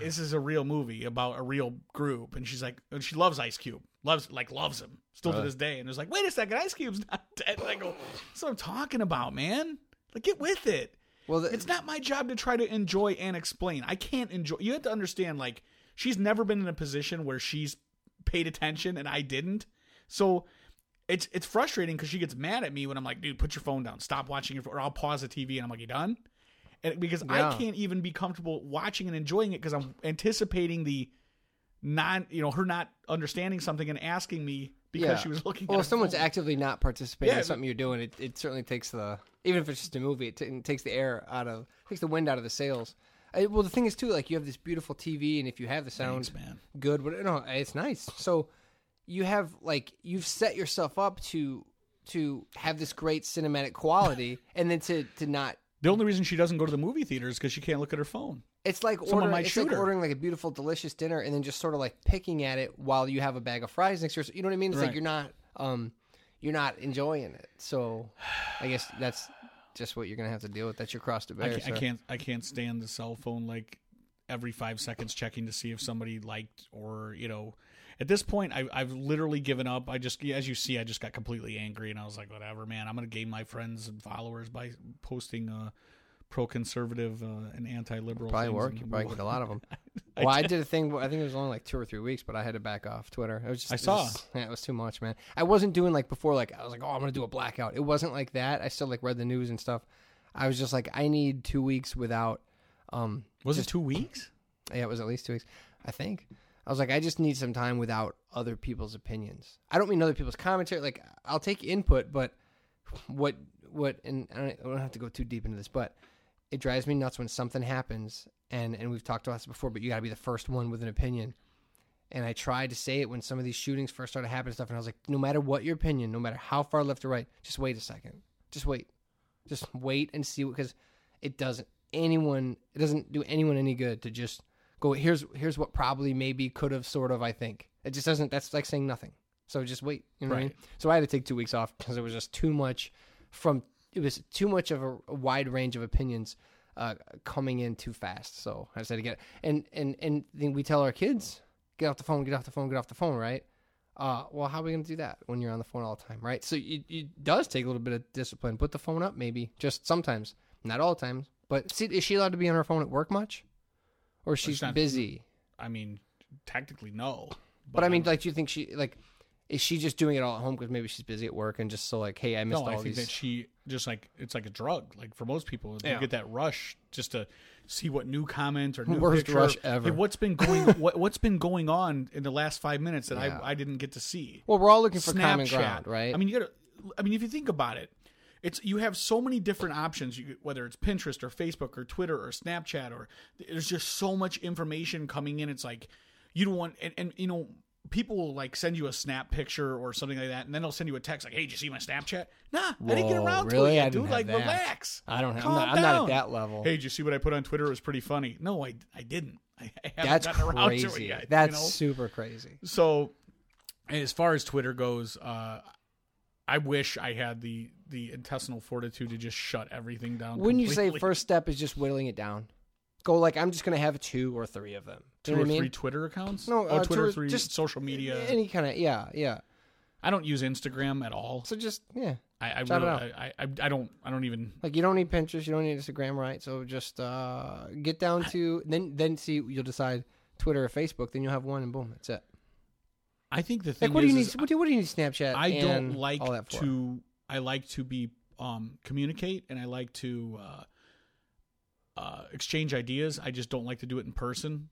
[SPEAKER 9] this is a real movie about a real group, and she's like, and she loves Ice Cube, loves like loves him still to
[SPEAKER 14] Really?
[SPEAKER 9] this day, and it's like, wait a second, Ice Cube's not dead. And I go, that's what I'm talking about, man. Like, get with it.
[SPEAKER 6] Well,
[SPEAKER 9] it's not my job to try to enjoy and explain. I can't enjoy. You have to understand, like, she's never been in a position where she's paid attention and I didn't. So it's it's frustrating because she gets mad at me when I'm like, dude, put your phone down, stop watching your, or I'll pause the TV and I'm like, you done? And because I
[SPEAKER 14] Yeah.
[SPEAKER 9] can't even be comfortable watching and enjoying it because I'm anticipating the non, you know, her not understanding something and asking me because
[SPEAKER 6] Yeah.
[SPEAKER 9] she was looking.
[SPEAKER 6] Well,
[SPEAKER 9] at
[SPEAKER 6] if
[SPEAKER 9] her
[SPEAKER 6] someone's
[SPEAKER 9] phone.
[SPEAKER 6] actively not participating
[SPEAKER 9] Yeah,
[SPEAKER 6] in
[SPEAKER 9] but-
[SPEAKER 6] something you're doing, it, it certainly takes the even if it's just a movie, it, t- it takes the air out of takes the wind out of the sails. I, well, the thing is too, like you have this beautiful TV, and if you have the sound
[SPEAKER 9] Thanks, man.
[SPEAKER 6] good, what, no, it's nice. So you have like you've set yourself up to to have this great cinematic quality, and then to to not.
[SPEAKER 9] The only reason she doesn't go to the movie theater is because she can't look at her phone.
[SPEAKER 6] It's like
[SPEAKER 9] Someone
[SPEAKER 6] ordering,
[SPEAKER 9] might
[SPEAKER 6] it's
[SPEAKER 9] shoot
[SPEAKER 6] like
[SPEAKER 9] her.
[SPEAKER 6] ordering like a beautiful, delicious dinner, and then just sort of like picking at it while you have a bag of fries next to you. You know what I mean? It's
[SPEAKER 9] Right.
[SPEAKER 6] like you're not, um, you're not enjoying it. So, I guess that's just what you're gonna have to deal with. That's your cross to
[SPEAKER 9] I
[SPEAKER 6] bear.
[SPEAKER 9] can't, I
[SPEAKER 6] sir.
[SPEAKER 9] can't. I can't stand the cell phone like every five seconds checking to see if somebody liked or you know. At this point, I've I've literally given up. I just, as you see, I just got completely angry, and I was like, whatever, man. I'm gonna gain my friends and followers by posting uh, pro-conservative uh, and anti-liberal.
[SPEAKER 6] Probably
[SPEAKER 9] things
[SPEAKER 6] work.
[SPEAKER 9] in
[SPEAKER 6] You
[SPEAKER 9] the
[SPEAKER 6] probably
[SPEAKER 9] world.
[SPEAKER 6] get a lot of them.
[SPEAKER 9] I
[SPEAKER 6] well, I
[SPEAKER 9] did.
[SPEAKER 6] did a thing. I think it was only like two or three weeks, but I had to back off Twitter. It was just
[SPEAKER 9] I
[SPEAKER 6] it was
[SPEAKER 9] saw.
[SPEAKER 6] just- yeah, it was too much, man. I wasn't doing like before. Like I was like, oh, I'm gonna do a blackout. It wasn't like that. I still like read the news and stuff. I was just like, I need two weeks without. um
[SPEAKER 9] Was it
[SPEAKER 6] just-
[SPEAKER 9] two weeks?
[SPEAKER 6] Yeah, it was at least two weeks. I think. I was like, I just need some time without other people's opinions. I don't mean other people's commentary. Like, I'll take input, but what, what, and I don't, I don't have to go too deep into this, but it drives me nuts when something happens, and and we've talked about this before, but you got to be the first one with an opinion. And I tried to say it when some of these shootings first started happening and stuff, and I was like, no matter what your opinion, no matter how far left or right, just wait a second, just wait, just wait and see what because it doesn't anyone it doesn't do anyone any good to just go here's here's what probably maybe could have sort of i think it just doesn't that's like saying nothing so just wait you know what I mean? so i had to take two weeks off because it was just too much from it was too much of a, a wide range of opinions uh, coming in too fast so i just had to get and and and then we tell our kids get off the phone get off the phone get off the phone right uh, well, how are we going to do that when you're on the phone all the time, right? So it, it does take a little bit of discipline. Put the phone up, maybe just sometimes, not all times. But see, is she allowed to be on her phone at work much, or she's
[SPEAKER 9] It's not-
[SPEAKER 6] busy?
[SPEAKER 9] I mean, technically, no.
[SPEAKER 6] But, I mean, like, do you think she like is she just doing it all at home because maybe she's busy at work and just so like, hey, I missed
[SPEAKER 9] no,
[SPEAKER 6] all
[SPEAKER 9] I think
[SPEAKER 6] these.
[SPEAKER 9] that she just like it's like a drug. Like for most people, you
[SPEAKER 6] Yeah.
[SPEAKER 9] get that rush just to see what new comment or new
[SPEAKER 6] Worst
[SPEAKER 9] picture-
[SPEAKER 6] rush ever.
[SPEAKER 9] Hey, what's been going? what, what's been going on in the last five minutes that
[SPEAKER 6] Yeah.
[SPEAKER 9] I I didn't get to see?
[SPEAKER 6] Well, we're all looking for common
[SPEAKER 9] Snapchat.
[SPEAKER 6] ground, right?
[SPEAKER 9] I mean, you gotta. I mean, if you think about it, it's you have so many different options. You, could- whether it's Pinterest or Facebook or Twitter or Snapchat or there's just so much information coming in. It's like you don't want and, and you know people will like send you a snap picture or something like that, and then they'll send you a text like, "Hey, did you see my Snapchat?" Nah, I didn't get
[SPEAKER 6] Whoa,
[SPEAKER 9] around to
[SPEAKER 6] really?
[SPEAKER 9] it
[SPEAKER 6] I
[SPEAKER 9] yet,
[SPEAKER 6] didn't
[SPEAKER 9] dude.
[SPEAKER 6] have
[SPEAKER 9] Like,
[SPEAKER 6] that.
[SPEAKER 9] relax.
[SPEAKER 6] I don't have- I'm
[SPEAKER 9] Calm
[SPEAKER 6] not- I'm not at
[SPEAKER 9] down.
[SPEAKER 6] that level.
[SPEAKER 9] Hey, did you see what I put on Twitter? It was pretty funny. No, I I didn't. I haven't
[SPEAKER 6] That's
[SPEAKER 9] gotten around to it
[SPEAKER 6] crazy.
[SPEAKER 9] yet. you
[SPEAKER 6] That's
[SPEAKER 9] know?
[SPEAKER 6] super crazy.
[SPEAKER 9] So, as far as Twitter goes, uh, I wish I had the the intestinal fortitude to just shut everything down.
[SPEAKER 6] Wouldn't you say
[SPEAKER 9] completely.
[SPEAKER 6] first step is just whittling it down? Go like, I'm just going to have two or three of them. Do
[SPEAKER 9] two
[SPEAKER 6] you know
[SPEAKER 9] or
[SPEAKER 6] what I mean?
[SPEAKER 9] three Twitter accounts?
[SPEAKER 6] No,
[SPEAKER 9] oh,
[SPEAKER 6] uh,
[SPEAKER 9] Twitter,
[SPEAKER 6] Twitter-
[SPEAKER 9] three
[SPEAKER 6] just
[SPEAKER 9] social media.
[SPEAKER 6] Any kind of yeah, yeah.
[SPEAKER 9] I don't use Instagram at all.
[SPEAKER 6] So just yeah,
[SPEAKER 9] I I,
[SPEAKER 6] chop it out.
[SPEAKER 9] really, I, I I don't I don't even
[SPEAKER 6] Like you don't need Pinterest, you don't need Instagram, right? So just uh, get down to then then see you'll decide Twitter or Facebook. Then you'll have one, and boom, that's it.
[SPEAKER 9] I think the
[SPEAKER 6] Like,
[SPEAKER 9] thing
[SPEAKER 6] what do
[SPEAKER 9] is,
[SPEAKER 6] you
[SPEAKER 9] is
[SPEAKER 6] need? What do, what do you need Snapchat?
[SPEAKER 9] I don't
[SPEAKER 6] and
[SPEAKER 9] like
[SPEAKER 6] all that for?
[SPEAKER 9] to. I like to be um, communicate, and I like to uh, uh, exchange ideas. I just don't like to do it in person.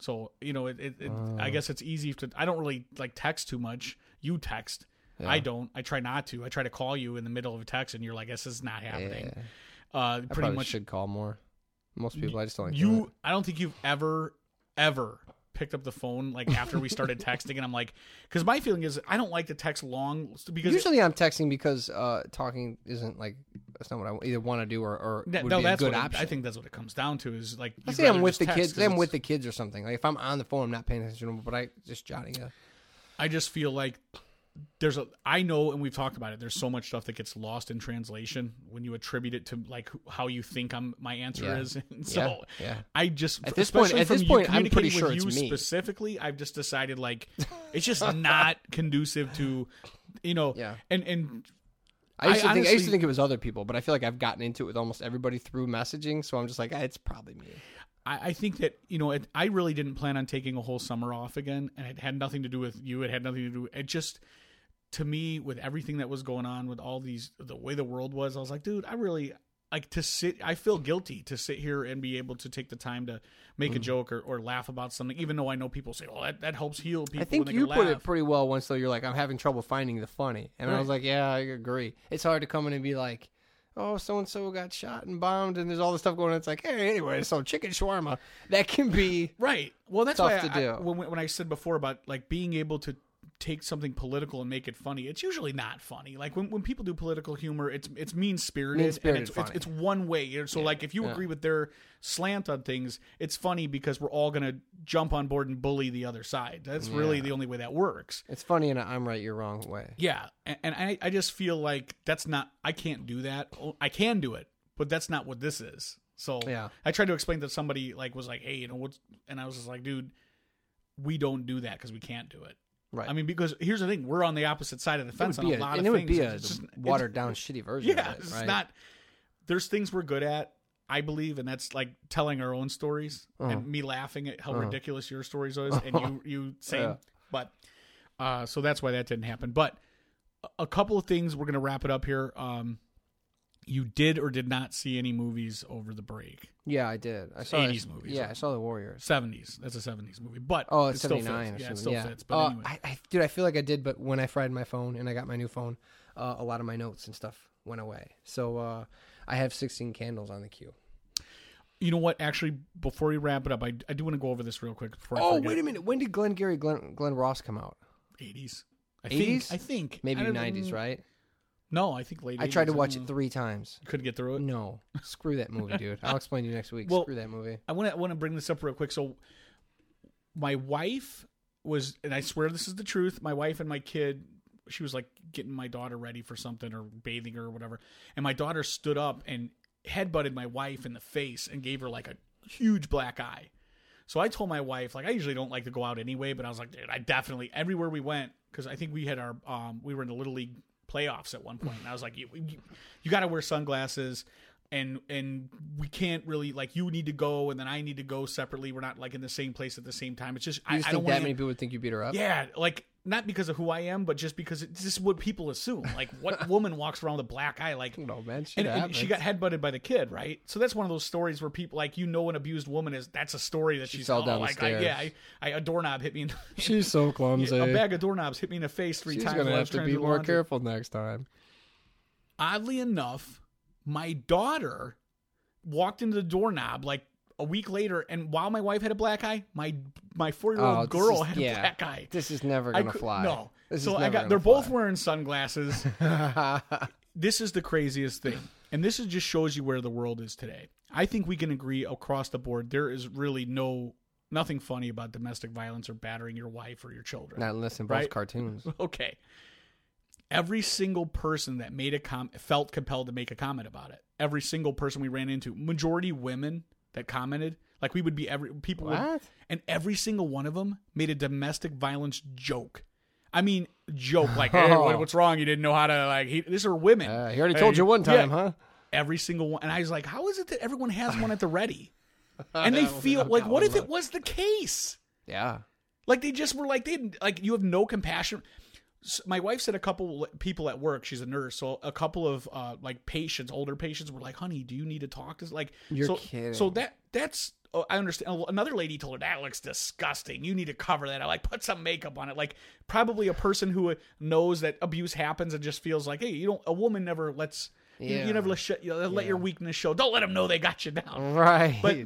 [SPEAKER 9] So you know, it. it, it I
[SPEAKER 6] Uh.
[SPEAKER 14] Oh.
[SPEAKER 9] guess it's easy to. I don't really like text too much. You text.
[SPEAKER 14] Yeah.
[SPEAKER 9] I don't. I try not to. I try to call you in the middle of a text, and you're like, "This is not happening."
[SPEAKER 6] Yeah.
[SPEAKER 9] Uh,
[SPEAKER 6] I
[SPEAKER 9] pretty
[SPEAKER 6] probably
[SPEAKER 9] much
[SPEAKER 6] should call more. Most people, I just don't like doing
[SPEAKER 9] you i don't think you've ever ever picked up the phone like after we started texting and i'm like because my feeling is i don't like to text long
[SPEAKER 6] it.
[SPEAKER 9] because
[SPEAKER 6] Usually, I'm texting because uh, talking isn't like that's not what I either want to do or, or
[SPEAKER 9] That-
[SPEAKER 6] would
[SPEAKER 9] no
[SPEAKER 6] be
[SPEAKER 9] that's
[SPEAKER 6] a good
[SPEAKER 9] what it-
[SPEAKER 6] option.
[SPEAKER 9] i think that's what it comes down to is like
[SPEAKER 6] Let's say
[SPEAKER 9] you'd
[SPEAKER 6] I'm
[SPEAKER 9] rather
[SPEAKER 6] with
[SPEAKER 9] just
[SPEAKER 6] the
[SPEAKER 9] text
[SPEAKER 6] kids.
[SPEAKER 9] 'cause
[SPEAKER 6] Say I'm
[SPEAKER 9] it's-
[SPEAKER 6] with the kids or something. Like if I'm on the phone, I'm not paying attention, but I just jotting it.
[SPEAKER 9] i just feel like there's a I know and we've talked about it. There's so much stuff that gets lost in translation when you attribute it to like who- how you think I'm my answer
[SPEAKER 15] Yeah.
[SPEAKER 9] is.
[SPEAKER 15] Yeah,
[SPEAKER 9] so
[SPEAKER 15] yeah.
[SPEAKER 9] I just
[SPEAKER 15] At this point-
[SPEAKER 9] especially
[SPEAKER 15] at
[SPEAKER 9] from
[SPEAKER 15] this
[SPEAKER 9] you
[SPEAKER 15] point, I'm pretty
[SPEAKER 9] communicating with
[SPEAKER 15] sure it's
[SPEAKER 9] you
[SPEAKER 15] me.
[SPEAKER 9] specifically. I've just decided like it's just not conducive to you know yeah and and
[SPEAKER 15] I used, to think, I used
[SPEAKER 9] honestly-
[SPEAKER 15] to think it was other people, but I feel like I've gotten into it with almost everybody through messaging, so I'm just like, ah, it's probably me.
[SPEAKER 9] I, I think that you know, it, I really didn't plan on taking a whole summer off again, and it had nothing to do with you. It had nothing to do. It just, to me, with everything that was going on, with all these, the way the world was, I was like, dude, I really like to sit. I feel guilty to sit here and be able to take the time to make a
[SPEAKER 15] Mhm.
[SPEAKER 9] joke or, or laugh about something, even though I know people say, "Well, that, that helps heal people."
[SPEAKER 15] I think
[SPEAKER 9] when they
[SPEAKER 15] you
[SPEAKER 9] can
[SPEAKER 15] put
[SPEAKER 9] laugh.
[SPEAKER 15] it pretty well once, though. You're like, I'm having trouble finding the funny. And I was
[SPEAKER 9] Right.
[SPEAKER 15] like, yeah, I agree. It's hard to come in and be like, oh, so and so got shot and bombed, and there's all this stuff going on. It's like, hey, anyway, so chicken shawarma. That can be.
[SPEAKER 9] Right. Well, that's
[SPEAKER 15] tough
[SPEAKER 9] why
[SPEAKER 15] to
[SPEAKER 9] I,
[SPEAKER 15] do.
[SPEAKER 9] I- when, when I said before about like being able to take something political and make it funny, it's usually not funny. Like when, when people do political humor, it's it's mean spirited.
[SPEAKER 15] Mean-spirited
[SPEAKER 9] It's, it's
[SPEAKER 15] funny.
[SPEAKER 9] it's one way. So like if you
[SPEAKER 15] Yeah.
[SPEAKER 9] agree with their slant on things, it's funny because we're all gonna jump on board and bully the other side. That's really
[SPEAKER 15] Yeah.
[SPEAKER 9] the only way that works.
[SPEAKER 15] It's funny in a I'm right, you're wrong way.
[SPEAKER 9] Yeah, and, and I I just feel like that's not I can't do that. Oh, I can do it, but that's not what this is. So
[SPEAKER 15] Yeah.
[SPEAKER 9] I tried to explain that somebody like was like, hey, you know what's, and I was just like, dude, we don't do that because we can't do it.
[SPEAKER 15] Right.
[SPEAKER 9] I mean, because here's the thing: we're on the opposite side of the
[SPEAKER 15] It
[SPEAKER 9] fence
[SPEAKER 15] would
[SPEAKER 9] on
[SPEAKER 15] be
[SPEAKER 9] a lot
[SPEAKER 15] and
[SPEAKER 9] of
[SPEAKER 15] it would
[SPEAKER 9] things.
[SPEAKER 15] be a
[SPEAKER 9] It's just-
[SPEAKER 15] watered
[SPEAKER 9] it's-
[SPEAKER 15] down, shitty version.
[SPEAKER 9] Yeah,
[SPEAKER 15] of it,
[SPEAKER 9] it's
[SPEAKER 15] right?
[SPEAKER 9] not. There's things we're good at, I believe, and that's like telling our own stories
[SPEAKER 15] Uh-huh.
[SPEAKER 9] and me laughing at how
[SPEAKER 15] Uh-huh.
[SPEAKER 9] ridiculous your stories is, and you you same.
[SPEAKER 15] Yeah.
[SPEAKER 9] But uh, so that's why that didn't happen. But a- a couple of things we're gonna wrap it up here. Um, you did or did not see any movies over the break?
[SPEAKER 15] Yeah, I did. I saw
[SPEAKER 9] 80s movies.
[SPEAKER 15] Yeah, I saw the Warriors.
[SPEAKER 9] Seventies. That's a seventies movie. But
[SPEAKER 15] Oh, it's
[SPEAKER 9] it still
[SPEAKER 15] seventy nine.
[SPEAKER 9] fits.
[SPEAKER 15] or
[SPEAKER 9] Yeah, it
[SPEAKER 15] something.
[SPEAKER 9] still
[SPEAKER 15] Yeah.
[SPEAKER 9] fits. But
[SPEAKER 15] Uh,
[SPEAKER 9] anyway.
[SPEAKER 15] I, I, dude, I feel like I did, but when I fried my phone and I got my new phone, uh, a lot of my notes and stuff went away. So uh, I have sixteen candles on the queue.
[SPEAKER 9] You know what? Actually, before we wrap it up, I, I do want to go over this real quick. Before
[SPEAKER 15] Oh, wait a minute. When did Glenn Gary, Glenn, Glenn Ross come out?
[SPEAKER 9] Eighties. I think.
[SPEAKER 15] 80s?
[SPEAKER 9] I think
[SPEAKER 15] Maybe
[SPEAKER 9] I don't-
[SPEAKER 15] 90s, right?
[SPEAKER 9] No, I think late.
[SPEAKER 15] I tried to
[SPEAKER 9] 80s.
[SPEAKER 15] watch it three times.
[SPEAKER 9] Couldn't get through it.
[SPEAKER 15] No, screw that movie, dude. I'll explain to you next week.
[SPEAKER 9] Well,
[SPEAKER 15] screw that movie.
[SPEAKER 9] I want to want to bring this up real quick. So, my wife was, and I swear this is the truth. My wife and my kid, she was like getting my daughter ready for something or bathing her or whatever, and my daughter stood up and headbutted my wife in the face and gave her like a huge black eye. So I told my wife, like I usually don't like to go out anyway, but I was like, dude, I definitely everywhere we went because I think we had our um we were in the little league playoffs at one point, and I was like, you you, you got to wear sunglasses, and and we can't really like you need to go and then I need to go separately. We're not like in the same place at the same time. It's just
[SPEAKER 15] You
[SPEAKER 9] I,
[SPEAKER 15] just
[SPEAKER 9] I
[SPEAKER 15] think
[SPEAKER 9] don't
[SPEAKER 15] that
[SPEAKER 9] want
[SPEAKER 15] many people would think you beat her up?
[SPEAKER 9] yeah, like not because of who I am, but just because it's just what people assume. Like, what woman walks around with a black eye? Like,
[SPEAKER 15] No, man. Shit
[SPEAKER 9] and, and she got
[SPEAKER 15] happens.
[SPEAKER 9] headbutted by the kid, right? So that's one of those stories where people like you know an abused woman is. That's a story that
[SPEAKER 15] She
[SPEAKER 9] she's
[SPEAKER 15] fell
[SPEAKER 9] oh,
[SPEAKER 15] down the
[SPEAKER 9] like, I,
[SPEAKER 15] stairs.
[SPEAKER 9] yeah, I, I, a doorknob hit me. In,
[SPEAKER 15] She's so clumsy.
[SPEAKER 9] a bag of doorknobs hit me in the face three
[SPEAKER 15] She's
[SPEAKER 9] times.
[SPEAKER 15] going to
[SPEAKER 9] while I
[SPEAKER 15] have
[SPEAKER 9] was
[SPEAKER 15] to
[SPEAKER 9] trying
[SPEAKER 15] be
[SPEAKER 9] do
[SPEAKER 15] more
[SPEAKER 9] laundry.
[SPEAKER 15] careful next time.
[SPEAKER 9] Oddly enough, my daughter walked into the doorknob like a week later, and while my wife had a black eye, my my four year
[SPEAKER 15] Oh,
[SPEAKER 9] old
[SPEAKER 15] this
[SPEAKER 9] girl
[SPEAKER 15] is-
[SPEAKER 9] had
[SPEAKER 15] yeah.
[SPEAKER 9] a black eye.
[SPEAKER 15] This is never
[SPEAKER 9] I
[SPEAKER 15] going to
[SPEAKER 9] cou-
[SPEAKER 15] fly.
[SPEAKER 9] No.
[SPEAKER 15] This
[SPEAKER 9] so
[SPEAKER 15] is
[SPEAKER 9] I
[SPEAKER 15] never
[SPEAKER 9] got
[SPEAKER 15] gonna
[SPEAKER 9] they're
[SPEAKER 15] fly.
[SPEAKER 9] both wearing sunglasses. this is the craziest thing. And this is just shows you where the world is today. I think we can agree across the board there is really no nothing funny about domestic violence or battering your wife or your children.
[SPEAKER 15] Not unless it involves
[SPEAKER 9] Right?
[SPEAKER 15] cartoons.
[SPEAKER 9] Okay. Every single person that made a com felt compelled to make a comment about it. Every single person we ran into, majority women that commented, like we would be every people would-
[SPEAKER 15] What?
[SPEAKER 9] and every single one of them made a domestic violence joke. I mean, joke like, hey, what, what's wrong? You didn't know how to like. He, these are women.
[SPEAKER 15] Oh. Uh, he already
[SPEAKER 9] Hey,
[SPEAKER 15] told you one
[SPEAKER 9] yeah.
[SPEAKER 15] time, huh?
[SPEAKER 9] Every single one, and I was like, how is it that everyone has one at the ready? And they feel like, what if it was the case?
[SPEAKER 15] Yeah.
[SPEAKER 9] Like they just were like they didn't like you have no compassion. S my wife said a couple people at work. She's a nurse, so a couple of uh, like patients, older patients, were like, "Honey, do you need to talk to?" us?" Like,
[SPEAKER 15] You're
[SPEAKER 9] so,
[SPEAKER 15] kidding.
[SPEAKER 9] So that that's oh, I understand. Another lady told her that looks disgusting. You need to cover that. I like put some makeup on it. Like probably a person who uh, knows that abuse happens and just feels like, hey, you don't. A woman never lets you- you,
[SPEAKER 15] Yeah.
[SPEAKER 9] never let, sh- you know, let your weakness show. Don't let them know they got you down.
[SPEAKER 15] Right.
[SPEAKER 9] But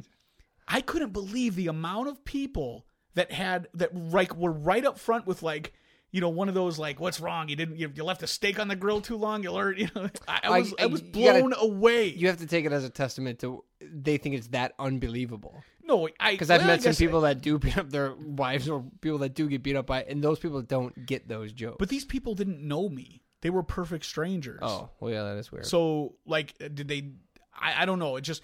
[SPEAKER 9] I couldn't believe the amount of people that had that like were right up front with like you know one of those like what's wrong you didn't you, you left a steak on the grill too long you learned you know I, I was I, was
[SPEAKER 15] you gotta-
[SPEAKER 9] blown away
[SPEAKER 15] You have to take it as a testament to they think it's that unbelievable.
[SPEAKER 9] No, I
[SPEAKER 6] because I've
[SPEAKER 9] well, I
[SPEAKER 6] met some
[SPEAKER 9] guess-
[SPEAKER 6] people that do beat up their wives or people that do get beat up by, and those people don't get those jokes.
[SPEAKER 9] But these people didn't know me. They were perfect strangers.
[SPEAKER 6] oh, well, yeah, that is weird.
[SPEAKER 9] So like, did they? I, I don't know. It just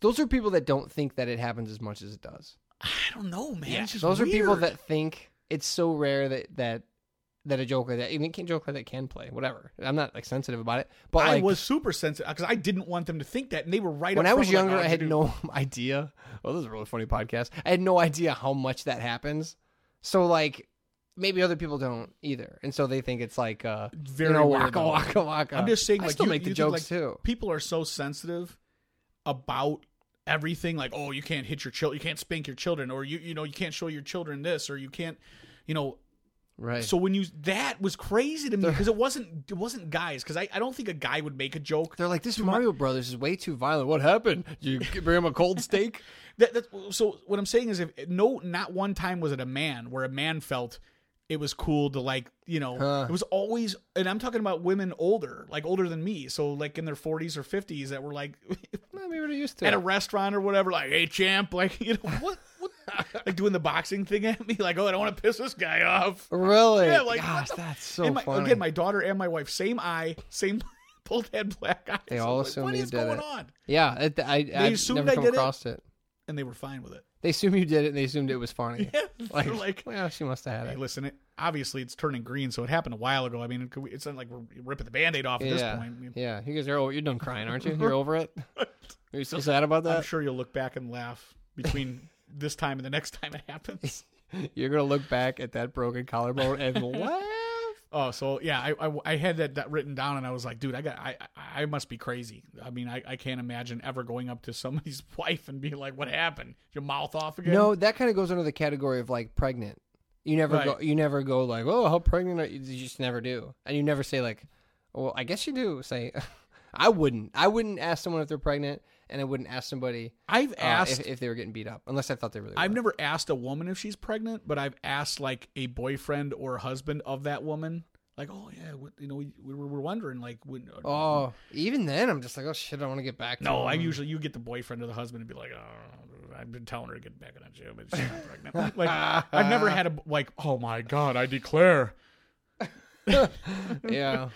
[SPEAKER 6] those are people that don't think that it happens as much as it does.
[SPEAKER 9] I don't know, man. It's just
[SPEAKER 6] those are people
[SPEAKER 9] weird.
[SPEAKER 6] that think it's so rare that that that a joke like that, even a kid joke like that can play. Whatever. I'm not like sensitive about it, but
[SPEAKER 9] I
[SPEAKER 6] like
[SPEAKER 9] was super sensitive because I didn't want them to think that, and they were right.
[SPEAKER 6] when
[SPEAKER 9] up
[SPEAKER 6] I was
[SPEAKER 9] front, like,
[SPEAKER 6] younger,
[SPEAKER 9] oh,
[SPEAKER 6] I had
[SPEAKER 9] dude.
[SPEAKER 6] no idea. Well, this is a really funny podcast. I had no idea how much that happens. So like. Maybe other people don't either, and so they think it's like uh,
[SPEAKER 9] very
[SPEAKER 6] you know,
[SPEAKER 9] weird,
[SPEAKER 6] waka
[SPEAKER 9] though.
[SPEAKER 6] waka waka.
[SPEAKER 9] I'm just saying,
[SPEAKER 6] I
[SPEAKER 9] like
[SPEAKER 6] still
[SPEAKER 9] you,
[SPEAKER 6] make the
[SPEAKER 9] you think,
[SPEAKER 6] jokes
[SPEAKER 9] like,
[SPEAKER 6] too.
[SPEAKER 9] People are so sensitive about everything. Like, oh, you can't hit your child, you can't spank your children, or you you know you can't show your children this, or you can't, you know.
[SPEAKER 6] Right.
[SPEAKER 9] So when you that was crazy to me because it wasn't it wasn't guys because I, I don't think a guy would make a joke.
[SPEAKER 6] They're like, this Mario Brothers is way too violent. What happened? Did you g- bring him a cold steak?
[SPEAKER 9] That, that's so what I'm saying is if no not one time was it a man where a man felt it was cool to like you know
[SPEAKER 6] Huh.
[SPEAKER 9] it was always and I'm talking about women older like older than me so like in their 40s or 50s that were like
[SPEAKER 6] no, we were used to
[SPEAKER 9] at
[SPEAKER 6] it.
[SPEAKER 9] a restaurant or whatever like hey champ like you know what what like doing the boxing thing at me like oh I don't want to piss this guy off
[SPEAKER 6] Really?
[SPEAKER 9] yeah like
[SPEAKER 6] Gosh,
[SPEAKER 9] what the-
[SPEAKER 6] that's so
[SPEAKER 9] and my,
[SPEAKER 6] funny.
[SPEAKER 9] again my daughter and my wife same eye same pulled head black eyes
[SPEAKER 6] they
[SPEAKER 9] I'm
[SPEAKER 6] all
[SPEAKER 9] like,
[SPEAKER 6] assume
[SPEAKER 9] what
[SPEAKER 6] you
[SPEAKER 9] is
[SPEAKER 6] did
[SPEAKER 9] going
[SPEAKER 6] it.
[SPEAKER 9] on
[SPEAKER 6] Yeah, it, I,
[SPEAKER 9] They
[SPEAKER 6] I've
[SPEAKER 9] assumed
[SPEAKER 6] never
[SPEAKER 9] I
[SPEAKER 6] come
[SPEAKER 9] did it?
[SPEAKER 6] across it.
[SPEAKER 9] and they were fine with it.
[SPEAKER 6] They assume you did it, and they assumed it was funny. like,
[SPEAKER 9] They're like,
[SPEAKER 6] well, she must have had
[SPEAKER 9] Hey,
[SPEAKER 6] it.
[SPEAKER 9] listen, it, obviously it's turning green, so it happened a while ago. I mean, it could- it's not like we're ripping the band aid off at
[SPEAKER 6] yeah,
[SPEAKER 9] this point. I mean,
[SPEAKER 6] yeah. You guys are oh, you're done crying, aren't you? You're over it. Are you still sad about
[SPEAKER 9] I'm
[SPEAKER 6] that?
[SPEAKER 9] sure you'll look back and laugh between this time and the next time it happens.
[SPEAKER 6] You're gonna look back at that broken collarbone and laugh.
[SPEAKER 9] Oh, so yeah, I, I, I had that, that written down, and I was like, dude, I got I I I must be crazy. I mean, I, I can't imagine ever going up to somebody's wife and being like, "What happened? Your mouth off again?"
[SPEAKER 6] No, that kind of goes under the category of like pregnant. You never
[SPEAKER 9] Right.
[SPEAKER 6] go. You never go like, oh, how pregnant are you? You just never do, and you never say like, well, I guess you do. Say, I wouldn't. I wouldn't ask someone if they're pregnant, and I wouldn't ask somebody.
[SPEAKER 9] I've
[SPEAKER 6] uh, if-
[SPEAKER 9] asked-
[SPEAKER 6] if, they were getting beat up, unless I thought they really.
[SPEAKER 9] I've never asked a woman if she's pregnant, but I've asked like a boyfriend or husband of that woman, like, "Oh yeah, what, you know, we, we were wondering like, when, uh,
[SPEAKER 6] were. Oh, even then, I'm just like, oh shit, I want to get back. to
[SPEAKER 9] No, I
[SPEAKER 6] him.
[SPEAKER 9] usually you get the boyfriend or the husband and be like, oh, I've been telling her to get back on you, but she's not pregnant. like I've never had a like, oh my god, I declare.
[SPEAKER 6] Yeah.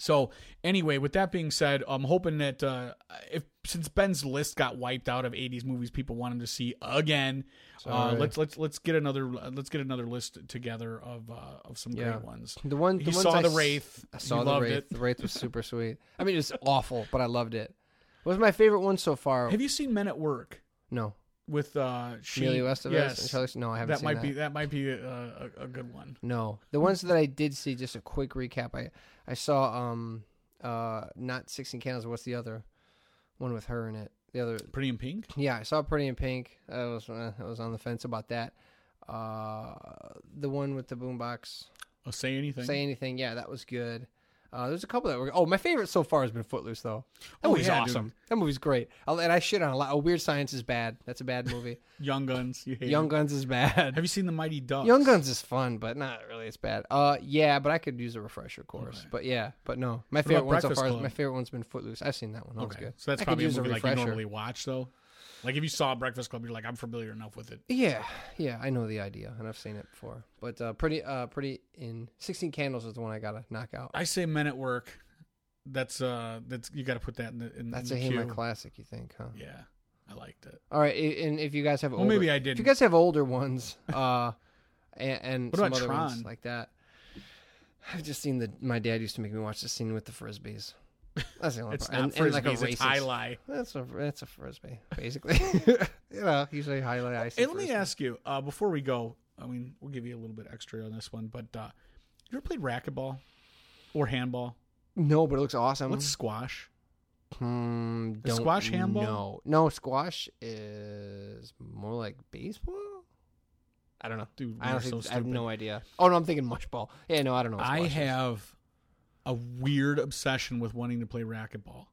[SPEAKER 9] So anyway, with that being said, I'm hoping that uh, if since Ben's list got wiped out of 80s movies people want him to see again, uh,
[SPEAKER 6] Sorry.
[SPEAKER 9] let's let's let's get another let's get another list together of uh, of some
[SPEAKER 6] Yeah.
[SPEAKER 9] great ones.
[SPEAKER 6] The one the
[SPEAKER 9] he
[SPEAKER 6] ones
[SPEAKER 9] saw
[SPEAKER 6] I
[SPEAKER 9] the
[SPEAKER 6] s-
[SPEAKER 9] wraith.
[SPEAKER 6] I saw
[SPEAKER 9] he
[SPEAKER 6] the
[SPEAKER 9] loved
[SPEAKER 6] wraith.
[SPEAKER 9] it.
[SPEAKER 6] The wraith was super sweet. I mean, it was awful, but I loved it. It was my favorite one so far.
[SPEAKER 9] Have you seen Men at Work
[SPEAKER 6] No.
[SPEAKER 9] with uh, she,
[SPEAKER 6] Emilio Estevez
[SPEAKER 9] Yes.
[SPEAKER 6] and Charlize- no, I haven't
[SPEAKER 9] That
[SPEAKER 6] seen
[SPEAKER 9] might
[SPEAKER 6] that.
[SPEAKER 9] be that might be a, a, a good one.
[SPEAKER 6] No, the ones that I did see. Just a quick recap. I I saw um uh not Sixteen Candles. What's the other one with her in it? The other
[SPEAKER 9] Pretty in Pink.
[SPEAKER 6] yeah, I saw Pretty in Pink. I was eh, I was on the fence about that. Uh, the one with the boombox.
[SPEAKER 9] Oh, say anything.
[SPEAKER 6] Say anything. Yeah, that was good. Uh, there's a couple that were. Oh, my favorite so far has been Footloose, though. That
[SPEAKER 9] Oh,
[SPEAKER 6] movie's
[SPEAKER 9] yeah,
[SPEAKER 6] awesome.
[SPEAKER 9] dude.
[SPEAKER 6] That movie's great. I'll, and I shit on a lot. Oh, Weird Science is bad. That's a bad movie.
[SPEAKER 9] Young Guns. You hate
[SPEAKER 6] Young
[SPEAKER 9] it.
[SPEAKER 6] Guns is bad.
[SPEAKER 9] Have you seen the Mighty Ducks?
[SPEAKER 6] Young Guns is fun, but not really. It's bad. Uh, yeah, but I could use a refresher course. But yeah, but no, my
[SPEAKER 9] What
[SPEAKER 6] favorite
[SPEAKER 9] about
[SPEAKER 6] one so
[SPEAKER 9] Breakfast
[SPEAKER 6] far. Is,
[SPEAKER 9] Club?
[SPEAKER 6] my favorite one's been Footloose. I've seen that one. That was
[SPEAKER 9] Okay,
[SPEAKER 6] good.
[SPEAKER 9] so that's
[SPEAKER 6] I could
[SPEAKER 9] probably a
[SPEAKER 6] use
[SPEAKER 9] movie like you
[SPEAKER 6] refresher.
[SPEAKER 9] normally watch though. Like if you saw Breakfast Club, you're like, I'm familiar enough with it.
[SPEAKER 6] Yeah, yeah, I know the idea, and I've seen it before. But uh, pretty, uh, pretty in Sixteen Candles is the one I gotta knock out.
[SPEAKER 9] I say Men at Work. That's uh, that's you got to put that in the in,
[SPEAKER 6] That's a
[SPEAKER 9] in the queue.
[SPEAKER 6] Hema classic, you think, huh?
[SPEAKER 9] Yeah, I liked it.
[SPEAKER 6] All right, i- and if you guys have
[SPEAKER 9] Well,
[SPEAKER 6] older,
[SPEAKER 9] maybe I
[SPEAKER 6] If
[SPEAKER 9] didn't.
[SPEAKER 6] you guys have older ones, uh, and, and
[SPEAKER 9] What
[SPEAKER 6] some
[SPEAKER 9] about
[SPEAKER 6] other ones
[SPEAKER 9] Tron?
[SPEAKER 6] like that, I've just seen the. My dad used to make me watch the scene with the frisbees. That's the only
[SPEAKER 9] It's
[SPEAKER 6] part.
[SPEAKER 9] not
[SPEAKER 6] and, and like a
[SPEAKER 9] Frisbees,
[SPEAKER 6] racist.
[SPEAKER 9] it's high lie.
[SPEAKER 6] That's a that's a frisbee, basically. you know, usually highlight ice.
[SPEAKER 9] Hey, let me ask you uh, before we go. I mean, we'll give you a little bit extra on this one, but uh, you ever played racquetball or handball?
[SPEAKER 6] No, but it looks awesome.
[SPEAKER 9] What's squash?
[SPEAKER 6] Hmm,
[SPEAKER 9] Is
[SPEAKER 6] don't
[SPEAKER 9] squash handball?
[SPEAKER 6] No, no, squash is more like baseball. I don't know,
[SPEAKER 9] Dude,
[SPEAKER 6] I,
[SPEAKER 9] we are
[SPEAKER 6] honestly-
[SPEAKER 9] so
[SPEAKER 6] I have
[SPEAKER 9] stupid.
[SPEAKER 6] no idea. Oh no, I'm thinking mushball. Yeah, no, I don't know. what
[SPEAKER 9] I
[SPEAKER 6] squash is.
[SPEAKER 9] have a weird obsession with wanting to play racquetball.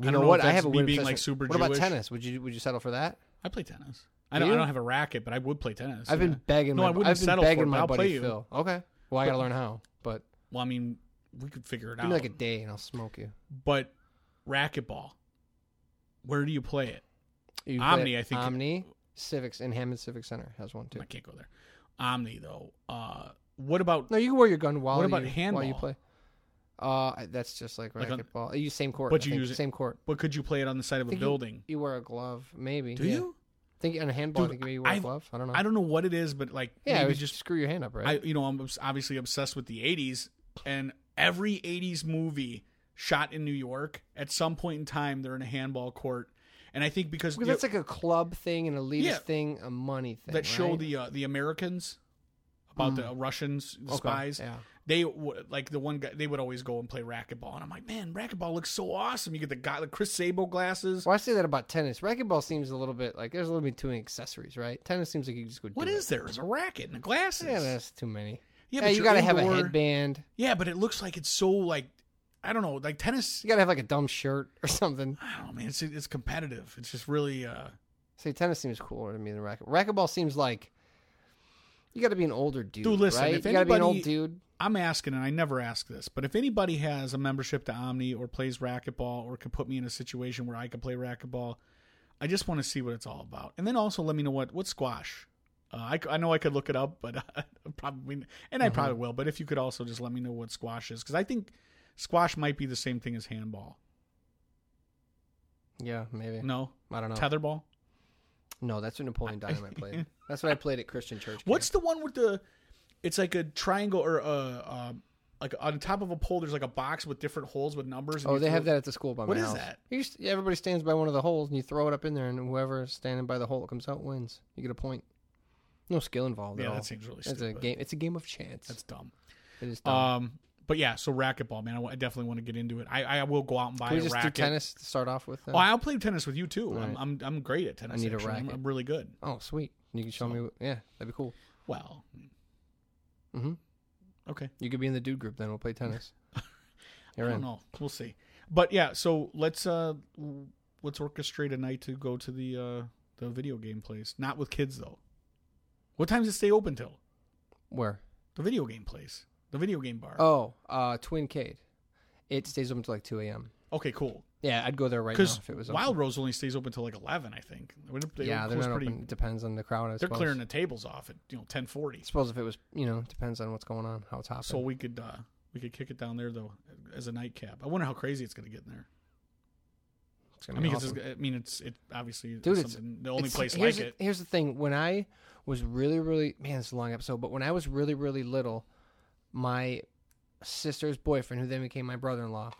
[SPEAKER 6] You
[SPEAKER 9] I
[SPEAKER 6] know,
[SPEAKER 9] don't know
[SPEAKER 6] what?
[SPEAKER 9] if
[SPEAKER 6] I have
[SPEAKER 9] that's
[SPEAKER 6] a
[SPEAKER 9] me
[SPEAKER 6] weird
[SPEAKER 9] being, like,
[SPEAKER 6] obsession.
[SPEAKER 9] super
[SPEAKER 6] What about
[SPEAKER 9] Jewish.
[SPEAKER 6] tennis? Would you would you settle for that?
[SPEAKER 9] I play tennis. I
[SPEAKER 6] Do
[SPEAKER 9] don't, I
[SPEAKER 6] you?
[SPEAKER 9] don't have a racket, but I would play tennis.
[SPEAKER 6] I've
[SPEAKER 9] yeah.
[SPEAKER 6] been begging.
[SPEAKER 9] No,
[SPEAKER 6] my,
[SPEAKER 9] I wouldn't
[SPEAKER 6] have been
[SPEAKER 9] settle
[SPEAKER 6] begging
[SPEAKER 9] for it, but
[SPEAKER 6] my
[SPEAKER 9] I'll
[SPEAKER 6] buddy
[SPEAKER 9] play you.
[SPEAKER 6] Phil. Okay. Well, I
[SPEAKER 9] But-
[SPEAKER 6] gotta learn how, but
[SPEAKER 9] Well, I mean, we could figure it
[SPEAKER 6] give
[SPEAKER 9] out.
[SPEAKER 6] me like a day and I'll smoke you.
[SPEAKER 9] but racquetball,
[SPEAKER 12] Where do you play it?
[SPEAKER 9] You play
[SPEAKER 12] Omni,
[SPEAKER 9] it-
[SPEAKER 12] I think.
[SPEAKER 9] Omni Civics in Hammond Civic Center has one too.
[SPEAKER 12] I can't go there. Omni though. Uh, what about?
[SPEAKER 9] No, you can wear your gun while
[SPEAKER 12] What about
[SPEAKER 9] you,
[SPEAKER 12] handball?
[SPEAKER 9] while you play. Uh, I- that's just like
[SPEAKER 12] Like on-
[SPEAKER 9] racquetball. Uh, you use same court,
[SPEAKER 12] but
[SPEAKER 9] I
[SPEAKER 12] you
[SPEAKER 9] think.
[SPEAKER 12] use it-
[SPEAKER 9] same court.
[SPEAKER 12] But could you play it on the side of
[SPEAKER 9] I
[SPEAKER 12] a
[SPEAKER 9] think you-
[SPEAKER 12] building?
[SPEAKER 9] You, wear a glove, maybe.
[SPEAKER 12] Do
[SPEAKER 9] yeah.
[SPEAKER 12] you?
[SPEAKER 9] Think on a handball,
[SPEAKER 12] Dude,
[SPEAKER 9] I think maybe you wear
[SPEAKER 12] I've-
[SPEAKER 9] a glove. I don't know.
[SPEAKER 12] I don't know what it is, but like
[SPEAKER 9] yeah,
[SPEAKER 12] maybe
[SPEAKER 9] it was
[SPEAKER 12] just
[SPEAKER 9] just screw your hand up, right?
[SPEAKER 12] I, you know, I'm obs- obviously obsessed with the '80s, and every '80s movie shot in New York at some point in time they're in a handball court, and I think because,
[SPEAKER 9] because
[SPEAKER 12] you
[SPEAKER 9] that's like a club thing, an elitist
[SPEAKER 12] Yeah.
[SPEAKER 9] thing, a money thing.
[SPEAKER 12] that show
[SPEAKER 9] right?
[SPEAKER 12] the uh, the Americans about
[SPEAKER 9] Mm.
[SPEAKER 12] the Russians, the
[SPEAKER 9] Okay,
[SPEAKER 12] spies.
[SPEAKER 9] yeah.
[SPEAKER 12] They w- like the one guy. They would always go and play racquetball, and I'm like, man, racquetball looks so awesome. You get the guy, the Chris Sable glasses.
[SPEAKER 9] Well, I say that about tennis. Racquetball seems a little bit like there's a little bit too many accessories, right? Tennis seems like you just go.
[SPEAKER 12] What
[SPEAKER 9] do
[SPEAKER 12] is
[SPEAKER 9] it.
[SPEAKER 12] there? There's a racket and the glasses.
[SPEAKER 9] Yeah, that's too many.
[SPEAKER 12] Yeah,
[SPEAKER 9] Yeah,
[SPEAKER 12] but
[SPEAKER 9] you
[SPEAKER 12] you're
[SPEAKER 9] got to have a
[SPEAKER 12] indoor.
[SPEAKER 9] headband.
[SPEAKER 12] Yeah, but it looks like it's so like I don't know, like tennis.
[SPEAKER 9] You got to have like a dumb shirt or something.
[SPEAKER 12] I don't know, man. It's it's competitive. It's just really uh
[SPEAKER 9] See, tennis seems cooler to me than racquetball. Racquetball seems like you got to be an older dude.
[SPEAKER 12] Dude, listen,
[SPEAKER 9] right?
[SPEAKER 12] if
[SPEAKER 9] you got to be an
[SPEAKER 12] anybody-
[SPEAKER 9] old dude.
[SPEAKER 12] I'm asking, and I never ask this, but if anybody has a membership to Omni or plays racquetball or could put me in a situation where I could play racquetball, I just want to see what it's all about. And then also let me know what what squash. Uh, I, c- I know I could look it up, but I probably and I
[SPEAKER 9] Mhm.
[SPEAKER 12] probably will. But if you could also just let me know what squash is, because I think squash might be the same thing as handball.
[SPEAKER 9] Yeah, maybe.
[SPEAKER 12] No,
[SPEAKER 9] I don't know.
[SPEAKER 12] tetherball.
[SPEAKER 9] No, that's what Napoleon Dynamite played. That's what I played at Christian Church.
[SPEAKER 12] What's the one with the? It's like a triangle or a uh, like on top of a pole. There's like a box with different holes with numbers.
[SPEAKER 9] Oh,
[SPEAKER 12] you
[SPEAKER 9] they have
[SPEAKER 12] throw-
[SPEAKER 9] that at the school by
[SPEAKER 12] What
[SPEAKER 9] my
[SPEAKER 12] is
[SPEAKER 9] house.
[SPEAKER 12] that?
[SPEAKER 9] You just, everybody stands by one of the holes, and you throw it up in there, and whoever's standing by the hole that comes out wins. You get a point. No skill involved.
[SPEAKER 12] Yeah,
[SPEAKER 9] at
[SPEAKER 12] that
[SPEAKER 9] all.
[SPEAKER 12] seems really
[SPEAKER 9] It's a
[SPEAKER 12] stupid.
[SPEAKER 9] game. It's a game of chance.
[SPEAKER 12] That's dumb.
[SPEAKER 9] it is dumb.
[SPEAKER 12] Um, but yeah, so racquetball, man. I wa- I definitely want to get into it. I, I will go out and buy
[SPEAKER 9] Can we
[SPEAKER 12] a
[SPEAKER 9] just
[SPEAKER 12] racket.
[SPEAKER 9] do tennis to start off with? then?
[SPEAKER 12] Oh, I'll play tennis with you too. I'm,
[SPEAKER 9] Alright.
[SPEAKER 12] I'm I'm great at tennis.
[SPEAKER 9] I need a
[SPEAKER 12] actually. I'm-
[SPEAKER 9] racket.
[SPEAKER 12] I'm, really good.
[SPEAKER 9] Oh, sweet. You can show me. what- Yeah, that'd be cool.
[SPEAKER 12] Well,
[SPEAKER 9] Mm-hmm.
[SPEAKER 12] okay.
[SPEAKER 9] You could be in the dude group. Then we'll play tennis.
[SPEAKER 12] I
[SPEAKER 9] You're
[SPEAKER 12] don't
[SPEAKER 9] in.
[SPEAKER 12] know. We'll see. But yeah, so let's uh let's orchestrate a night to go to the uh the video game place. Not with kids though. What time does it stay open till?
[SPEAKER 9] Where?
[SPEAKER 12] The video game place. The video game bar.
[SPEAKER 9] Oh, uh, Twin Cade. It stays open until like 2 a.m.
[SPEAKER 12] Okay, cool.
[SPEAKER 9] Yeah, I'd go there right now
[SPEAKER 12] Because
[SPEAKER 9] if it was open.
[SPEAKER 12] Wild Rose only stays open till like eleven, I think. Wouldn't They
[SPEAKER 9] yeah,
[SPEAKER 12] would
[SPEAKER 9] they're
[SPEAKER 12] close
[SPEAKER 9] not
[SPEAKER 12] pretty-
[SPEAKER 9] open. Depends on the crowd. I
[SPEAKER 12] They're
[SPEAKER 9] suppose.
[SPEAKER 12] clearing the tables off at you know ten forty.
[SPEAKER 9] I suppose if it was, you know, depends on what's going on, how it's happening.
[SPEAKER 12] So we could uh we could kick it down there though as a nightcap. I wonder how crazy it's going to get in there.
[SPEAKER 9] It's
[SPEAKER 12] I
[SPEAKER 9] gonna
[SPEAKER 12] mean,
[SPEAKER 9] be
[SPEAKER 12] 'cause
[SPEAKER 9] awesome.
[SPEAKER 12] it's, I mean, it's it obviously
[SPEAKER 9] dude, it's
[SPEAKER 12] something, the only
[SPEAKER 9] it's-
[SPEAKER 12] place
[SPEAKER 9] here's
[SPEAKER 12] like
[SPEAKER 9] the-
[SPEAKER 12] it.
[SPEAKER 9] Here's the thing: when I was really, really man, it's a long episode, but when I was really, really little, my sister's boyfriend, who then became my brother-in-law,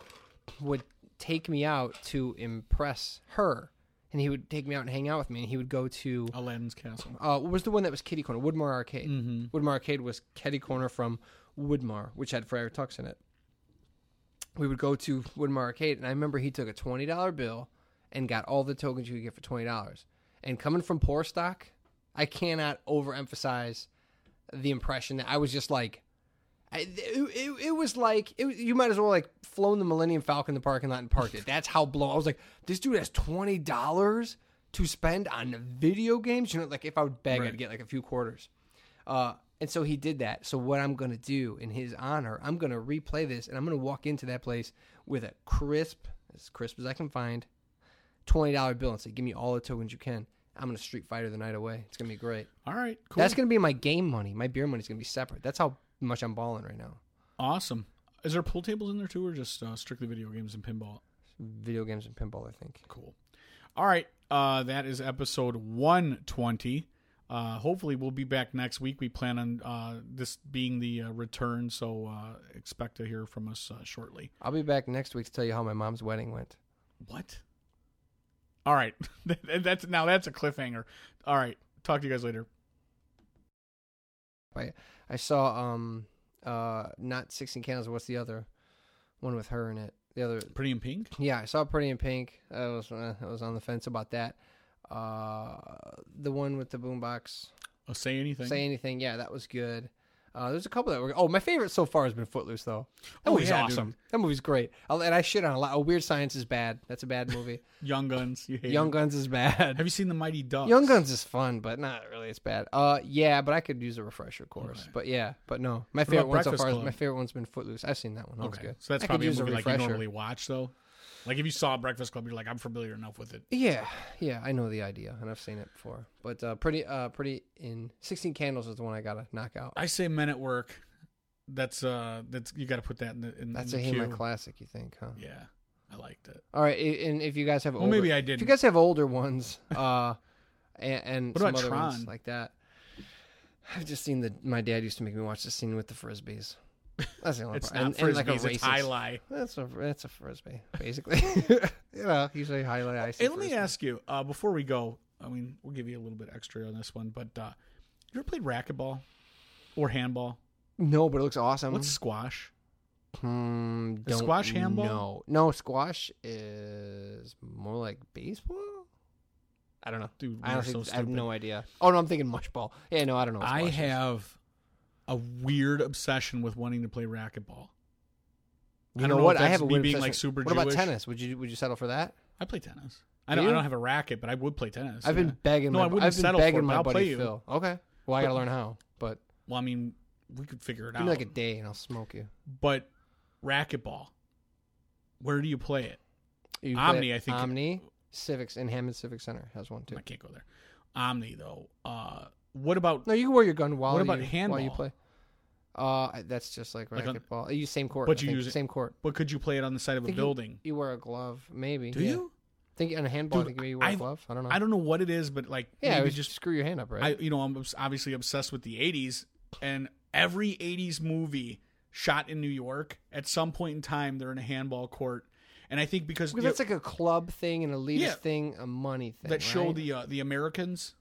[SPEAKER 9] would take me out to impress her, and he would take me out and hang out with me, and he would go to
[SPEAKER 12] Aladdin's Castle.
[SPEAKER 9] uh, what was the one that was Kitty Corner? Woodmore Arcade.
[SPEAKER 12] Mhm.
[SPEAKER 9] Woodmore Arcade was Kitty Corner from Woodmore, which had Friar Tucks in it. We would go to Woodmore Arcade, and I remember he took a twenty dollar bill and got all the tokens you could get for twenty dollars. And coming from poor stock, I cannot overemphasize the impression that I was just like, I, it, it, it was like it, was- you might as well like flown the Millennium Falcon in the parking lot and parked it. That's how blown. I was like, this dude has twenty dollars to spend on video games. You know, like if I would beg, I'd get like a few quarters. Uh, and so he did that. So what I'm gonna do in his honor, I'm gonna replay this, and I'm gonna walk into that place with a crisp, as crisp as I can find, twenty dollar bill and say, "Give me all the tokens you can." I'm gonna Street Fighter the night away. It's gonna be great.
[SPEAKER 12] All right, cool.
[SPEAKER 9] That's gonna be my game money. My beer money's gonna be separate. That's how much I'm balling right now.
[SPEAKER 12] awesome. Is there pool tables in there too, or just uh, strictly video games and pinball?
[SPEAKER 9] Video games and pinball, I think.
[SPEAKER 12] Cool. All right, uh, that is episode one twenty. Uh, hopefully, we'll be back next week. We plan on uh, this being the uh, return, so uh, expect to hear from us uh, shortly.
[SPEAKER 9] I'll be back next week to tell you how my mom's wedding went.
[SPEAKER 12] What? All right. that's now that's a cliffhanger. All right. Talk to you guys later.
[SPEAKER 9] I I saw um uh not sixteen candles. What's the other one with her in it? The other
[SPEAKER 12] Pretty in pink.
[SPEAKER 9] yeah, I saw Pretty in Pink. I was uh, I was on the fence about that. Uh, the one with the boombox.
[SPEAKER 12] Oh, say anything.
[SPEAKER 9] Say anything. Yeah, that was good. Uh, there's a couple that were. Oh, my favorite so far has been Footloose, though. That
[SPEAKER 12] Oh,
[SPEAKER 9] movie's
[SPEAKER 12] yeah,
[SPEAKER 9] awesome.
[SPEAKER 12] dude.
[SPEAKER 9] That movie's great. I'll, and I shit on a lot. Oh, Weird Science is bad. That's a bad movie.
[SPEAKER 12] Young Guns. You hate
[SPEAKER 9] Young
[SPEAKER 12] it.
[SPEAKER 9] Guns is bad.
[SPEAKER 12] Have you seen the Mighty Ducks?
[SPEAKER 9] Young Guns is fun, but not really as bad. Uh, yeah, but I could use a refresher course. But yeah, but no, my
[SPEAKER 12] What
[SPEAKER 9] favorite
[SPEAKER 12] about
[SPEAKER 9] one so
[SPEAKER 12] Breakfast
[SPEAKER 9] far. Is,
[SPEAKER 12] Club?
[SPEAKER 9] my favorite one's been Footloose. I've seen that one. That one's
[SPEAKER 12] Okay,
[SPEAKER 9] good.
[SPEAKER 12] so that's
[SPEAKER 9] I could
[SPEAKER 12] probably a
[SPEAKER 9] use
[SPEAKER 12] movie like you
[SPEAKER 9] refresher.
[SPEAKER 12] normally watch though. Like if you saw Breakfast Club, you're like, I'm familiar enough with it.
[SPEAKER 9] Yeah, yeah, I know the idea, and I've seen it before. But uh, pretty, uh, pretty in sixteen candles is the one I gotta knock out.
[SPEAKER 12] I say Men at Work. That's uh, that's you got to put that in the. In,
[SPEAKER 9] That's
[SPEAKER 12] in
[SPEAKER 9] a
[SPEAKER 12] the
[SPEAKER 9] Hema
[SPEAKER 12] queue.
[SPEAKER 9] classic, you think, huh?
[SPEAKER 12] Yeah, I liked it.
[SPEAKER 9] All right, i- and if you guys have
[SPEAKER 12] Well,
[SPEAKER 9] older,
[SPEAKER 12] maybe I
[SPEAKER 9] If you
[SPEAKER 12] didn't.
[SPEAKER 9] guys have older ones, uh, and, and
[SPEAKER 12] What
[SPEAKER 9] some
[SPEAKER 12] about
[SPEAKER 9] other ones
[SPEAKER 12] Tron?
[SPEAKER 9] like that, I've just seen the. My dad used to make me watch the scene with the frisbees. That's the only
[SPEAKER 12] It's
[SPEAKER 9] part.
[SPEAKER 12] not
[SPEAKER 9] and, and like
[SPEAKER 12] frisbees,
[SPEAKER 9] a
[SPEAKER 12] it's
[SPEAKER 9] racist.
[SPEAKER 12] high lie.
[SPEAKER 9] That's a that's a frisbee, basically. you know, usually high lie. I see
[SPEAKER 12] Hey, let me
[SPEAKER 9] frisbee.
[SPEAKER 12] ask you uh, before we go. I mean, we'll give you a little bit extra on this one, but uh, you ever played racquetball or handball?
[SPEAKER 9] No, but it looks awesome.
[SPEAKER 12] What's squash?
[SPEAKER 9] Hmm,
[SPEAKER 12] Is
[SPEAKER 9] don't
[SPEAKER 12] squash handball?
[SPEAKER 9] No, no, squash is more like baseball. I don't know,
[SPEAKER 12] Dude,
[SPEAKER 9] I,
[SPEAKER 12] we are
[SPEAKER 9] honestly,
[SPEAKER 12] so
[SPEAKER 9] I have
[SPEAKER 12] stupid.
[SPEAKER 9] no idea. Oh no, I'm thinking mush ball. Yeah, no, I don't know. what
[SPEAKER 12] I
[SPEAKER 9] squash is.
[SPEAKER 12] have a weird obsession with wanting to play racquetball.
[SPEAKER 9] You
[SPEAKER 12] I
[SPEAKER 9] know,
[SPEAKER 12] don't know
[SPEAKER 9] what?
[SPEAKER 12] if
[SPEAKER 9] I
[SPEAKER 12] that's
[SPEAKER 9] have a
[SPEAKER 12] me
[SPEAKER 9] weird
[SPEAKER 12] being,
[SPEAKER 9] obsession.
[SPEAKER 12] like, super
[SPEAKER 9] What about
[SPEAKER 12] Jewish.
[SPEAKER 9] tennis? Would you would you settle for that?
[SPEAKER 12] I play tennis. I
[SPEAKER 9] Do
[SPEAKER 12] don't, I
[SPEAKER 9] you?
[SPEAKER 12] don't have a racket, but I would play tennis.
[SPEAKER 9] I've
[SPEAKER 12] yeah.
[SPEAKER 9] been begging.
[SPEAKER 12] No,
[SPEAKER 9] my,
[SPEAKER 12] I wouldn't
[SPEAKER 9] have been
[SPEAKER 12] settle for it,
[SPEAKER 9] begging
[SPEAKER 12] but
[SPEAKER 9] my
[SPEAKER 12] I'll
[SPEAKER 9] buddy
[SPEAKER 12] play you.
[SPEAKER 9] Phil. Okay, well I
[SPEAKER 12] But-
[SPEAKER 9] gotta learn how. But
[SPEAKER 12] Well, I mean, we could figure it
[SPEAKER 9] give
[SPEAKER 12] out.
[SPEAKER 9] me like a day and I'll smoke you.
[SPEAKER 12] but racquetball, where do you play it?
[SPEAKER 9] you play
[SPEAKER 12] Omni,
[SPEAKER 9] at
[SPEAKER 12] I think.
[SPEAKER 9] Omni Civics in Hammond Civic Center has one too.
[SPEAKER 12] I can't go there. Omni though. Uh, what about
[SPEAKER 9] No, you can wear your gun while
[SPEAKER 12] What about
[SPEAKER 9] you,
[SPEAKER 12] handball?
[SPEAKER 9] while you play. Uh, I- that's just like
[SPEAKER 12] Like on-
[SPEAKER 9] racquetball. Uh, you use same court,
[SPEAKER 12] but
[SPEAKER 9] I
[SPEAKER 12] you
[SPEAKER 9] think.
[SPEAKER 12] use it-
[SPEAKER 9] same court.
[SPEAKER 12] But could you play it on the side of a
[SPEAKER 9] Think you-
[SPEAKER 12] building?
[SPEAKER 9] You, wear a glove, maybe.
[SPEAKER 12] Do
[SPEAKER 9] yeah.
[SPEAKER 12] you?
[SPEAKER 9] Think on a handball,
[SPEAKER 12] Dude,
[SPEAKER 9] I think you wear a
[SPEAKER 12] I've-
[SPEAKER 9] glove. I don't know.
[SPEAKER 12] I don't know what it is, but like
[SPEAKER 9] yeah, it
[SPEAKER 12] maybe
[SPEAKER 9] would
[SPEAKER 12] just
[SPEAKER 9] just screw your hand up, right?
[SPEAKER 12] I you know I'm obs- obviously obsessed with the 80s and every 80s movie shot in New York at some point in time they're in a handball court and I think because
[SPEAKER 9] because
[SPEAKER 12] you know,
[SPEAKER 9] that's like a club thing, an elitist
[SPEAKER 12] Yeah.
[SPEAKER 9] thing, a money thing.
[SPEAKER 12] that show
[SPEAKER 9] right?
[SPEAKER 12] the uh, the Americans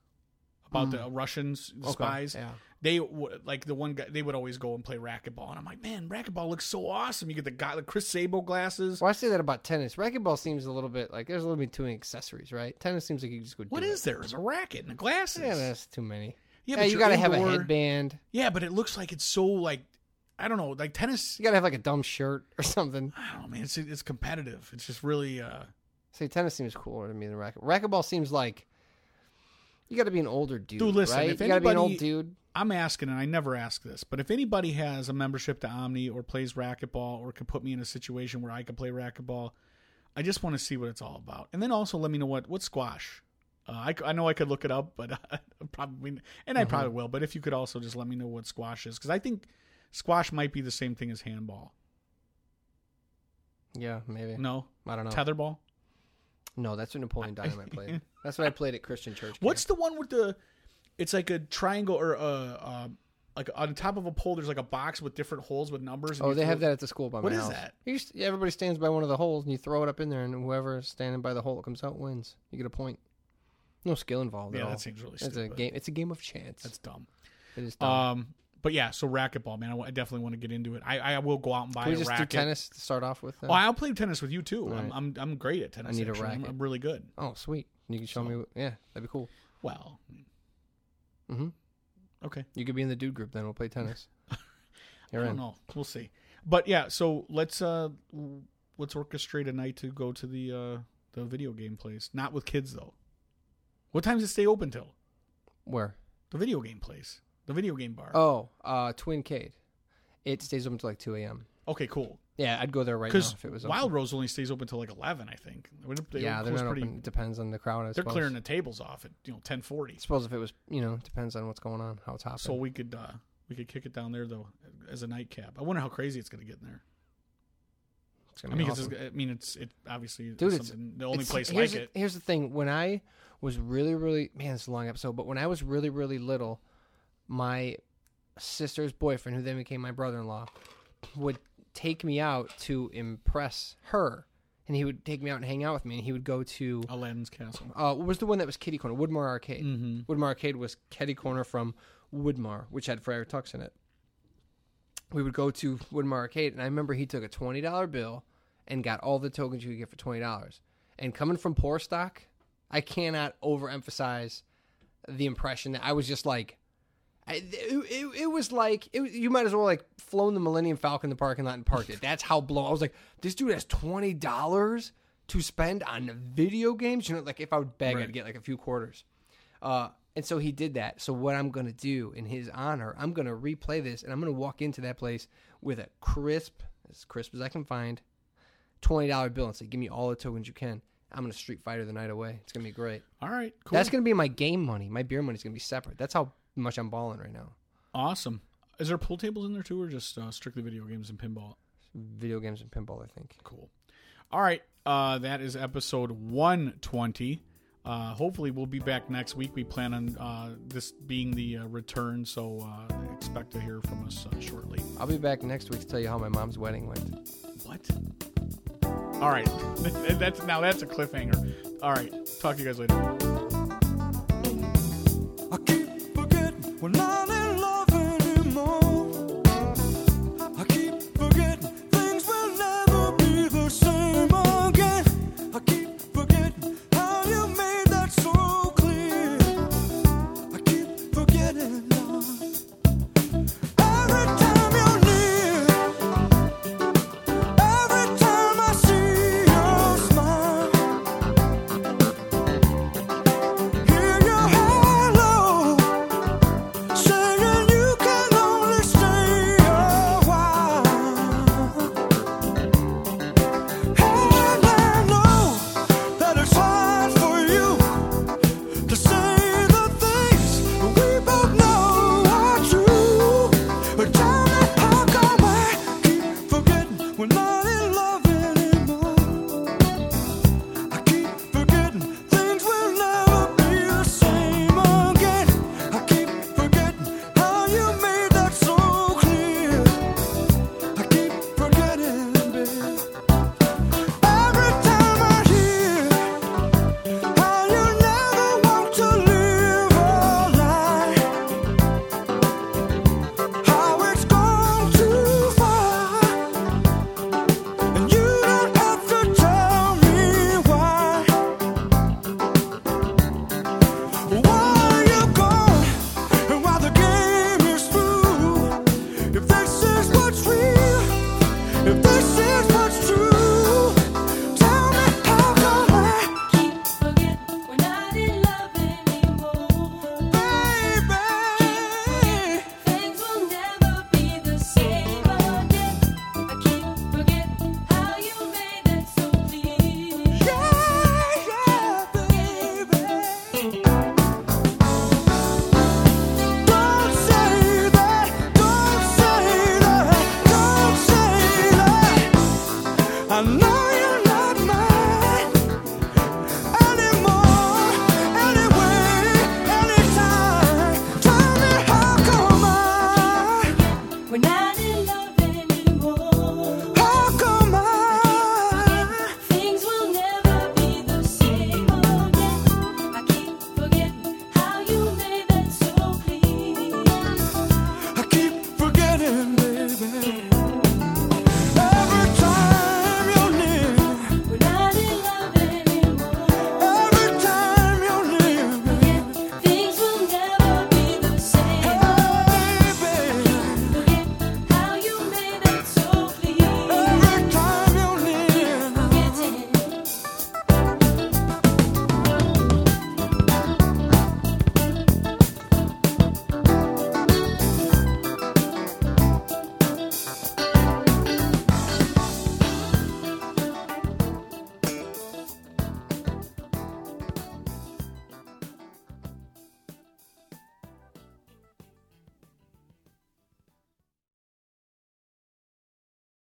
[SPEAKER 12] about the Russians the
[SPEAKER 9] Hmm. Okay,
[SPEAKER 12] spies
[SPEAKER 9] yeah.
[SPEAKER 12] they w- like the one guy they would always go and play racquetball and I'm like man racquetball looks so awesome you get the guy the Chris Sable glasses
[SPEAKER 9] Well, I say that about tennis. Racquetball seems a little bit like there's a little bit too many accessories, right? Tennis seems like you just go.
[SPEAKER 12] what
[SPEAKER 9] do
[SPEAKER 12] is there there's a racket and the glasses
[SPEAKER 9] It. Yeah, that's too many.
[SPEAKER 12] Yeah,
[SPEAKER 9] Yeah,
[SPEAKER 12] but
[SPEAKER 9] you
[SPEAKER 12] you're
[SPEAKER 9] got to have a
[SPEAKER 12] indoor.
[SPEAKER 9] headband.
[SPEAKER 12] yeah but it looks like it's so like I don't know like tennis
[SPEAKER 9] You got to have like a dumb shirt or something.
[SPEAKER 12] I don't know man it's it's competitive it's just really uh
[SPEAKER 9] See, tennis seems cooler to me than racquet. Racquetball seems like you got to be an older dude.
[SPEAKER 12] Dude, listen,
[SPEAKER 9] right?
[SPEAKER 12] if
[SPEAKER 9] you got to be an old
[SPEAKER 12] anybody-
[SPEAKER 9] dude.
[SPEAKER 12] I'm asking, and I never ask this, but if anybody has a membership to Omni or plays racquetball or could put me in a situation where I could play racquetball, I just want to see what it's all about. And then also let me know what what squash. Uh, I, c- I know I could look it up, but I probably and I
[SPEAKER 9] Mm-hmm.
[SPEAKER 12] probably will. But if you could also just let me know what squash is, because I think squash might be the same thing as handball.
[SPEAKER 9] Yeah, maybe.
[SPEAKER 12] No,
[SPEAKER 9] I don't know.
[SPEAKER 12] tetherball.
[SPEAKER 9] No, that's what Napoleon Dynamite played. That's what I played at Christian Church. camp.
[SPEAKER 12] What's the one with the? It's like a triangle or a. Uh, like on top of a pole, there's like a box with different holes with numbers. and
[SPEAKER 9] Oh,
[SPEAKER 12] you
[SPEAKER 9] they
[SPEAKER 12] throw-
[SPEAKER 9] have that at the school by
[SPEAKER 12] What
[SPEAKER 9] my
[SPEAKER 12] is
[SPEAKER 9] house.
[SPEAKER 12] that?
[SPEAKER 9] You just, everybody stands by one of the holes and you throw it up in there, and whoever's standing by the hole that comes out wins. You get a point. No skill involved. at
[SPEAKER 12] Yeah, that
[SPEAKER 9] all.
[SPEAKER 12] seems really
[SPEAKER 9] It's a
[SPEAKER 12] stupid.
[SPEAKER 9] game. It's a game of chance.
[SPEAKER 12] That's dumb.
[SPEAKER 9] it is dumb.
[SPEAKER 12] Um, but yeah, so racquetball, man, I, w- I definitely want to get into it. I, I will go out and buy
[SPEAKER 9] Can we
[SPEAKER 12] a
[SPEAKER 9] just
[SPEAKER 12] racket.
[SPEAKER 9] do tennis to start off with? then?
[SPEAKER 12] Oh, I'll play tennis with you too. I'm,
[SPEAKER 9] Alright.
[SPEAKER 12] I'm I'm great at tennis.
[SPEAKER 9] I need a
[SPEAKER 12] actually. I'm-
[SPEAKER 9] racket.
[SPEAKER 12] I'm really good.
[SPEAKER 9] oh, sweet. You can show me. what- Yeah, that'd be cool.
[SPEAKER 12] Well,
[SPEAKER 9] hmm
[SPEAKER 12] okay.
[SPEAKER 9] You could be in the dude group. Then we'll play tennis. You're
[SPEAKER 12] I don't
[SPEAKER 9] in.
[SPEAKER 12] know. We'll see. But yeah, so let's uh w- let's orchestrate a night to go to the uh the video game place. Not with kids though. What time does it stay open till?
[SPEAKER 9] Where?
[SPEAKER 12] The video game place. The video game bar.
[SPEAKER 9] Oh, uh, Twin Cade. It stays open till like two a.m.
[SPEAKER 12] okay, cool.
[SPEAKER 9] Yeah, I'd go there right now
[SPEAKER 12] Because
[SPEAKER 9] if it was open.
[SPEAKER 12] Wild Rose only stays open till like eleven, I think. They would- they
[SPEAKER 9] yeah,
[SPEAKER 12] would
[SPEAKER 9] they're
[SPEAKER 12] close
[SPEAKER 9] not
[SPEAKER 12] pretty-
[SPEAKER 9] open. It depends on the crowd. I
[SPEAKER 12] They're
[SPEAKER 9] suppose.
[SPEAKER 12] clearing the tables off at you know ten forty.
[SPEAKER 9] I suppose if it was, you know, it depends on what's going on, how it's happening.
[SPEAKER 12] So we could uh we could kick it down there though as a nightcap. I wonder how crazy it's going to get in there.
[SPEAKER 9] it's
[SPEAKER 12] I
[SPEAKER 9] gonna be
[SPEAKER 12] mean,
[SPEAKER 9] awesome.
[SPEAKER 12] it's, I mean, it's it obviously
[SPEAKER 9] Dude, it's-
[SPEAKER 12] something, the only
[SPEAKER 9] It's-
[SPEAKER 12] place
[SPEAKER 9] here's
[SPEAKER 12] like it.
[SPEAKER 9] The, here's the thing: when I was really, really man, it's a long episode, but when I was really, really little, my sister's boyfriend, who then became my brother-in-law, would take me out to impress her, and he would take me out and hang out with me, and he would go to
[SPEAKER 12] Aladdin's Castle.
[SPEAKER 9] uh, what was the one that was Kitty Corner? Woodmore Arcade.
[SPEAKER 12] Mhm.
[SPEAKER 9] Woodmore Arcade was Kitty Corner from Woodmore, which had Friar Tuck's in it. We would go to Woodmore Arcade, and I remember he took a twenty dollar bill and got all the tokens you could get for twenty dollars. And coming from poor stock, I cannot overemphasize the impression that I was just like, I, it, it, it was like it, was- you might as well like flown the Millennium Falcon in the parking lot and parked it. That's how blown I was. Like this dude has twenty dollars to spend on video games. You know, like if I would beg, I'd
[SPEAKER 12] Right.
[SPEAKER 9] get like a few quarters. Uh, and so he did that. So what I'm gonna do in his honor, I'm gonna replay this, and I'm gonna walk into that place with a crisp, as crisp as I can find,
[SPEAKER 16] twenty dollar bill and say, "Give me all the tokens you can." I'm gonna Street Fighter the night away. It's gonna be great.
[SPEAKER 9] All right, cool.
[SPEAKER 16] That's gonna be my game money. My beer money's gonna be separate. That's how much I'm balling right now.
[SPEAKER 9] Awesome. Is there pool tables in there too, or just uh, strictly video games and pinball?
[SPEAKER 16] Video games and pinball, I think.
[SPEAKER 9] Cool. All right, uh, that is episode 120. Uh, hopefully, we'll be back next week. We plan on uh, this being the uh, return, so uh, expect to hear from us uh, shortly.
[SPEAKER 16] I'll be back next week to tell you how my mom's wedding went.
[SPEAKER 9] What? All right, that's now that's a cliffhanger. All right, talk to you guys later.
[SPEAKER 17] I keep forgetting when I